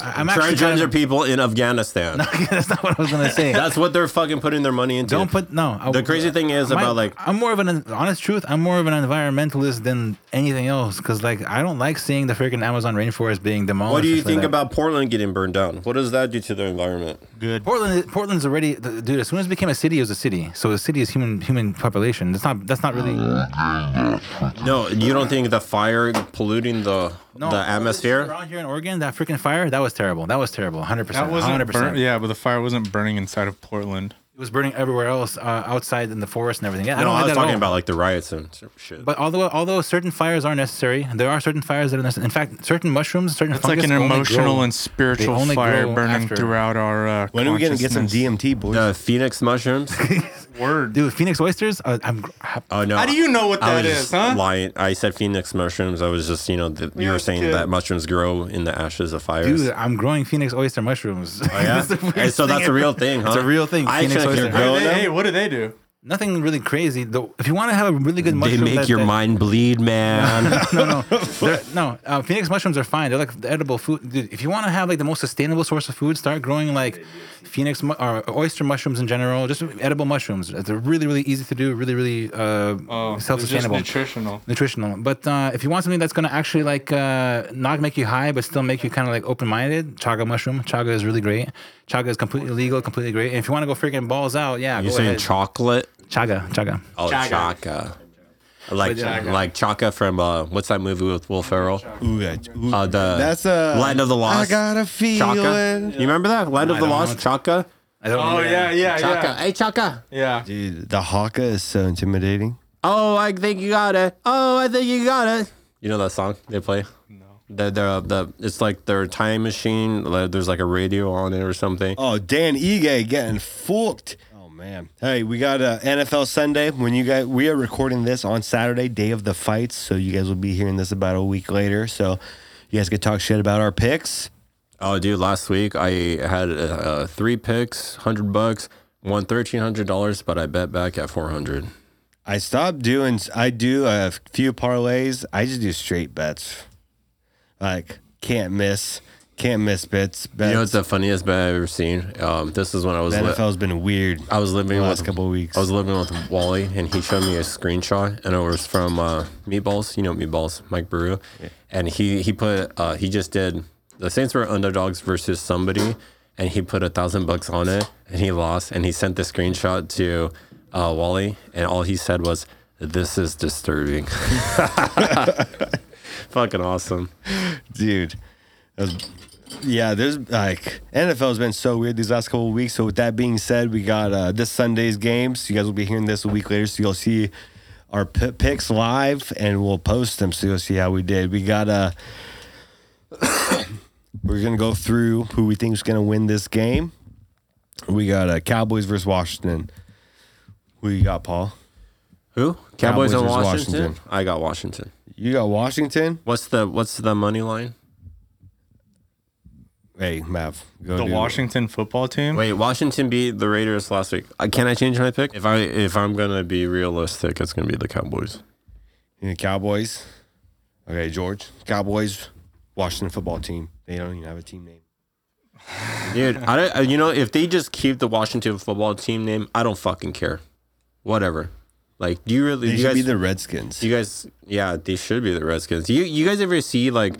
S1: I- I'm actually kind
S5: transgender
S1: of,
S5: people in Afghanistan.
S1: that's not what I was gonna say.
S5: That's what they're fucking putting their money into.
S1: Don't put no. I-
S5: The crazy thing is
S1: my-
S5: about like
S1: I'm more of an honest truth. I'm more of an environmentalist than anything else because like I don't like seeing the freaking Amazon rainforest being demolished.
S5: what do
S1: and
S5: you
S1: stuff like
S5: think
S1: that.
S5: about Portland getting burned down? What does that do to the environment?
S3: Good.
S1: Portland? Portland's already th- dude. As soon as it became a city, it was a city. So a city is human human population. That's not that's not really.
S5: No, you don't think the fire polluting the
S1: No,
S5: the
S1: all this shit
S5: atmosphere?
S1: around here in Oregon, that freaking fire, that was terrible. That was terrible. 100%.
S3: That wasn't
S1: 100%.
S3: burn- Yeah, but the fire wasn't burning inside of Portland.
S1: It was burning everywhere else, uh, outside in the forest and everything. Yeah, I
S5: No,
S1: don't
S5: I,
S1: like
S5: was
S1: that at
S5: talking
S1: all.
S5: about like the riots and shit.
S1: But although although certain fires are necessary, there are certain fires that are necessary. In fact, certain mushrooms, certain
S3: It's like an emotional and spiritual
S1: only
S3: fire
S1: grow
S3: burning
S1: after-
S3: throughout our. Uh,
S2: When are we gonna get some
S3: consciousness.
S2: DMT, boys?
S5: the Phoenix mushrooms.
S3: word?
S1: dude. Phoenix oysters. Uh, I'm, I-
S5: Oh no!
S3: How do you know what
S5: I
S3: that
S5: was
S3: is,
S5: just
S3: huh?
S5: Lying. I said Phoenix mushrooms. I was just you know th- you were saying
S3: kid.
S5: that mushrooms grow in the ashes of fires.
S1: dude, I'm growing Phoenix oyster mushrooms.
S5: Oh, yeah? Hey, so that's a real thing, huh?
S1: It's a real thing.
S5: I
S1: Phoenix
S5: actually
S1: oyster.
S5: can
S3: How do
S5: grow
S3: they-
S5: them.
S3: hey, what do they do?
S1: Nothing really crazy. Though, if you want to have a really good
S5: They
S1: mushroom,
S5: make
S1: that-
S5: your
S1: that-
S5: mind bleed, man.
S1: no, no, They're- no. Uh, Phoenix mushrooms are fine. They're like the edible food. Dude, if you want to have like the most sustainable source of food, start growing like Phoenix mu- or oyster mushrooms in general. Just edible mushrooms. They're really, really easy to do. Really, really uh,
S3: Oh,
S1: self-sustainable,
S3: It's just nutritional.
S1: nutritional. But uh, if you want something that's gonna actually like uh, not make you high, but still make you kind of like open-minded, chaga mushroom. Chaga is really great. Chaga is completely legal, completely great. And if you want to go freaking balls out, yeah,
S5: You're
S1: go
S5: saying
S1: ahead.
S5: chocolate?
S1: chaga, chaga.
S5: Oh,
S3: Chaga.
S5: Chaka. Like like Chaka from uh, what's that movie with Will Ferrell?
S2: Ooh, that- ooh,
S5: Uh, the
S2: that's a
S5: Land of the Lost.
S2: I got a
S5: Chaka.
S2: feeling.
S5: You remember that Land of the
S1: don't
S5: Lost?
S1: know.
S5: Chaka.
S1: I don't.
S3: Oh
S1: remember
S3: yeah,
S1: that.
S3: yeah,
S5: Chaka.
S3: yeah,
S5: Hey, Chaka.
S3: yeah.
S2: Dude, the haka is so intimidating.
S5: Oh, I think you got it. Oh, I think you got it. You know that song they play? No. The, the, uh, the, it's like their time machine. like, There's like a radio on it or something.
S2: Oh, Dan Ige getting fucked. Oh man. Hey, we got uh, NFL Sunday. When you guys, we are recording this on Saturday, day of the fights. So you guys will be hearing this about a week later. So you guys could talk shit about our picks.
S5: Oh, dude, last week I had uh, uh, three picks, 100 bucks, won $1,300, but I bet back at 400
S2: I stopped doing. I do a few parlays. I just do straight bets. Like can't miss, can't miss bets. bets.
S5: You know what's the funniest bet I've ever seen? Um, this is when I was
S2: the
S5: li-
S2: NFL's been weird.
S5: I was living
S2: the
S5: with
S2: last couple of weeks.
S5: I was living with Wally, and he showed me a screenshot, and it was from uh, Meatballs. You know Meatballs, Mike Brew, and he he put uh, he just did the Saints were underdogs versus somebody, and he put a thousand bucks on it, and he lost, and he sent the screenshot to uh, Wally, and all he said was, "This is disturbing." Fucking awesome.
S2: dude. that was- yeah, there's like NFL's been so weird these last couple of weeks. So with that being said, we got uh, this Sunday's games. You guys will be hearing this a week later, so you'll see our p- picks live, and we'll post them. So you'll see how we did. We got uh, we're gonna go through who we think is gonna win this game. We got uh, Cowboys versus Washington. Who you got, Paul?
S5: Who?
S2: Cowboys
S5: Cowboys, and
S2: versus
S5: Washington?
S2: Washington.
S5: I got Washington.
S2: You got Washington.
S5: What's the what's the money line?
S2: Hey, Mav, go
S3: The
S2: dude.
S3: Washington football team.
S5: Wait, Washington beat the Raiders last week. Uh, can I change my pick? If I if I'm gonna be realistic, it's gonna be the Cowboys.
S2: You know, Cowboys. Okay, George. Cowboys, Washington football team. They don't even have a team name.
S5: Dude, I don't, uh, you know if they just keep the Washington football team name, I don't fucking care. Whatever. Like, do you really?
S2: They
S5: you
S2: should
S5: guys,
S2: be the Redskins.
S5: you guys, yeah, they should be the Redskins. You you guys ever see like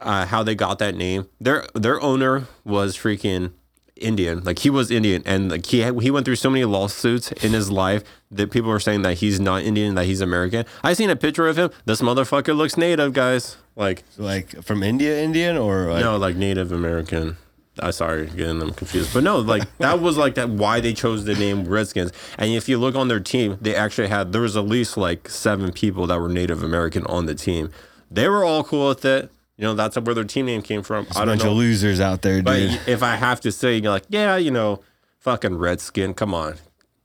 S5: uh, how they got that name? Their their owner was freaking Indian. Like he was Indian, and like he he went through so many lawsuits in his life that people were saying that he's not Indian, that he's American. I seen a picture of him. This motherfucker looks Native, guys. Like
S2: like from India, Indian or like,
S5: no, like Native American. I sorry again, I'm confused. But no, like that was like that why they chose the name Redskins. And if you look on their team, they actually had there was at least like seven people that were Native American on the team. They were all cool with it. You know, that's where their team name came from. I
S2: a
S5: don't
S2: bunch of
S5: know.
S2: losers out there,
S5: But
S2: dude.
S5: if I have to say, you're like, yeah, you know, fucking Redskin, come on.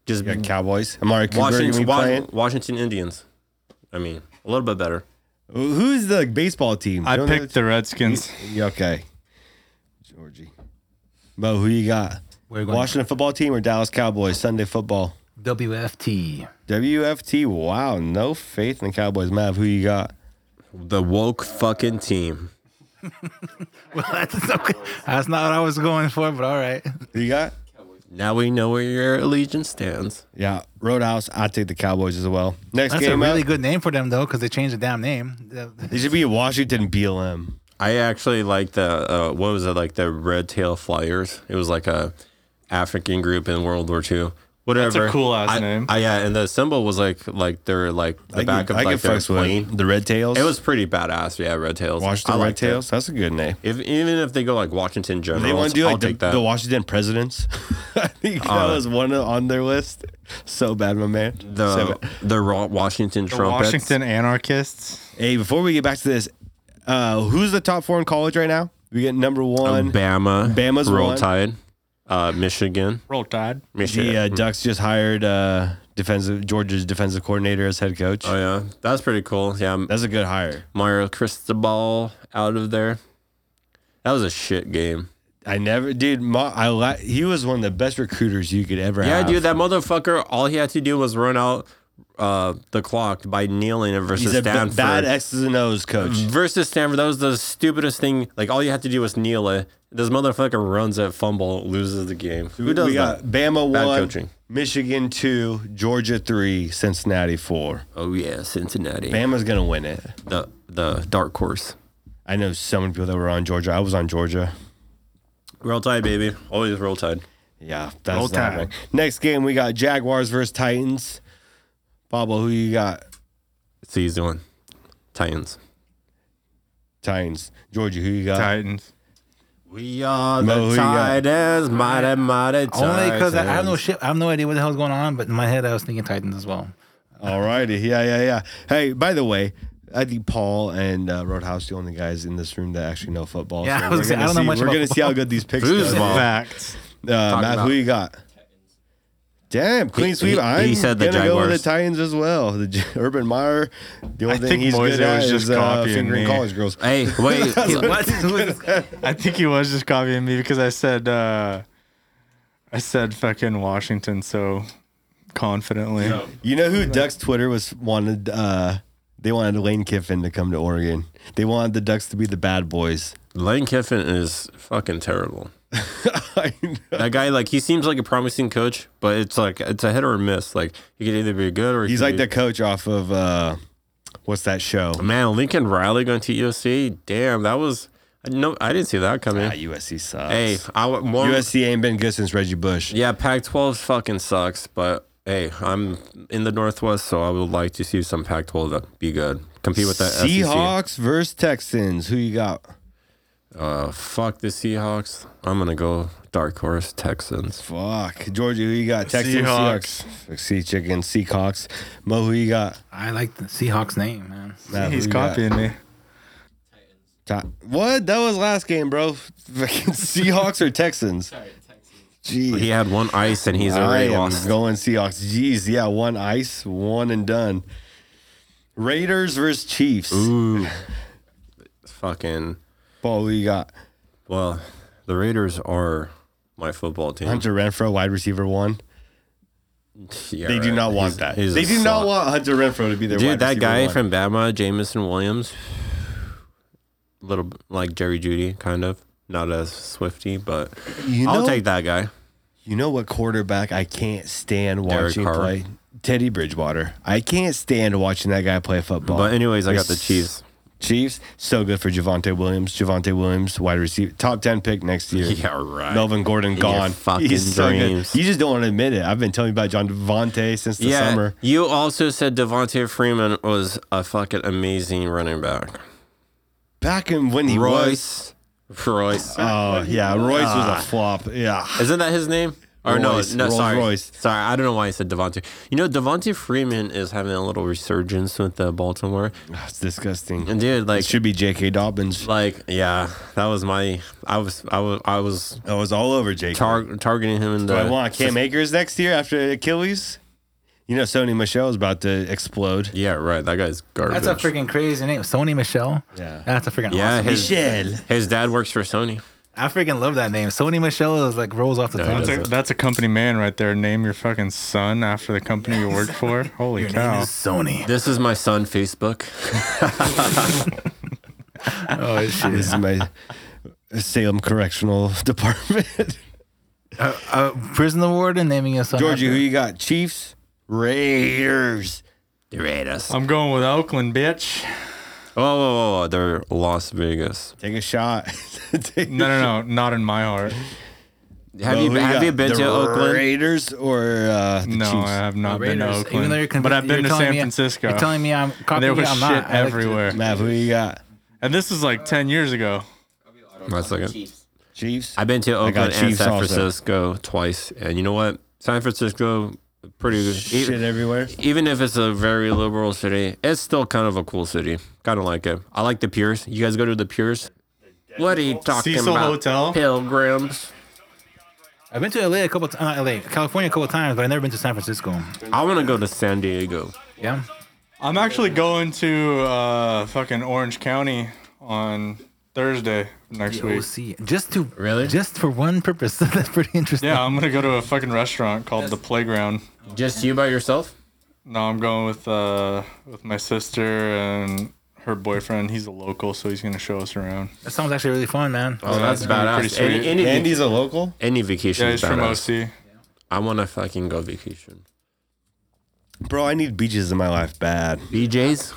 S5: Just
S2: You got Cowboys. Amari Cooper.
S5: Washington,
S2: we
S5: Wa-
S2: playing.
S5: Washington Indians. I mean, a little bit better.
S2: Who's the baseball team?
S3: I
S2: Don't
S3: picked the Redskins.
S2: they- Yeah, Okay. Georgie. Bo, who you got?
S1: Where you going?
S2: Washington football team or Dallas Cowboys Sunday football?
S1: WFT.
S2: WFT. Wow, no faith in the Cowboys. Mav, who you got?
S5: The woke fucking team.
S1: Well, that's, okay. that's not what I was going for, but all right.
S2: Who you got?
S5: Now we know where your allegiance stands.
S2: Yeah, Roadhouse. I take the Cowboys as well. Next
S1: That's a
S2: game,
S1: really
S2: up,
S1: good name for them, though, because they changed the damn name.
S2: it should be Washington BLM.
S5: I actually like the uh, what was it like the Red Tail Flyers. It was like a African group in World War II. Whatever.
S3: cool ass
S5: I-
S3: name.
S5: I, yeah, and the symbol was like like their like the
S2: I
S5: back
S2: can,
S5: of
S2: I
S5: like
S2: can
S5: their
S2: fucks with
S5: plane.
S2: the Red Tails.
S5: It was pretty badass. Yeah, Red Tails.
S2: Washington
S5: I
S2: Red
S5: liked it.
S2: Tails. That's a good name.
S5: If even if they go like Washington Generals,
S2: They want to do like
S5: I'll
S2: the,
S5: take that.
S2: the Washington presidents. I think that
S5: Uh,
S2: was one on their list. So bad, my man. So
S5: the
S2: bad.
S5: the Ro- Washington
S3: The
S5: Trumpets.
S3: Washington Anarchists.
S2: Hey, before we get back to this, uh, who's the top four in college right now? We get number
S5: Oh,
S2: one.
S5: Bama,
S2: Bama's
S5: Roll
S2: one.
S5: Tide, uh, Michigan,
S3: Roll Tide.
S5: Michigan.
S2: the uh, Ducks just hired uh, defensive Georgia's defensive coordinator as head coach.
S5: oh yeah, that's pretty cool. Yeah,
S2: That's a good hire.
S5: Mario Cristobal out of there. That was a shit game.
S2: I never, dude. Ma, I li- he was one of the best recruiters you could ever
S5: Yeah,
S2: have.
S5: dude, that motherfucker. All he had to do was run out uh, the clock by kneeling it versus
S2: He's a b-
S5: Stanford.
S2: bad e-, X's and O's coach.
S5: versus Stanford, that was the stupidest thing. Like all you had to do was kneel it. This motherfucker runs it, fumble, loses the game. Who does
S2: we got
S5: that?
S2: Bama
S5: Bad
S2: one,
S5: coaching.
S2: Michigan two, Georgia three, Cincinnati four.
S5: Oh yeah, Cincinnati,
S2: Bama's gonna win it.
S5: the the dark horse.
S2: I know so many people that were on Georgia. I was on Georgia.
S5: Roll tide, baby. Always roll tide.
S2: Yeah, that's
S3: Roll
S2: not
S3: Tide.
S2: right. Next game we got Jaguars versus Titans. Pablo, who you got?
S5: It's the easy one. Titans.
S2: Titans. Georgia, who you got?
S3: Uh, Titans.
S5: We are
S2: Mo, who
S5: the
S2: you got?
S5: Titans, mighty, mighty Titans.
S1: Only because I, I have no shit. I have no idea what the hell's going on, but in my head, I was thinking Titans as well.
S2: All righty. Yeah, yeah, yeah. Hey, by the way, I think Paul and uh, Roadhouse the only guys in this room that actually know football.
S1: Yeah, I was
S2: we're
S1: gonna say, I
S2: gonna
S1: don't know
S2: see,
S1: much
S2: We're
S1: about
S2: gonna see how good these picks go.
S5: Foosball.
S2: Uh,
S3: Facts.
S2: Matt, who
S5: about-
S2: you got? Damn, clean
S5: He-
S2: sweep.
S5: he-
S2: I'm
S5: he said the
S2: gonna go with
S5: Jaguars.
S2: the Titans as well. The J- Urban Meyer. The only
S3: I
S2: thing
S3: think
S2: he's
S3: Moise
S2: good at is
S3: was just
S2: uh,
S3: copying
S2: fingering
S3: me.
S2: college girls.
S5: Hey, wait.
S3: I think he was just copying me because I said uh I said fucking Washington so confidently.
S2: You know who Ducks Twitter was wanted? Uh, they wanted Lane Kiffin to come to Oregon. They wanted the Ducks to be the bad boys.
S5: Lane Kiffin is fucking terrible.
S2: I know.
S5: That guy, like, he seems like a promising coach, but it's like it's a hit or a miss. Like, he could either be good or he
S2: He's
S5: could
S2: like
S5: be-
S2: the coach off of uh, what's that show?
S5: man Lincoln Riley going to USC. Damn, that was I no, I didn't see that coming.
S2: Ah, USC sucks.
S5: hey, I wa- more
S2: USC ain't been good since Reggie Bush.
S5: Yeah, Pac-12 fucking sucks, but hey, I'm in the Northwest, so I would like to see some Pac-12 that be good. Compete with E that SEC.
S2: Seahawks versus Texans. Who you got?
S5: Uh, fuck the Seahawks. I'm gonna go dark horse Texans.
S2: Fuck. Georgia, who you got? Texans,
S3: Seahawks.
S2: Seahawks. Fuck, Sea chicken, Seahawks. Mo, who you got?
S1: I like the Seahawks name, man.
S2: Matt, who
S3: He's
S2: you got?
S3: copying me.
S2: Ti- What? That was last game, bro. Fucking Seahawks or Texans? Jeez.
S5: He had one ice and he's already
S2: I am
S5: lost.
S2: going Seahawks. Jeez, yeah, one ice, one and done. Raiders versus Chiefs.
S5: Ooh, fucking.
S2: Paul, who you got?
S5: Well, the Raiders are my football team.
S2: Hunter Renfro, wide receiver one.
S5: Yeah,
S2: They do
S5: right.
S2: not want
S5: He's-
S2: that.
S5: he's a
S2: They do
S5: slut.
S2: not want Hunter Renfro to be their
S5: Dude,
S2: wide
S5: that
S2: receiver
S5: guy
S2: one.
S5: from Bama, Jamison Williams, little b- like Jerry Judy, kind of. Not as Swifty, but
S2: you know,
S5: I'll take that guy.
S2: You know what quarterback I can't stand
S5: Derek
S2: watching
S5: Carr.
S2: play? Teddy Bridgewater. I can't stand watching that guy play football.
S5: But anyways, I got
S2: There's
S5: the Chiefs.
S2: Chiefs, so good for Javante Williams. Javante Williams, wide receiver, top ten pick next year.
S5: Yeah, right.
S2: Melvin Gordon
S5: your
S2: gone.
S5: fucking
S2: He's so good.
S5: dreams.
S2: You just don't want to admit it. I've been telling you about John Devontae since the
S5: yeah,
S2: summer.
S5: you also said Devontae Freeman was a fucking amazing running back.
S2: Back in when he was
S5: Royce Ah. Royce.
S2: Oh yeah, Royce was a flop. Yeah,
S5: Isn't that his name? Or
S2: Royce,
S5: no, no,
S2: Rolls
S5: sorry,
S2: Royce.
S5: sorry. I don't know why I said Devontae. You know, Devontae Freeman is having a little resurgence with the Baltimore.
S2: that's disgusting.
S5: And dude, like,
S2: it should be J.K. Dobbins.
S5: like, yeah, that was my. I was, I was, I was
S2: I was all over J.K.
S5: tar- targeting him in
S2: Do
S5: the.
S2: I want Cam Akers next year after Achilles? You know, Sony Michelle is about to explode.
S5: Yeah, right. That guy's garbage.
S1: That's a freaking crazy name, Sony Michelle.
S2: Yeah.
S1: that's a freaking
S5: Yeah,
S1: awesome.
S5: his, his dad works for Sony.
S1: I freaking love that name. Sony Michelle is like rolls off the
S5: it
S1: tongue.
S3: That's a,
S5: Does
S3: that's a company man right there. Name your fucking son after the company you work for. Holy
S1: Your name
S3: cow.
S1: is Sony.
S5: This is my son, Facebook.
S1: Oh shit.
S2: This is my Salem Correctional Department.
S1: uh, prison warden naming his son.
S2: Georgie, who
S1: after-
S2: you got? Chiefs, Raiders.
S5: Raiders.
S2: Um,
S5: Oh,
S3: I'm going with Oakland, bitch.
S5: whoa, whoa, whoa, they're Las Vegas.
S2: Take a shot. Take
S3: No, no, no. Not in my heart.
S5: Have you have you been to Oakland?
S2: Raiders or uh, the
S3: No, I
S2: Chiefs?
S3: have
S1: Oh,
S3: not been to
S1: Raiders.
S3: Oakland.
S1: Even though you're conv-
S3: but I've
S1: you're
S3: been to
S1: telling
S3: San
S1: me-
S3: Francisco.
S1: You're telling me I'm copying
S3: there was
S1: you, I'm
S3: shit
S1: not. I like to-
S3: everywhere.
S2: Matt, who you got?
S3: and this is like 10 years ago.
S5: One second.
S2: Chiefs.
S5: I've been to Oakland and
S2: Chiefs
S5: San
S2: also.
S5: Francisco twice, and you know what? San Francisco, pretty good.
S2: Shit
S5: E-
S2: everywhere.
S5: Even if it's a very liberal city, it's still kind of a cool city. Kind of like it. I like the Piers. You guys go to the Piers? What are you talking
S3: Cecil
S5: about?
S3: Hotel.
S5: Pilgrims.
S1: I've been to LA a couple times, uh, LA, California a couple times, but I've never been to San Francisco.
S5: I want to go to San Diego.
S1: Yeah.
S3: I'm actually going to uh, fucking Orange County on Thursday next week.
S1: OC. Just to
S5: Really?
S1: just for one purpose. That's pretty interesting.
S3: Yeah, I'm going to go to a fucking restaurant called The Playground.
S5: Just you by yourself?
S3: No, I'm going with uh, with my sister and her boyfriend. He's a local, so he's going to show us around.
S1: That sounds actually really fun, man.
S5: Oh, that's
S3: pretty
S5: badass. Any,
S3: sweet.
S5: any,
S2: Andy's a local.
S5: any vacation
S3: Yeah,
S5: is
S3: he's from
S5: badass.
S3: OC.
S5: I want to fucking go vacation.
S2: Bro, I need beaches in my life bad.
S5: BJ's?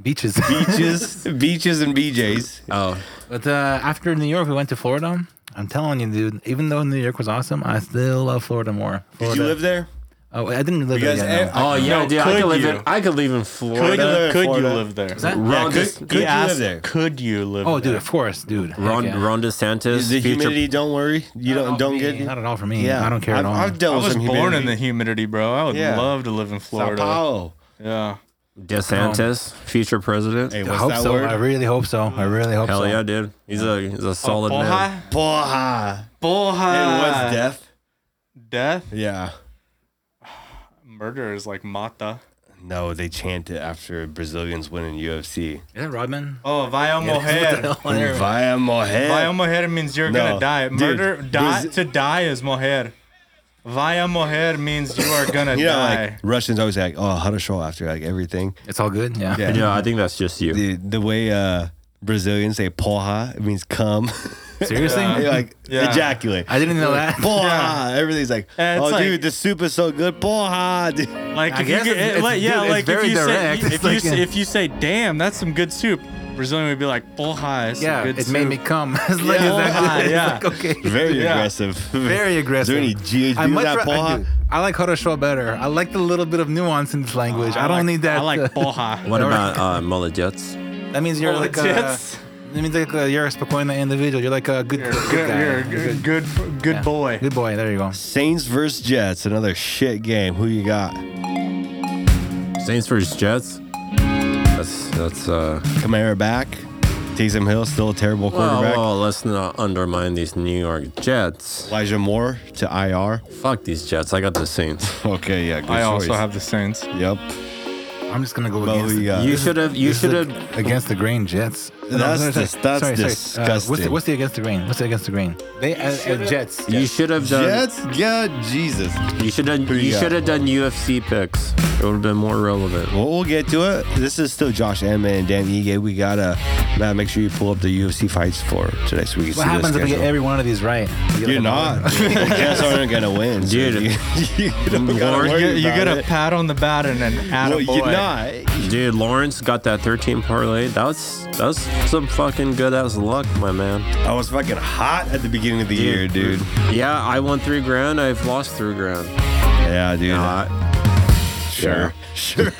S1: Beaches.
S2: Beaches, beaches, and BJs.
S5: Oh,
S1: but uh, after New York, we went to Florida. I'm telling you, dude. Even though New York was awesome, I still love Florida more.
S2: Did you
S1: Florida-
S2: live there?
S1: Oh, I didn't live there.
S2: guys
S1: yet, no.
S2: ev-
S5: oh yeah,
S3: No,
S5: dude. I
S3: could
S5: could live
S3: you?
S5: in I could live in Florida.
S3: Could,
S2: Florida,
S3: you, could you
S2: Florida.
S3: live there?
S1: Is that-
S2: Yeah,
S5: Ron,
S2: could,
S5: De-
S2: could
S3: He
S2: you live
S3: asked,
S2: there?
S3: could you live
S1: Oh,
S3: there?
S1: dude, of course, dude. Heck
S5: Ron,
S1: yeah.
S5: Ron DeSantis.
S2: The
S5: future-
S2: humidity, don't worry. You
S1: Not at all
S2: don't
S1: for
S2: don't
S1: me.
S2: get
S1: Not at all for me.
S2: Yeah,
S1: I don't care
S2: I've,
S1: at all.
S2: I've dealt
S3: I
S2: with
S3: was
S2: some
S3: born in the
S2: humidity.
S3: humidity, bro. I would
S2: Yeah.
S3: love to live in
S2: Sao
S3: Florida.
S2: Paulo.
S3: Yeah.
S5: DeSantis, future president.
S2: Hey,
S1: I
S2: what's
S1: hope
S2: that
S1: so.
S2: word?
S1: I really hope so. I really hope
S5: Hell
S1: so.
S5: yeah, dude. He's a he's a solid man.
S3: Ah.
S2: Boha.
S3: Boha.
S2: it was death.
S3: Death?
S2: Yeah.
S3: Murder is like mata.
S2: No, they chant it after Brazilians win in UFC.
S1: Is that Rodman?
S3: Oh, vaya mujer.
S2: Via
S3: Vaya
S2: Moher.
S3: mujer means you're
S2: No,
S3: gonna die.
S2: dude,
S3: Murder, die,
S2: Braz-
S3: to die is mujer. Vaya mujer means you are gonna
S2: You know,
S3: die.
S2: like Russians always say, like, oh, Hadoshol after like everything.
S1: It's all good. Yeah.
S2: Yeah.
S5: Yeah, I think that's just you.
S2: The, the way uh, Brazilians say poha, it means come.
S1: Seriously?
S2: They, like
S3: Yeah.
S2: ejaculate.
S1: I didn't know that.
S2: Poha.
S3: Yeah.
S2: Everything's like,
S3: Yeah, it's
S2: oh,
S3: like-
S2: dude, the soup is so good. Poha. Dude.
S3: Like
S1: I
S3: if you
S1: guess
S3: get,
S1: it's-
S3: it-
S1: it's-
S3: like, yeah,
S1: dude, it's
S3: like if
S1: very
S3: you
S1: direct.
S3: say
S1: It's
S3: if
S1: like,
S3: you say,
S1: yeah.
S3: if you say, "Damn, that's some good soup," Brazilian would be like, "Porra, it's
S1: Yeah,
S3: some good
S1: it
S3: soup."
S1: made me come. it's like,
S2: Yeah.
S1: exactly. it's
S3: Yeah.
S1: like, okay.
S2: Very
S3: Yeah.
S2: aggressive.
S1: Very aggressive.
S2: Is there any GHB
S1: I,
S2: with
S1: much
S2: that
S1: ra- I,
S2: poha?
S1: do. I like Horosho better. I like the little bit of nuance in this language. I, don't
S3: like-
S1: need that.
S3: Ah, I like
S1: uh,
S3: porra.
S5: What about uh, mullet jets?
S1: that means you're
S3: Oh,
S1: like a,
S3: tits.
S1: that means like a, you're a Spokoina individual. You're like a good,
S3: You're
S1: good,
S3: good,
S1: guy.
S3: you're a good, good, good
S1: Yeah.
S3: boy.
S1: Good boy. There you go.
S2: Saints versus Jets, another shit game. Who you got?
S5: Saints versus Jets. That's that's uh.
S2: Kamara back. Taysom Hill still a terrible
S5: Well,
S2: quarterback.
S5: well, let's not undermine these New York Jets.
S2: Elijah Moore to IR.
S5: Fuck these Jets. I got the Saints.
S2: Okay, yeah, good
S3: I
S2: choice.
S3: also have the Saints.
S2: Yep.
S1: I'm just gonna go
S2: Well,
S1: against.
S2: we
S1: the-
S2: got-
S5: You
S2: Uh, This is-
S5: should have. You
S1: this is
S5: should
S1: the-
S5: have.
S1: against the grain Jets.
S2: That's
S1: sorry, sorry,
S2: dis- that's
S1: sorry, sorry. Uh, what's, the,
S2: disgusting.
S1: what's the against the grain? What's the against the grain? They uh, uh, Jets.
S5: You should have done.
S2: Jets? Yeah, Jesus.
S5: You should have. You
S2: got?
S5: should have done UFC picks. It would have been more relevant.
S2: Well, we'll get to it. This is still Josh Emmett and Dan Ige. We gotta, Matt, make sure you pull up the UFC fights for today so we
S1: What
S2: can see
S1: happens
S2: the
S1: if we
S2: schedule.
S1: get every one of these right? We get
S2: You're
S1: like a-
S2: not. dude. the Jets aren't gonna win. so
S5: Dude.
S2: you, you don't gotta
S5: Lord,
S3: You
S2: worry
S3: get, you
S2: about
S3: get a
S2: it.
S3: pat on the bat and an
S2: Well,
S3: attaboy.
S2: you're not.
S5: Dude, Lawrence got that 13 parlay. That's that's some fucking good ass luck, my man.
S2: I was fucking hot at the beginning of the year, dude.
S5: Yeah, I won three grand. I've lost three grand.
S2: Yeah, dude.
S5: Not.
S2: Sure. Sure.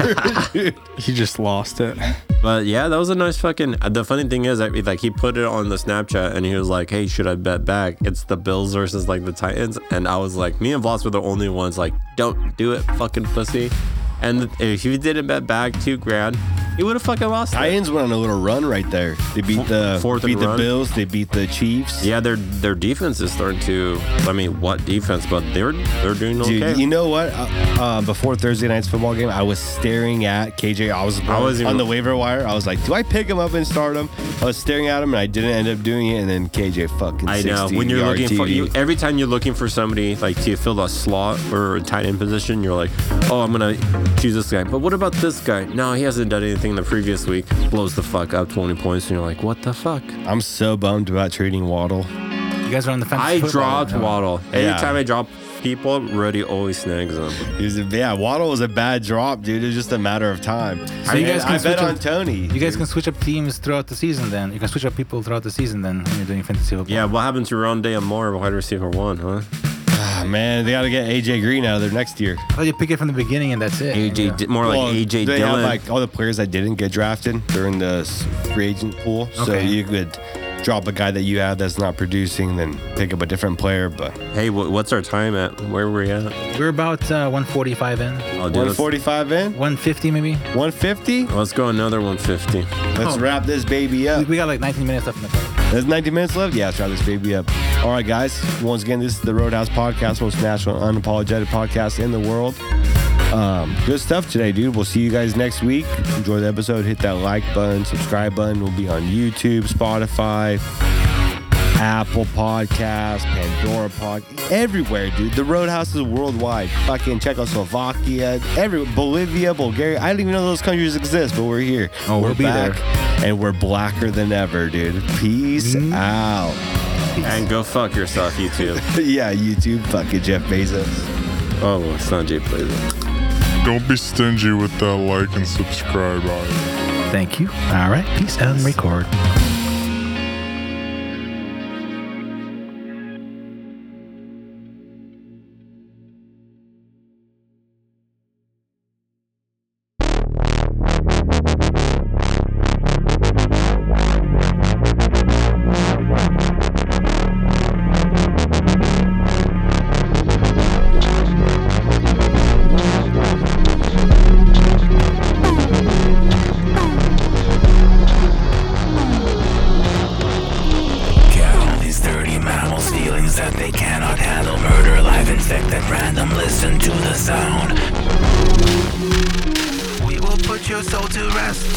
S3: He just lost it.
S5: But yeah, that was a nice fucking. The funny thing is, I, like he put it on the Snapchat and he was like, "Hey, should I bet back? It's the Bills versus like the Titans." And I was like, me and Voss were the only ones like, "Don't do it, fucking pussy." And if he didn't bet back two grand, he would have fucking lost. it.
S2: Titans went on a little run right there. They beat the
S5: Fourth and
S2: beat the
S5: run.
S2: Bills. They beat the Chiefs.
S5: Yeah, their their defense is starting to. I mean, what defense? But they're they're doing okay.
S2: Dude, you know what? Uh, uh, before Thursday night's football game, I was staring at KJ Osborne
S5: I wasn't
S2: on
S5: even-
S2: the waiver wire. I was like, "Do I pick him up and start him?" I was staring at him, and I didn't end up doing it. And then KJ fucking.
S5: I know.
S2: 16
S5: When you're
S2: yard
S5: looking for
S2: TD.
S5: you, every time you're looking for somebody like to fill a slot or a tight end position, you're like, oh, I'm gonna choose this guy. But what about this guy? No, he hasn't done anything the previous week. Blows the fuck up 20 points, and you're like, what the fuck?
S2: I'm so bummed about trading Waddle.
S1: You guys are on the fence.
S5: I
S1: with football
S5: dropped
S1: right now.
S5: Waddle.
S2: Yeah.
S5: Anytime I drop people, Rudy always snags them.
S2: He was- yeah, Waddle was a bad drop, dude. It's just a matter of time. I,
S1: you
S2: bet-
S1: guys can
S2: I bet
S1: switch
S2: on
S1: up-
S2: Tony.
S1: You guys can switch up teams throughout the season. Then you can switch up people throughout the season. Then when you're doing fantasy football.
S5: Yeah, what happened to Rondé Moore, wide receiver one, huh?
S2: Ah, man, they got to get AJ Green out of there next year.
S1: I thought you pick it from the beginning and that's it.
S5: AJ,
S1: Yeah.
S5: Di- more like
S2: Well,
S5: AJ
S2: they have
S5: Dillon.
S2: like all the players that didn't get drafted during the s- free agent pool. So
S1: Okay.
S2: you could drop a guy that you have that's not producing, then pick up a different player. But
S5: hey, wh- what's our time at? Where were we at?
S1: We're about uh, 145 in,
S5: Oh, dude, let's,
S2: 145 in,
S1: 150 maybe.
S2: 150.
S5: let's go another 150.
S2: Let's wrap this baby
S1: We,
S2: up.
S1: we got like 19 minutes left in the car.
S2: There's 90 minutes left. Yeah, let's wrap this baby up. All right, guys. Once again, this is the Roadhouse Podcast, most national unapologetic podcast in the world. Um, good stuff today, dude. We'll see you guys next week. Enjoy the episode. Hit that like button, subscribe button. We'll be on YouTube, Spotify, Apple Podcast, Pandora Pod, everywhere, dude. The Roadhouse is worldwide. Fucking Czechoslovakia, every Bolivia, Bulgaria. I don't even know those countries exist, but we're here.
S1: Oh,
S2: we're
S1: we'll be there. Mm-hmm.
S2: and we're blacker than ever, dude. Peace out.
S5: And go fuck yourself, you too.
S2: yeah, YouTube, fucking Jeff Bezos.
S5: Oh, Sanjay plays it.
S8: Don't be stingy with that like and subscribe on.
S1: Thank you. All right. Peace and record.
S7: Cattle is dirty mammals, feelings that they cannot handle. Murder, live insect at random. Listen to the sound. We will put your soul to rest.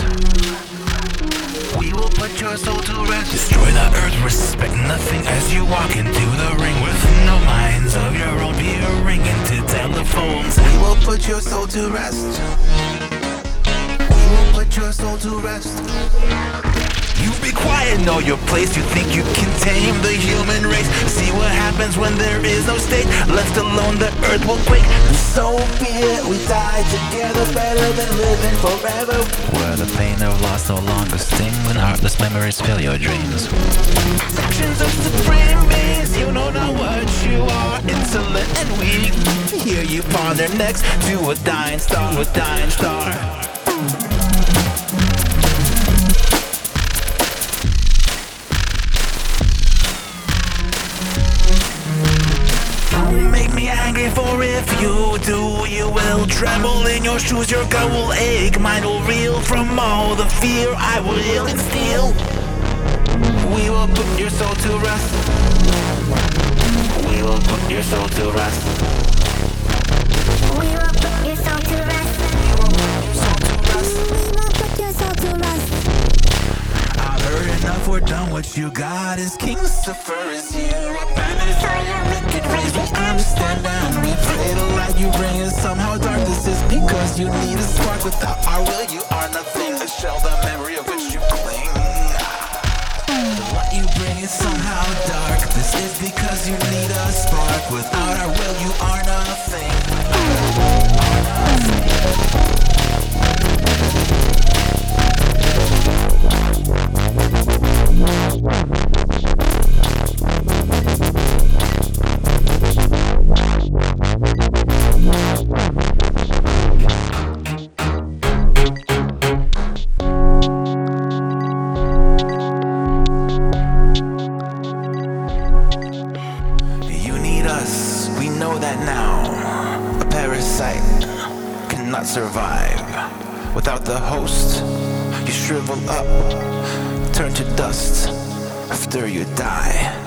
S7: We will put your soul to rest. Destroy the earth, respect nothing as you walk into the ring with no minds of your own. Be a ring into telephones. We will put your soul to rest. We will put your soul to rest. You be quiet, know your place. You think you can tame the human race. See what happens when there is no state. Left alone, the earth will quake. And so be it, we die together better than living forever. Where the pain of loss no longer stings, and heartless memories fill your dreams. Sections of supreme beings, you know not what you are. Insolent and weak. Here you ponder next to a dying star, a dying star. Don't make me angry, for if you do, you will tremble in your shoes. Your gut will ache, mine will reel from all the fear I will instill. We will put your soul to rest. We will put your soul to rest.
S11: We will put your soul to rest.
S7: We will put your
S11: We
S7: soul to rest.
S11: will put your soul to rest.
S7: I've heard enough, we're done. What you got is King Lucifer is here. Abandoned
S11: For your wicked ways, we understand and we
S7: The
S11: pray.
S7: little light you bring is somehow darkness is because you need a spark. Without our will, you are nothing. A shell, the memory of which you cling. The light you bring is somehow dark. This is because you need a spark. Without our will, you are nothing. know that now a parasite cannot survive without the host. You shrivel up, turn to dust after you die.